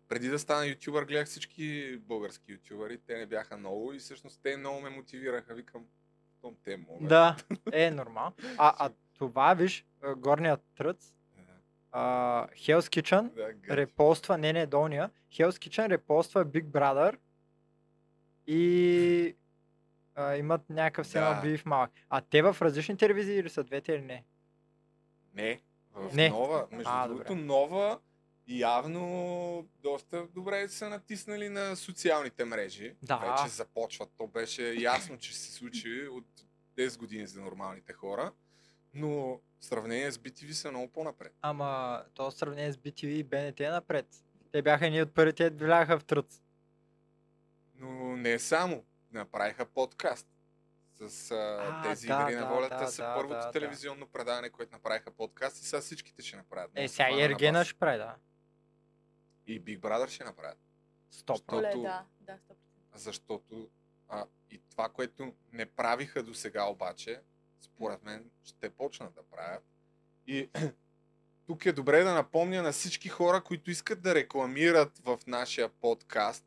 преди да стана ютубър, гледах всички български ютубъри. Те не бяха много и всъщност те много ме мотивираха. Викам, том те могат. Да, е нормално. А, а това, виж, а, горният тръц, а, Hell's Kitchen, Да, гъд. репоства, не, не, долния, Hell's Kitchen репоства Big Brother и а, имат някакъв си Да. да. бив малък. А те в различни телевизии или са двете или не? Не. В Не. нова, между А, добре. другото, нова явно доста добре са натиснали на социалните мрежи. Да. Вече започват. То беше ясно, че ще се случи от 10 години за нормалните хора. Но в сравнение с BTV са много по-напред. Ама то в сравнение с BTV и БНТ е напред. Те бяха едни от първите, които бяха в тръц. Но не само. Направиха подкаст. С а, А, тези да, игри на да, волята да, са да, първото да, да. телевизионно предаване, което направиха подкаст и сега всичките ще направят. Е, Може сега да и хвана на Ергена бас. ще прави, да. И Big Brother ще направят. Стоп. Оле, Защото- да, да, стоп. защото а, и това, което не правиха до сега обаче, според мен ще почнат да правят. И тук е добре да напомня на всички хора, които искат да рекламират в нашия подкаст,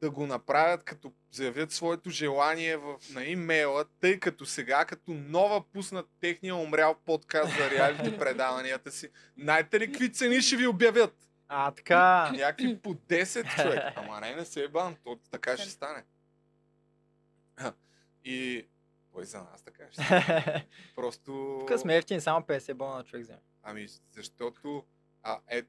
да го направят като заявят своето желание в, на имейла, тъй като сега като нова пуснат техния умрял подкаст за реалити предаванията си, знаете ли какви цени ще ви обявят? А, така. Някакви по 10 човек. Ама не, не се ебам, то така ще стане. И... Кой за нас така ще стане? Просто... Тук сме ефтини, само 50 бона на човек взема. Ами, защото... А, е...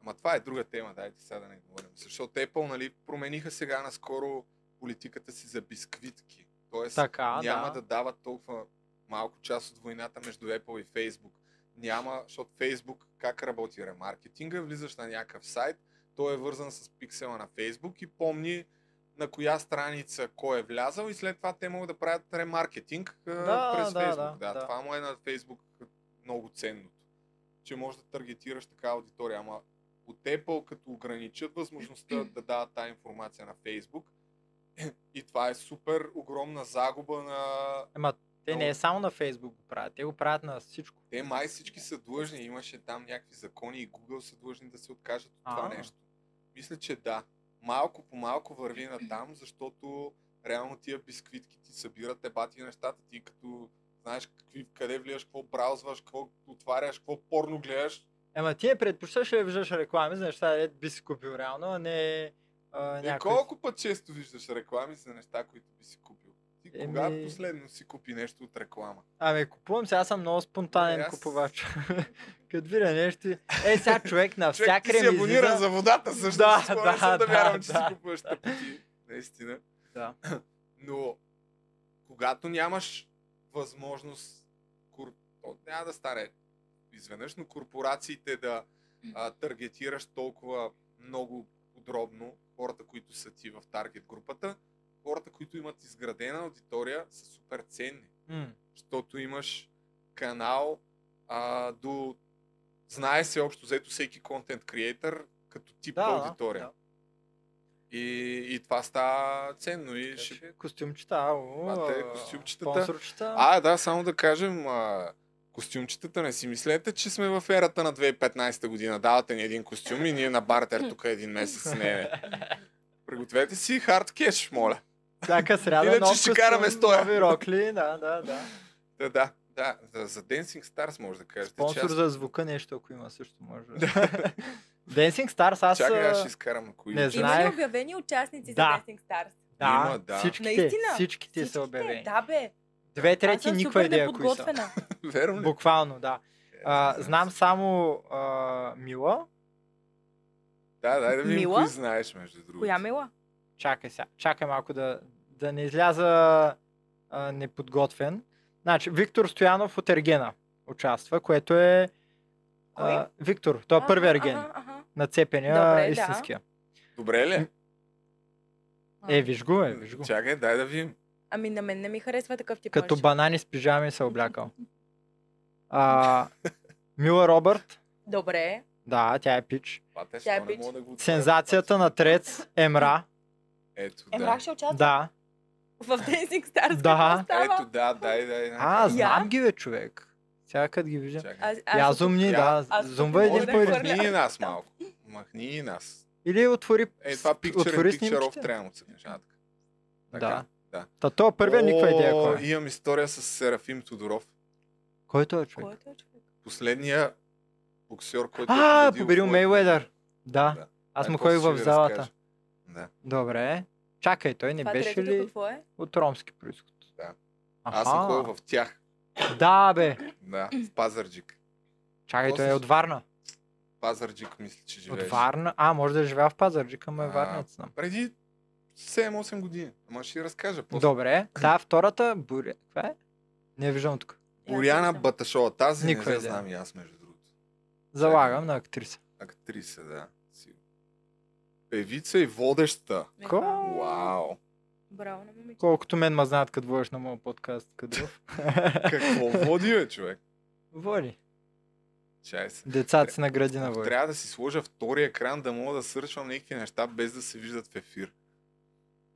Ама това е друга тема, дайте сега да не говорим. Защото Apple, нали, промениха сега наскоро политиката си за бисквитки. Тоест, Така, няма да. да дават толкова малко част от войната между Apple и Facebook. Няма, защото Facebook как работи ремаркетинга, влизаш на някакъв сайт, той е вързан с пиксела на Facebook и помни на коя страница кой е влязал и след това те могат да правят ремаркетинг а, Да, през да, Facebook. Да, да, да. Това му е на Facebook много ценното, че можеш да таргетираш така аудитория, ама от Apple като ограничат възможността да дават тази информация на Facebook и това е супер огромна загуба на... Ема, те не е само на Фейсбук го правят, те го правят на всичко. Те май всички са длъжни, имаше там някакви закони и Google са длъжни да се откажат от това А. нещо. Мисля, че да. Малко по малко върви на там, защото реално тия бисквитки ти събират ебати и нещата ти, като знаеш какви, къде влияш, какво браузваш, какво отваряш, какво порно гледаш. Ема ти не предпочиташ ли да виждаш реклами за неща, дето би си купил реално, а не а, Е, някой... колко път често виждаш реклами за неща, които би си купил? Ти Еми- кога последно си купи нещо от реклама? Ами купувам, сега съм много спонтанен Е, аз- купувач. Като видя нещо... и- Е, сега човек Човек, ти навсякъде си ми абониран излиза... за водата, също Да, да, склонен да, съм да, да, вярвам, че да. си купуваш тъпоти. Наистина. Да. Но когато нямаш възможност, кор... то няма да стане изведнъж, но корпорациите да а, таргетираш толкова много подробно хората, които са ти в таргет групата, хората, които имат изградена аудитория, са супер ценни М, защото имаш канал а, до... Знае се общо взето всеки контент креатор като тип Да, да, да, аудитория. И, и това става ценно и Така ще... че Значи, Костюмчета, ау, Това те е а, костюмчетата. спонсорчета. А, да, само да кажем, а, костюмчетата, не си мислете, че сме в ерата на 2015 година. Давате ни един костюм и ние на бартер тук един месец. Не, не. Пригответе си хард кеш, моля. Всяка сряда Иначе нов ще костюм, караме стоя. Нови рокли, да, да, да. Да, да, да. За, за Dancing Stars може да кажете. Спонсор аз- за звука нещо, ако има също може. Dancing Stars, аз... Чакай, аз а, ще изкарам, ако има. Не Има ли знаех. обявени участници Да. за Dancing Stars? Да, Има, да. Всичките, Наистина? всичките са обявени. Да, бе. Две Аз трети съм никаква супер идея кои са. неподготвена. Верно ли? Буквално, да. Е, А, знам само а, Мила. Да, дай да видим Мила? кои знаеш, между другото. Коя е? мила? Чакай сега, чакай малко да, да не изляза а, неподготвен. Значи, Виктор Стоянов от Ергена участва, което е... А, Виктор, той е А, първи аха, ерген. аха. Нацепения Добре, да. истинския. Добре ли? Е, виж го, е, виж го. Чакай, дай да видим. Ами на мен не ми харесва такъв тип Като мъж. банани с пижами се е облякал. А, Мила Робърт, Добре. да, тя е пич. Тя е пич. Сензацията на Трец, Емра. Ето, Емра ще Е, участва Да. в Dancing Stars. Да. Какво става? Ето, да, дай, дай. А, Я? знам ги, бе, човек. Сега като ги виждам. Аз- аз Я тук- зумни, да. аз тук Зумва един мога да по един. хвърля. Махни и нас малко. Махни и нас. Или отвори, Е, това picture отвори in picture снимките. off трябва да се каже. а, така. Да. Да. Та то е първия никаква идея. О, Кой е. Имам история с Серафим Тодоров. Който е човек? Който е човек? Последния боксер, който е А, победил победил Флойд. Мейуедър. Да. Аз Ай, му Е, после ходих ще в ви залата. разкажа. Да. Добре. Чакай, той не Това беше третото ли какво е? от ромски происход? Да. Аз съм ходил в тях. Да, бе. Да, в Пазарджик. Чакай, той е После- от Варна. Пазарджик, мисля, че живееш. От Варна. А, може да живея в Пазарджик, ама е варнец. знам. Преди 7-8 години. Ама ще ти разкажа. После. Добре. Та втората буря. Каква е? Не я виждам тук. Боряна Баташова. Тази Никаква не я идея. знам и аз, между другото. Залагам на актриса. Актриса, да. Сигурно. Певица и водеща. Ко? Вау. Браво на момиче. Колкото мен ма знаят, като водиш на моят подкаст. Кадров. Какво води, бе, човек? Води. Чай се. Децата си на градина води. Трябва да си сложа втори екран, да мога да сърчвам някакви неща, без да се виждат в ефир.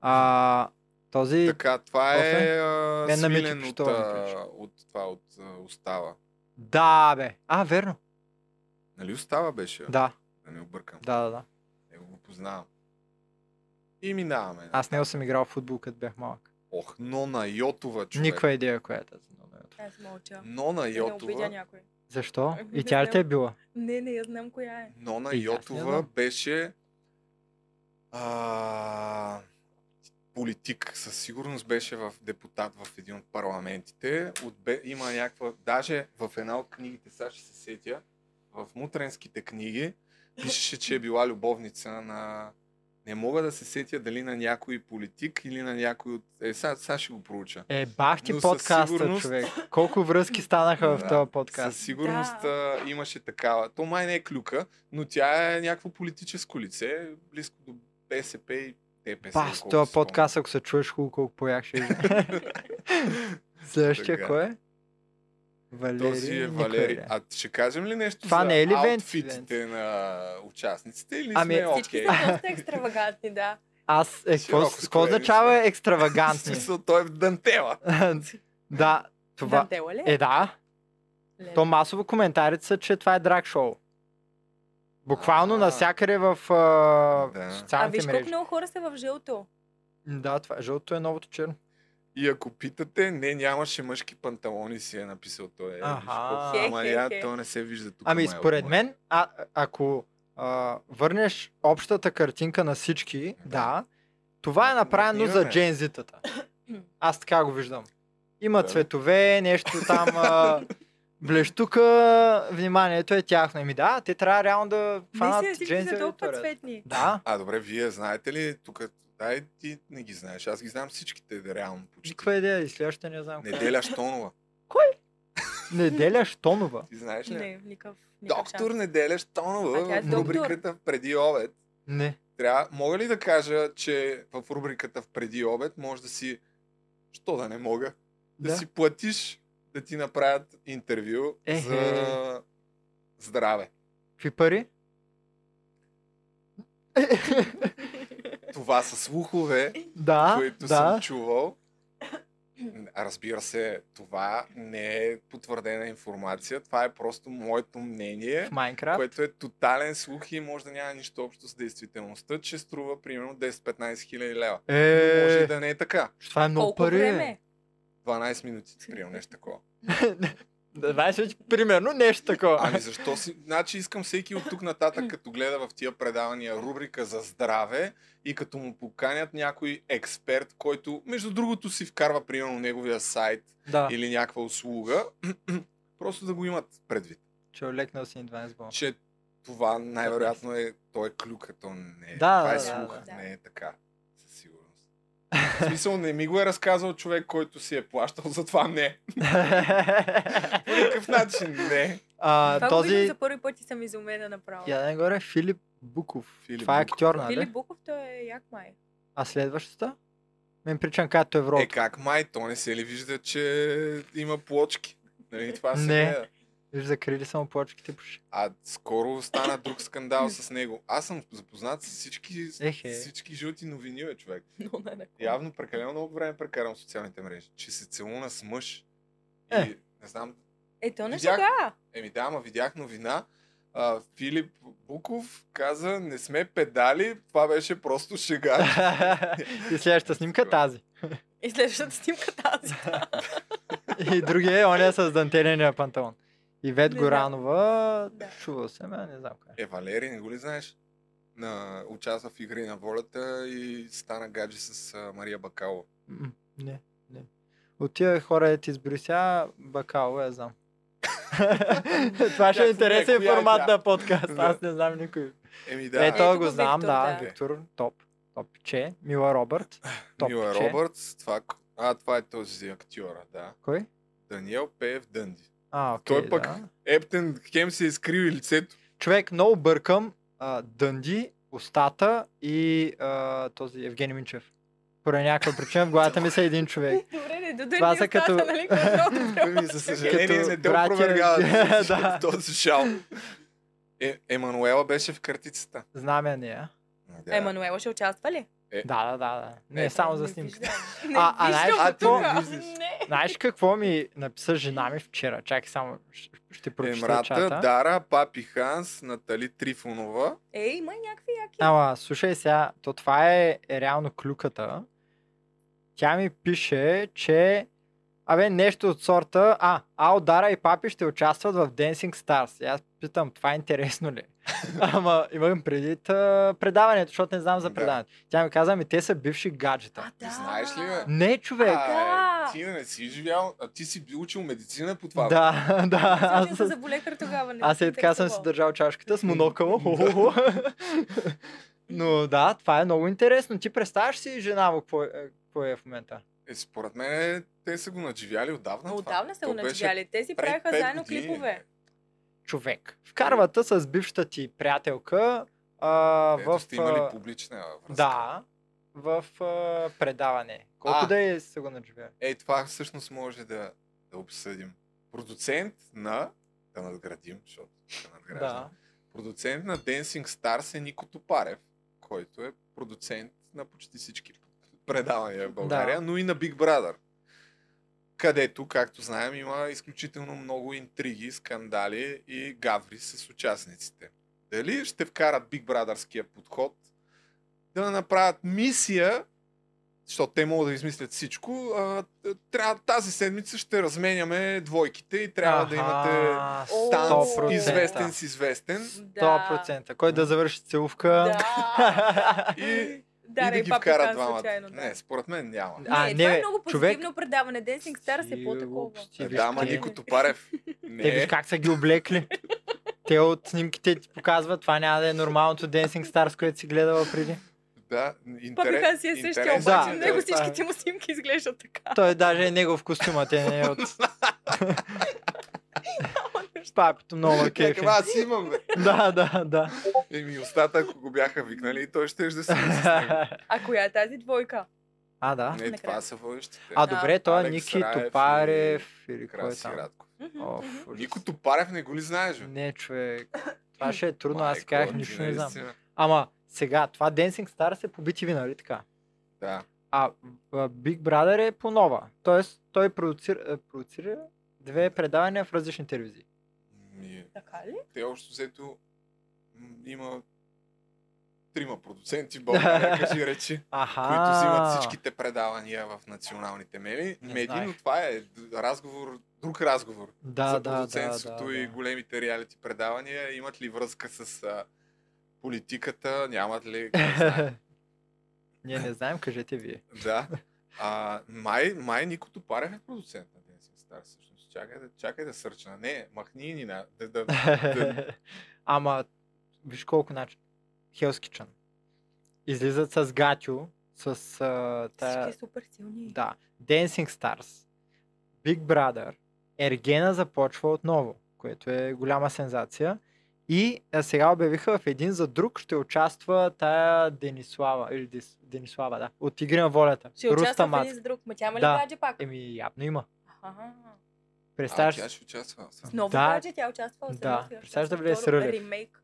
А, този... Така, това е После? а, Мен на Мити свилен от, Пищова ми а, прилича. от това, от а, Остава. Да, бе. А, верно. Нали Остава беше? бе? Да. Да не объркам. Да, да, да. Него го познавам. И минаваме. Аз не съм играл в футбол, като бях малък. Ох, Нона Йотова, човек. Никаква идея коя е тази. Аз мълча. Нона Да не Йотова. обидя някой. Защо? Ами, И не тя ли знам. те е била? Не, не, я знам коя е. Нона И аз не Йотова знам. беше а, политик. Със сигурност беше в депутат в един от парламентите. От, Б- има някаква... Даже в една от книгите, сега ще се сетя, в мутренските книги пишеше, че е била любовница на... Не мога да се сетя дали на някой политик или на някой от... Е, сега, сега ще го проуча. Е, бах ти Но със подкаста, сигурност- човек. Колко връзки станаха в Да, този подкаст. Със сигурност да. имаше такава. То май не е клюка, но тя е някакво политическо лице, близко до БСП и ДПС. Бас, доколкото този Е, си подкаст, ако се чуеш хубаво, колко поях ще е. Следващия Така. кой е? Валери. спомням. Този е Николай Валери. Ля. А ще кажем ли нещо Това за не е ли Венци, аутфитите на участниците или Ами, ами, сме Всички окей? са доста екстравагантни, да. Аз, е, какво Широко с- какво скроени означава екстравагантни? смисъл, той е в дантела. да, това. Дантела ли е? Е, да. Леле. То масово коментарите са, че това е драг шоу. Буквално навсякъде в а, А социалните виж колко мрежи. много хора са в жълто. Да, това жълто е новото черно. И ако питате, не, нямаше мъжки панталони си е написал той. Е, Аха. Аха. Хе, Ама хе, я, хе. то не се вижда тук. Ами май, от според моя. мен, а, а- ако а, върнеш общата картинка на всички, да, това е направено за имаме. джензитата. Аз така го виждам. Има цветове, нещо там, а, блещука, вниманието е тяхно. Еми да, те трябва реално да Мисля, хванат всички джензи са толкова аудиторията. цветни. е. Да. А, добре, вие знаете ли, тук, дай ти не ги знаеш, аз ги знам всичките, да, реално. почти. Никаква идея, и следващата не знам. коя е. Неделя Штонова. Неделя Штонова. Ти знаеш ли? Значи Не, никакъв. никакъв Доктор шанс. Неделя Штонова А тя е в рубриката преди обед. Не. Трябва, мога ли да кажа, че в рубриката в преди обед може да си, що да не мога, да, Да. си платиш да ти направят интервю Ехе. за здраве. Какви пари? Това са слухове, Да, които да. съм чувал. Разбира се, това не е потвърдена информация. Това е просто моето мнение, Майнкрафт? което е тотален слух и може да няма нищо общо с действителността, че струва примерно 10-15 хиляди лева. Е. Може и да не е така. Това е много Колко пари. време? 12 минути, примерно нещо такова. Да, знаеш ли, че примерно нещо такова. Ами защо си? Значи искам всеки от тук нататък, като гледа в тия предавания рубрика за здраве и като му поканят някой експерт, който между другото си вкарва примерно неговия сайт Да. или някаква услуга, просто да го имат предвид. Че олекнал си ни 12 бона. Че това най-вероятно е, той е клюк, като не е. Да, това е да, слух, да, да. не е така. Със сигурност. В смисъл не ми го е разказал човек, който си е плащал, затова не. По никакъв начин не. А, Това го виждам този... за първи път и съм изумена направо. Я нагоре Филип Буков. Това е актьор, нали? Филип Буков, той е як май. А следващата? Мен причам като Европа. Е как май, то не се ли вижда, че има плочки? Нали, това се не. гледа. Виж, закрили само плочките. пуши. А скоро стана друг скандал с него. Аз съм запознат с всички, Ехе. всички жълти новини, бе, човек. Е, Явно прекалено много време прекарам в социалните мрежи. Че се целуна с мъж. И, Е. не знам, Е, то не Видях- сега. Еми да, ама видях новина. А, Филип Буков каза, не сме педали, това беше просто шега. И следващата снимка е тази. И следващата снимка тази. И другия е оня с дантеления панталон. Ивет Не знам. Горанова, чувал съм, я, не знам кой. Е, Валери, не го ли знаеш? На, участва в Игри на волята и стана гадже с а, Мария Бакалова. М, Не, не. От тия хора е ти с Брюся, бакало я знам. Това ще е Тя интересен коя е формат тя? на подкаст, аз не знам никой. Еми да. Е, той Ето го го знам, Виктор, да, да. Виктор, топ. Топ че, Мила Робърт. Топ Мила че. Робъртс, това... к- А, това е този актьора, да. Кой? Даниел Пеев Дънди. А, окей, Той пък да. Ептен Хем се изкриви лицето. Човек, много бъркам. А, Дънди, Остата и а, този Евгений Минчев. Поради някаква причина в главата ми са един човек. Добре, не дойде Това ни са остата, като... нали? Квадратно. Еми, за съжаление, Като не те братя- опровергават в Да. този шал. Е, Емануела беше в картицата. Знам я нея. Да. Емануела ще участва ли? Да, да, да. да. Не е, само за снимката. Не А, а виждам знаеш от какво? тук. Не. Знаеш какво ми написа жена ми вчера? Чакай само, щ- ще прочета чата. Емрата, Дара, Папи Ханс, Натали Трифонова. Е, има и някакви яки. Ама, слушай сега, то това е, е реално клюката. Тя ми пише, че Абе, нещо от сорта, а, Ао, Дара и Папи ще участват в Dancing Stars. И аз питам, това е интересно ли? Ама имам преди предаването, защото не знам за предаването. Тя ми каза, ами те са бивши гаджета. Да. Знаеш ли, бе? Не, човек. А, е, ти не си живял, а ти си бил учил медицина по това. Да, да. Аз Аз, съм за болекар тогава. не аз е така съм си интересувала. държал чашката с монокъл. Хо-хо-хо. Но да, това е много интересно. Ти представяш си жена му, какво е, какво е в момента? Е, според мен те са го надживяли отдавна. това. Отдавна са То го беше надживяли. Те си пред правеха пет заедно години. клипове. Човек. Вкарвата с бившата ти приятелка а, Ето в... сте имали а, публична връзка. Да, в а, предаване. Колко А. да е са го надживяли? Е, това всъщност може да, да обсъдим. Продуцент на... Да надградим, защото да надграждам. Да. Продуцент на Dancing Stars е Нико Топарев, който е продуцент на почти всички предавания в България, Да. но и на Big Brother. Където, както знаем, има изключително много интриги, скандали и гаври с участниците. Дали ще вкарат Big Brotherския подход да направят мисия, защото те могат да измислят всичко, а, трябва, тази седмица ще разменяме двойките и трябва да имате Аха, танц 100%. известен с известен. 100%. Кой да завърши целувка? И, Да, Ами, и да и ги папа вкарат каза двамата. случайно, да. Не, според мен няма. А, не, не, това бе, е много човек- позитивно предаване. Dancing Stars е по-такова. Е, виж да, ама къде. Нико Топарев. Не. е, Те виж как са ги облекли. Те от снимките ти показват, това няма да е нормалното Dancing Stars, което си гледала преди. Да, Папи интерес, Хан си е същия, интересен Да. обаче е, него да, всичките това му снимки изглеждат така. Той даже е негов костюмът, е не е от... Папито много ме кефи. Каква аз имам, бе. Да, да, да. Еми, устата, ако го бяха викнали, той ще да се А коя е тази двойка? А, да. Не, това са водещите. А, добре, той е Алекс Ники Раев и Топарев или кой е Краси там. Радков. Оф, ужас. Нико Топарев не го ли знаеш, бе? Не, човек. Това ще е трудно, аз си Майко, казах, ти нищо не знам. наистина. Ама, сега, това Dancing Stars е по BTV, нали така? Да. А а, Big Brother е по-нова. Тоест, той продуцира, а, продуцира две предавания в различни телевизии. Ми, Така ли? те общо взето м, има трима продуценти в България, кажи речи, Аха. които взимат всичките предавания в националните медии. Не медии, знаех. но това е д- разговор, друг разговор Да, за да, да, продуцентството да, и да. големите реалити предавания. Имат ли връзка с а, политиката, нямат ли, кой знае. Ние не знаем, кажете вие. Да. А, май, май Нико Топарев е продуцент на Dancing Star, всъщност. Чакай да, чакай да сърчна. Не, махни ни на... Да, да, да, Ама, виж колко начин. Hell's Kitchen. Излизат с Гатю, с а, тая... Всички е супер силни. Да. Dancing Stars, Big Brother, Ергена започва отново, което е голяма сензация. И а, сега обявиха в един за друг ще участва тая Денислава, или Дис, Денислава, да, от Игри на волята. Ще участва Руста в един Мац. за друг. Ма тя има ли Да. гадже пак? Еми, явно има. Аха. Представяш, Ами, Тя ще участва. С ново Да. гадже тя участва в Да. Представяш да влезе с Рълев. Ремейк.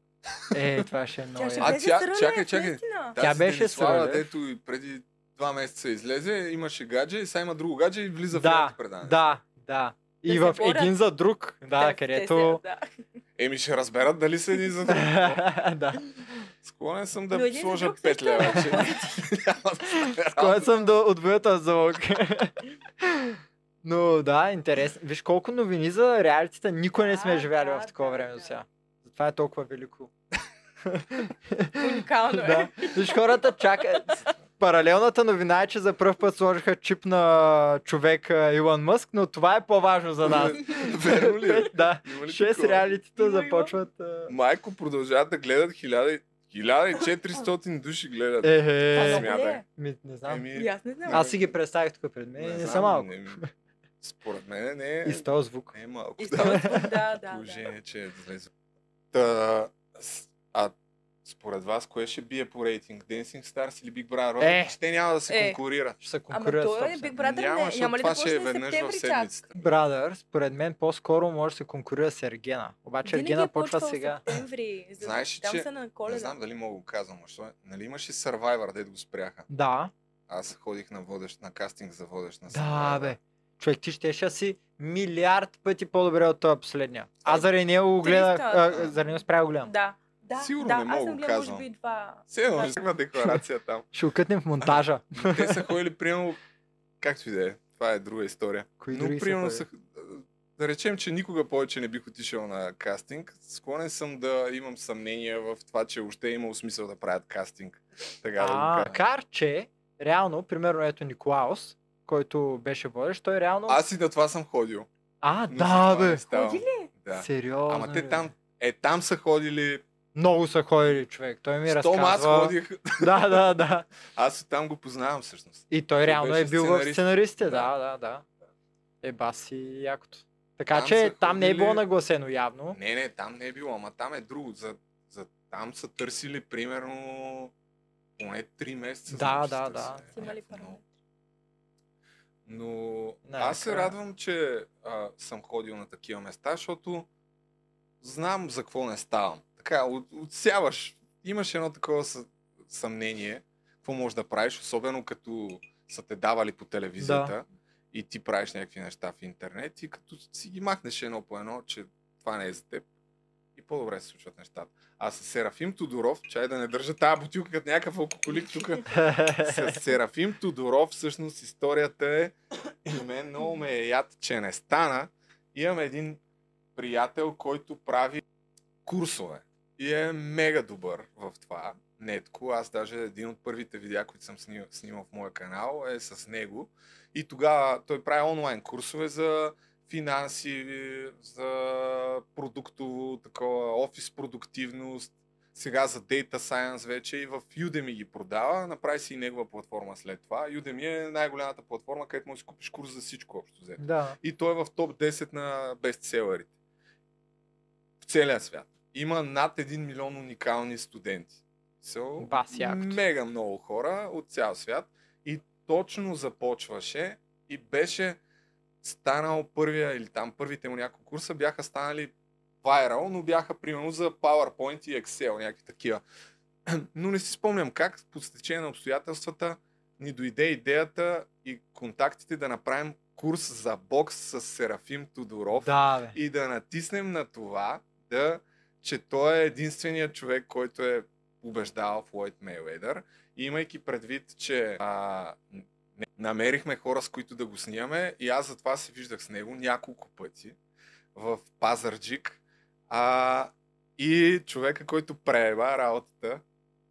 е, това ще е много. Тя ще яко. А Влезе тя, с Рълев, чакай, чакай. наистина. Тази Тя беше с Денислава, Рълев. дето и преди два месеца излезе, имаше гадже и сега има друго гадже и влиза в Да, реалното предаване. да, да. И Да в се борят. един за друг, да, където... е Еми ще разберат дали са едни за друг. да. Склонен съм Но да един за сложа друг 5 е лева, че С което съм да отбия този залог. Но да, интересно. Виж колко новини за реалитета никой не сме живяли в такова време до сега. Затова е толкова велико. Уникално да. е. Виж хората чакат. Паралелната новина е, че за първ път сложиха чип на човек а, Илон Мъск, но това е по-важно за нас. Верно ли е? да. Има ли Шест такова? реалитета започват. а, Майко продължават да гледат 1000 1400 души гледат. Е. Ехе. Смятай. Ми, не Е, знам. Еми, Еми, И аз не знам. Аз си ги представих тук пред мен и Не не, знам, са малко. не ми- Според мен не е... И с този звук. Не е малко. И с да. този звук, да, да, Положение, че е излезе. Та, с- а според вас, кое ще бие по рейтинг? Dancing Stars или Big Brother? Е. Ще няма да се Е. конкурират. Ще се Ама той е Big Brother, Няма, не, защото няма ли това да ще е почне в веднъж в септември чак? седмицата. Брадър, според мен, по-скоро може да се конкурира с Ергена. Обаче Винаги Ергена е почва почвал в сега. Септември, за... Знаеш, ли, там че... са на Не коледа. знам дали мога го казвам, защо е. Нали имаше Survivor, дето го спряха? Да, Аз ходих на, водещ, на кастинг за водещ на да, бе. Човек, ти щеше да си милиард пъти по-добре от този последния. Аз заради него го гледах, а, 300. заради него спря да го гледам. Да, да, Сигурно да, не мога аз съм го гледал може казвам. би два. Все едно ще има декларация там. Ще укътнем в монтажа. Но те са ходили, примерно, както и да е, това е друга история. Кои Но други са примерно са, ходили? да речем, че никога повече не бих отишъл на кастинг. Склонен съм да имам съмнение в това, че още е имало смисъл да правят кастинг. Така да А, го кажа. макар че, реално, примерно ето Николаус, който беше водещ, той реално... Аз и на това съм ходил. А, но да, за това не бе. става. Ходи ли? е, Да. Сериозно. Ама ли? те там, е там са ходили, Много са ходили, човек. Той ми Щом разказва. аз ходих, Да, да, да. аз там го познавам всъщност. И той реално е беше бил в сценарист. сценаристите. Да, да, да. Е, баси якото. Така Там че са там не е било ходили- нагласено явно. Не, не, там не е било, ама там е друго. За, за там са търсили примерно поне 3 месеца. Да, за да, са да. търсили. Си има ли Но, но Не, е. аз се накрая. радвам, че а, съм ходил на такива места, защото знам за какво не ставам. Така, от, отсяваш. Имаш едно такова съ, съмнение, какво можеш да правиш, особено като са те давали по телевизията и ти правиш някакви неща в интернет и като си ги махнеш едно по едно, че това не е за теб и по-добре се случват нещата. А с Серафим Тодоров, чай да не държа тази бутилка като някакъв алкохолик тук. с Серафим Тодоров всъщност историята е и мен много ме е яд, че не стана. Имам един приятел, който прави курсове и е мега добър в това. Нетко, аз даже един от първите видеа, които съм снимал, снимал в моя канал е с него. И тогава той прави онлайн курсове за финанси, за продуктово, такова, офис продуктивност, сега за Data Science вече и в Udemy ги продава, направи си и негова платформа след това. Udemy е най-голямата платформа, където можеш да си купиш курс за всичко общо взето. Да. И той е в топ 10 на бестселерите. В целия свят. Има над 1 милион уникални студенти. So, Бас, якото. мега много хора от цял свят. И точно започваше и беше станал първия или там първите му няколко курса бяха станали viral, но бяха примерно за PowerPoint и Excel, някакви такива. Но не си спомням как, по стечение на обстоятелствата, ни дойде идеята и контактите да направим курс за бокс с Серафим Тодоров Да, бе. и да натиснем на това, да, че той е единственият човек, който е убеждавал Флойд Мейуедър. И имайки предвид, че а, не- намерихме хора, с които да го снимаме и аз затова се виждах с него няколко пъти в Пазарджик. А, и човека, който преба работата,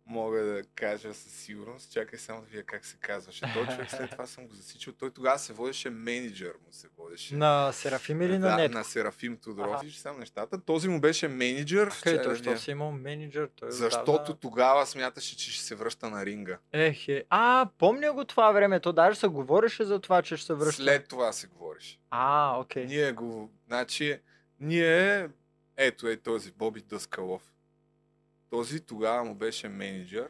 мога да кажа със сигурност, чакай само да видя как се казваше. Той човек след това съм го засичал. Той тогава се водеше менеджер му се водеше. На Серафим или на да, Нетко? на Серафим Тодоров. Аха. Виж само нещата. Този му беше менеджер. Къде Ще той, да що видя. си имал менеджер? Той Защото тогава смяташе, че ще се връща на ринга. Ех, е. А, помня го това време. То даже се говореше за това, че ще се връща. След това се говориш. А, окей. Ние го... Значи, ние... Ето е този Боби Дъскалов. Този тогава му беше менеджер.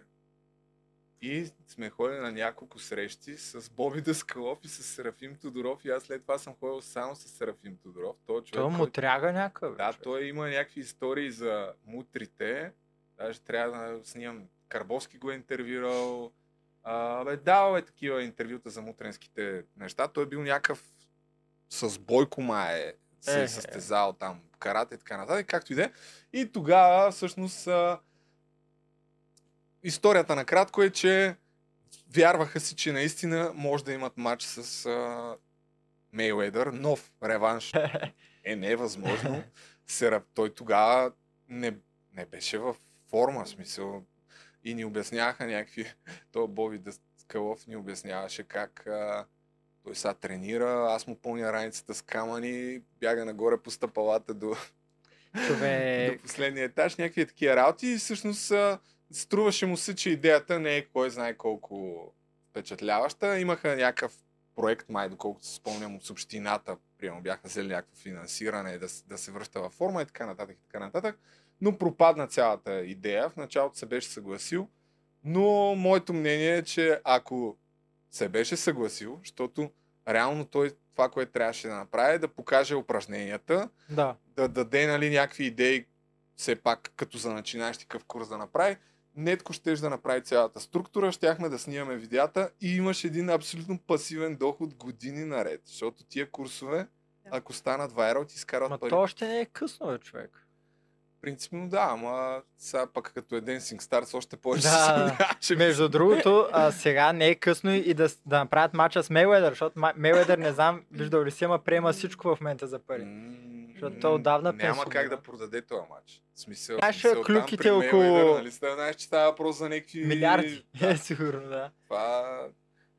И сме ходили на няколко срещи с Боби Дъскалов и с Серафим Тодоров. И аз след това съм ходил само с Серафим Тодоров. Той човек, Той му който- тряга някакъв. Да, той е- има някакви истории за мутрите. Даже трябва да снимам. Карбовски го е интервюирал. А, бе, давал е такива интервюта за мутренските неща. Той е бил някакъв с Бойко Мае се Е, е състезал там, карате и така нататък, както и да е. И тогава всъщност а, историята накратко е, че вярваха си, че наистина може да имат матч с а, Мейледър, нов реванш е невъзможно. Серап, той тогава не, не беше в форма, в смисъл. И ни обясняваха някакви... Той Боби Дъскалов ни обясняваше как а, той сега тренира, аз му пълня раницата с камъни, бяга нагоре по стъпалата до, Човек. до последния етаж, някакви такива работи и всъщност а, струваше му се, че идеята не е кой знае колко впечатляваща. Имаха някакъв проект, май доколкото се спомням от общината, примерно бяха взели някакво финансиране да, с- да се връща във форма и така нататък и така нататък, но пропадна цялата идея. В началото се беше съгласил, но моето мнение е, че ако се беше съгласил, защото реално той това, което трябваше да направи е да покаже упражненията, Да. да даде нали, някакви идеи, все пак като за начинаещи какъв курс да направи. Нетко ще да направи цялата структура, щяхме да снимаме видеята и имаш един абсолютно пасивен доход години наред, защото тия курсове, ако станат вайрал, ти изкарват Ма пари. то още не е късно, бе, човек. Принципно да, ама сега пък като е Dancing Stars още повече се Да, съмнявам, че- между другото, а, сега не е късно и да, с- да направят мача с Мейуедър, защото Ма- Мейуедър не знам, виждал ли си, ама приема всичко в момента за пари. Защото той отдавна Няма пенсионира. как да продаде този матч. В смисъл, Знаеш, смисъл клюките там при около- Мейуедър, нали, става- знаеш, че става въпрос за някакви... Милиарди, е, сигурно, да. Това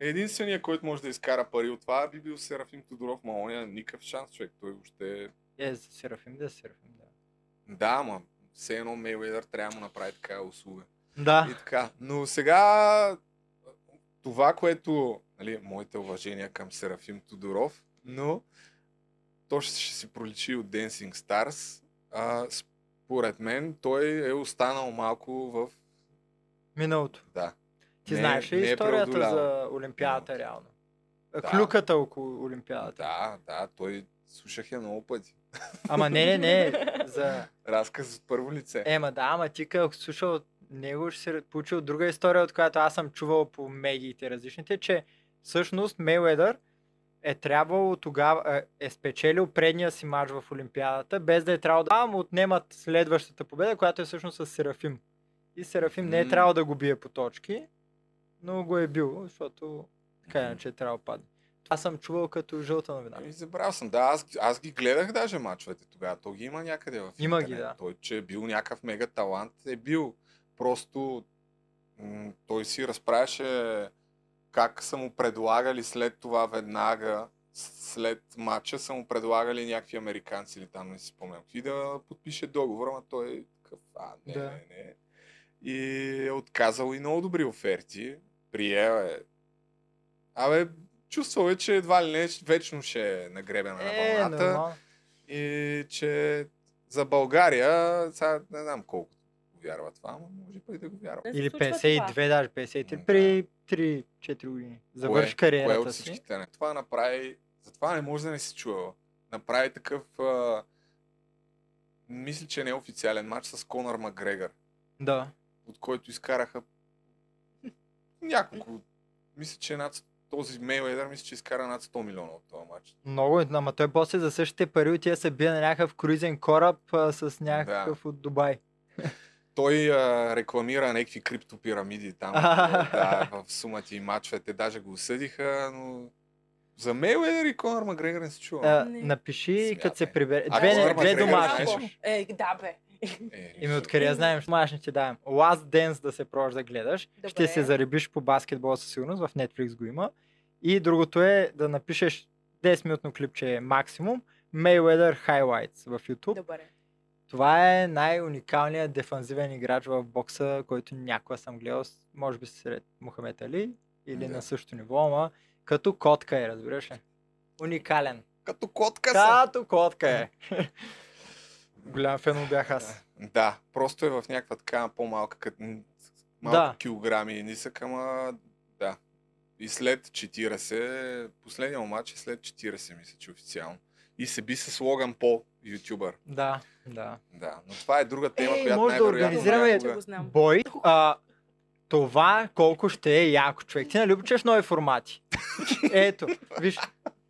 е единственият, който може да изкара пари от това, би бил Серафим Тодоров, ма он няма никакъв шанс, човек. Той въобще... Е, за Серафим, да, Серафим, да. Да, ма, все едно Мейведър трябва да му направи такава услуга. Да. И така. Но сега това, което... Нали, моите уважения към Серафим Тодоров, но то ще, ще си проличи от Dancing Stars. А, според мен той е останал малко в... Миналото. Да. Ти Не- знаеш ли не е историята преодолял. за Олимпиадата, реално? Да. Клюката около Олимпиадата. Да, да, той слушах я много пъти. Ама не, не, не, за... Разказ от първо лице. Ема Е, да, ама ти като слушал от него, ще си получил друга история, от която аз съм чувал по медиите различните, че всъщност Мейуедър е трябвало тогава, е- е спечелил предния си мач в Олимпиадата, без да е трябвало да му отнемат следващата победа, която е всъщност с Серафим. И Серафим не е М. трябвало да го бие по точки, но го е бил, защото така иначе е трябвало да падне. Това съм чувал като жълта новина. Ами забрал съм. Да, аз, аз ги гледах даже мачовете тогава. То ги има някъде в Има ги, интернет. да. Той, че е бил някакъв мега талант, е бил. Просто м- той си разправяше как са му предлагали след това веднага, с- след матча са му предлагали някакви американци или там не си спомням какви да подпише договор, ама той е такъв, а не, Да. не, не. И е отказал и много добри оферти. Приел е. Абе, чувствал е, че едва ли не вечно ще е нагребена Е, на вълната. нормално. И че за България, сега не знам колко го вярва това, но може пък и да го вярва. Или 52, даже 53, при 3-4 години. Завърши Кое- кариерата кое от Е, си. всичките не? Това направи, затова не може да не си чувал. Направи такъв, а, мисля, че не е официален матч с Конор Макгрегор, Да. от който изкараха няколко мисля, че над този Мейледър, мисля, че изкара над 100 милиона от този матч. Много е, ама той после за същите пари отива се бие на някакъв круизен кораб а, с някакъв от Дубай. Той а, рекламира някакви криптопирамиди там е, да, в сумата и матчовете. Даже го осъдиха, но за Мейледър и Конор Макгрегор не се чува. А, Е, напиши, като се прибере. А Две, Конор две Макгрегор домашни. знаеш ли? Е, да бе. И ми откъде я знаем, домашни ти давам. Last Dance да се пробваш да гледаш. Добре. Ще се заребиш по баскетбола със сигурност, в Netflix го има. И другото е да напишеш 10-минутно клипче максимум, Mayweather Highlights в YouTube. Добре. Това е най-уникалният дефанзивен играч в бокса, който някога съм гледал, с- може би сред Мохамед Али или Да. на същото ниво, ама като котка е, разбираш ли? Уникален. Като котка съм. Като котка е. Голям фен бях аз. Да, просто е в някаква така по-малка, кът- м, малко Да. килограми е нисък, ама да. И след 40, последния матч е след 40, мисля, че официално. И се би с Логан Пол, ютубър. Да, да. Да, но това е друга тема, Е, която може да най-вероятно организираме някога- бой. А, това колко ще е яко, човек. Ти нали обичаш нови формати? Ето, виж,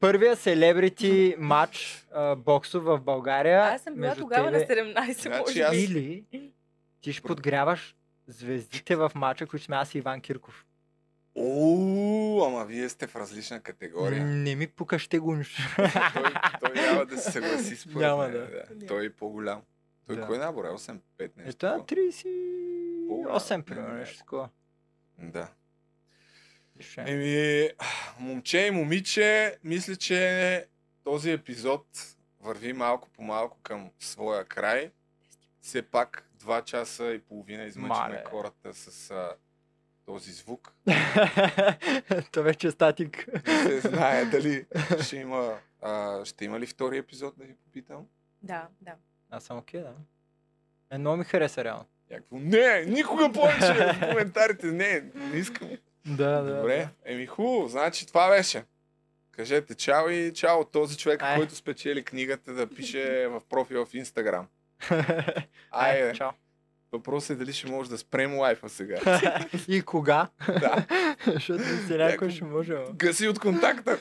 първия селебрити матч а, боксов в България. Аз съм била между тогава на тебе- 17, може би. Или ти ще подгряваш звездите в матча, които сме аз и Иван Кирков. О, ама вие сте в различна категория. Не ми пука, ще го унищ- той, той няма да се съгласи според Няма мен. да. Да. Той е по-голям. Той Да. кой набор е? 8-5 нещо. Ето на 38, да, примерно, нещо такова. е. Да. Ами, Еми, момче и момиче, мисля, че този епизод върви малко по малко към своя край. Все пак 2 часа и половина измъчихме Мале. хората с а, този звук. То вече е статик. Не се знае дали ще има, а, ще има ли втори епизод, да ви попитам. Да, да. Аз съм окей, да. Е, много ми хареса реално. Някакво, не, никога повече в коментарите, не, не искам. Да, да. Добре, еми хубаво, значи това беше. Кажете чао и чао от този човек, Ай. който спечели книгата да пише в профил в Инстаграм. Ай, Айде. чао. Въпросът е дали ще може да спрем лайфа сега. И кога? Да. Защото си някой ще може. ама. Гаси от контакта.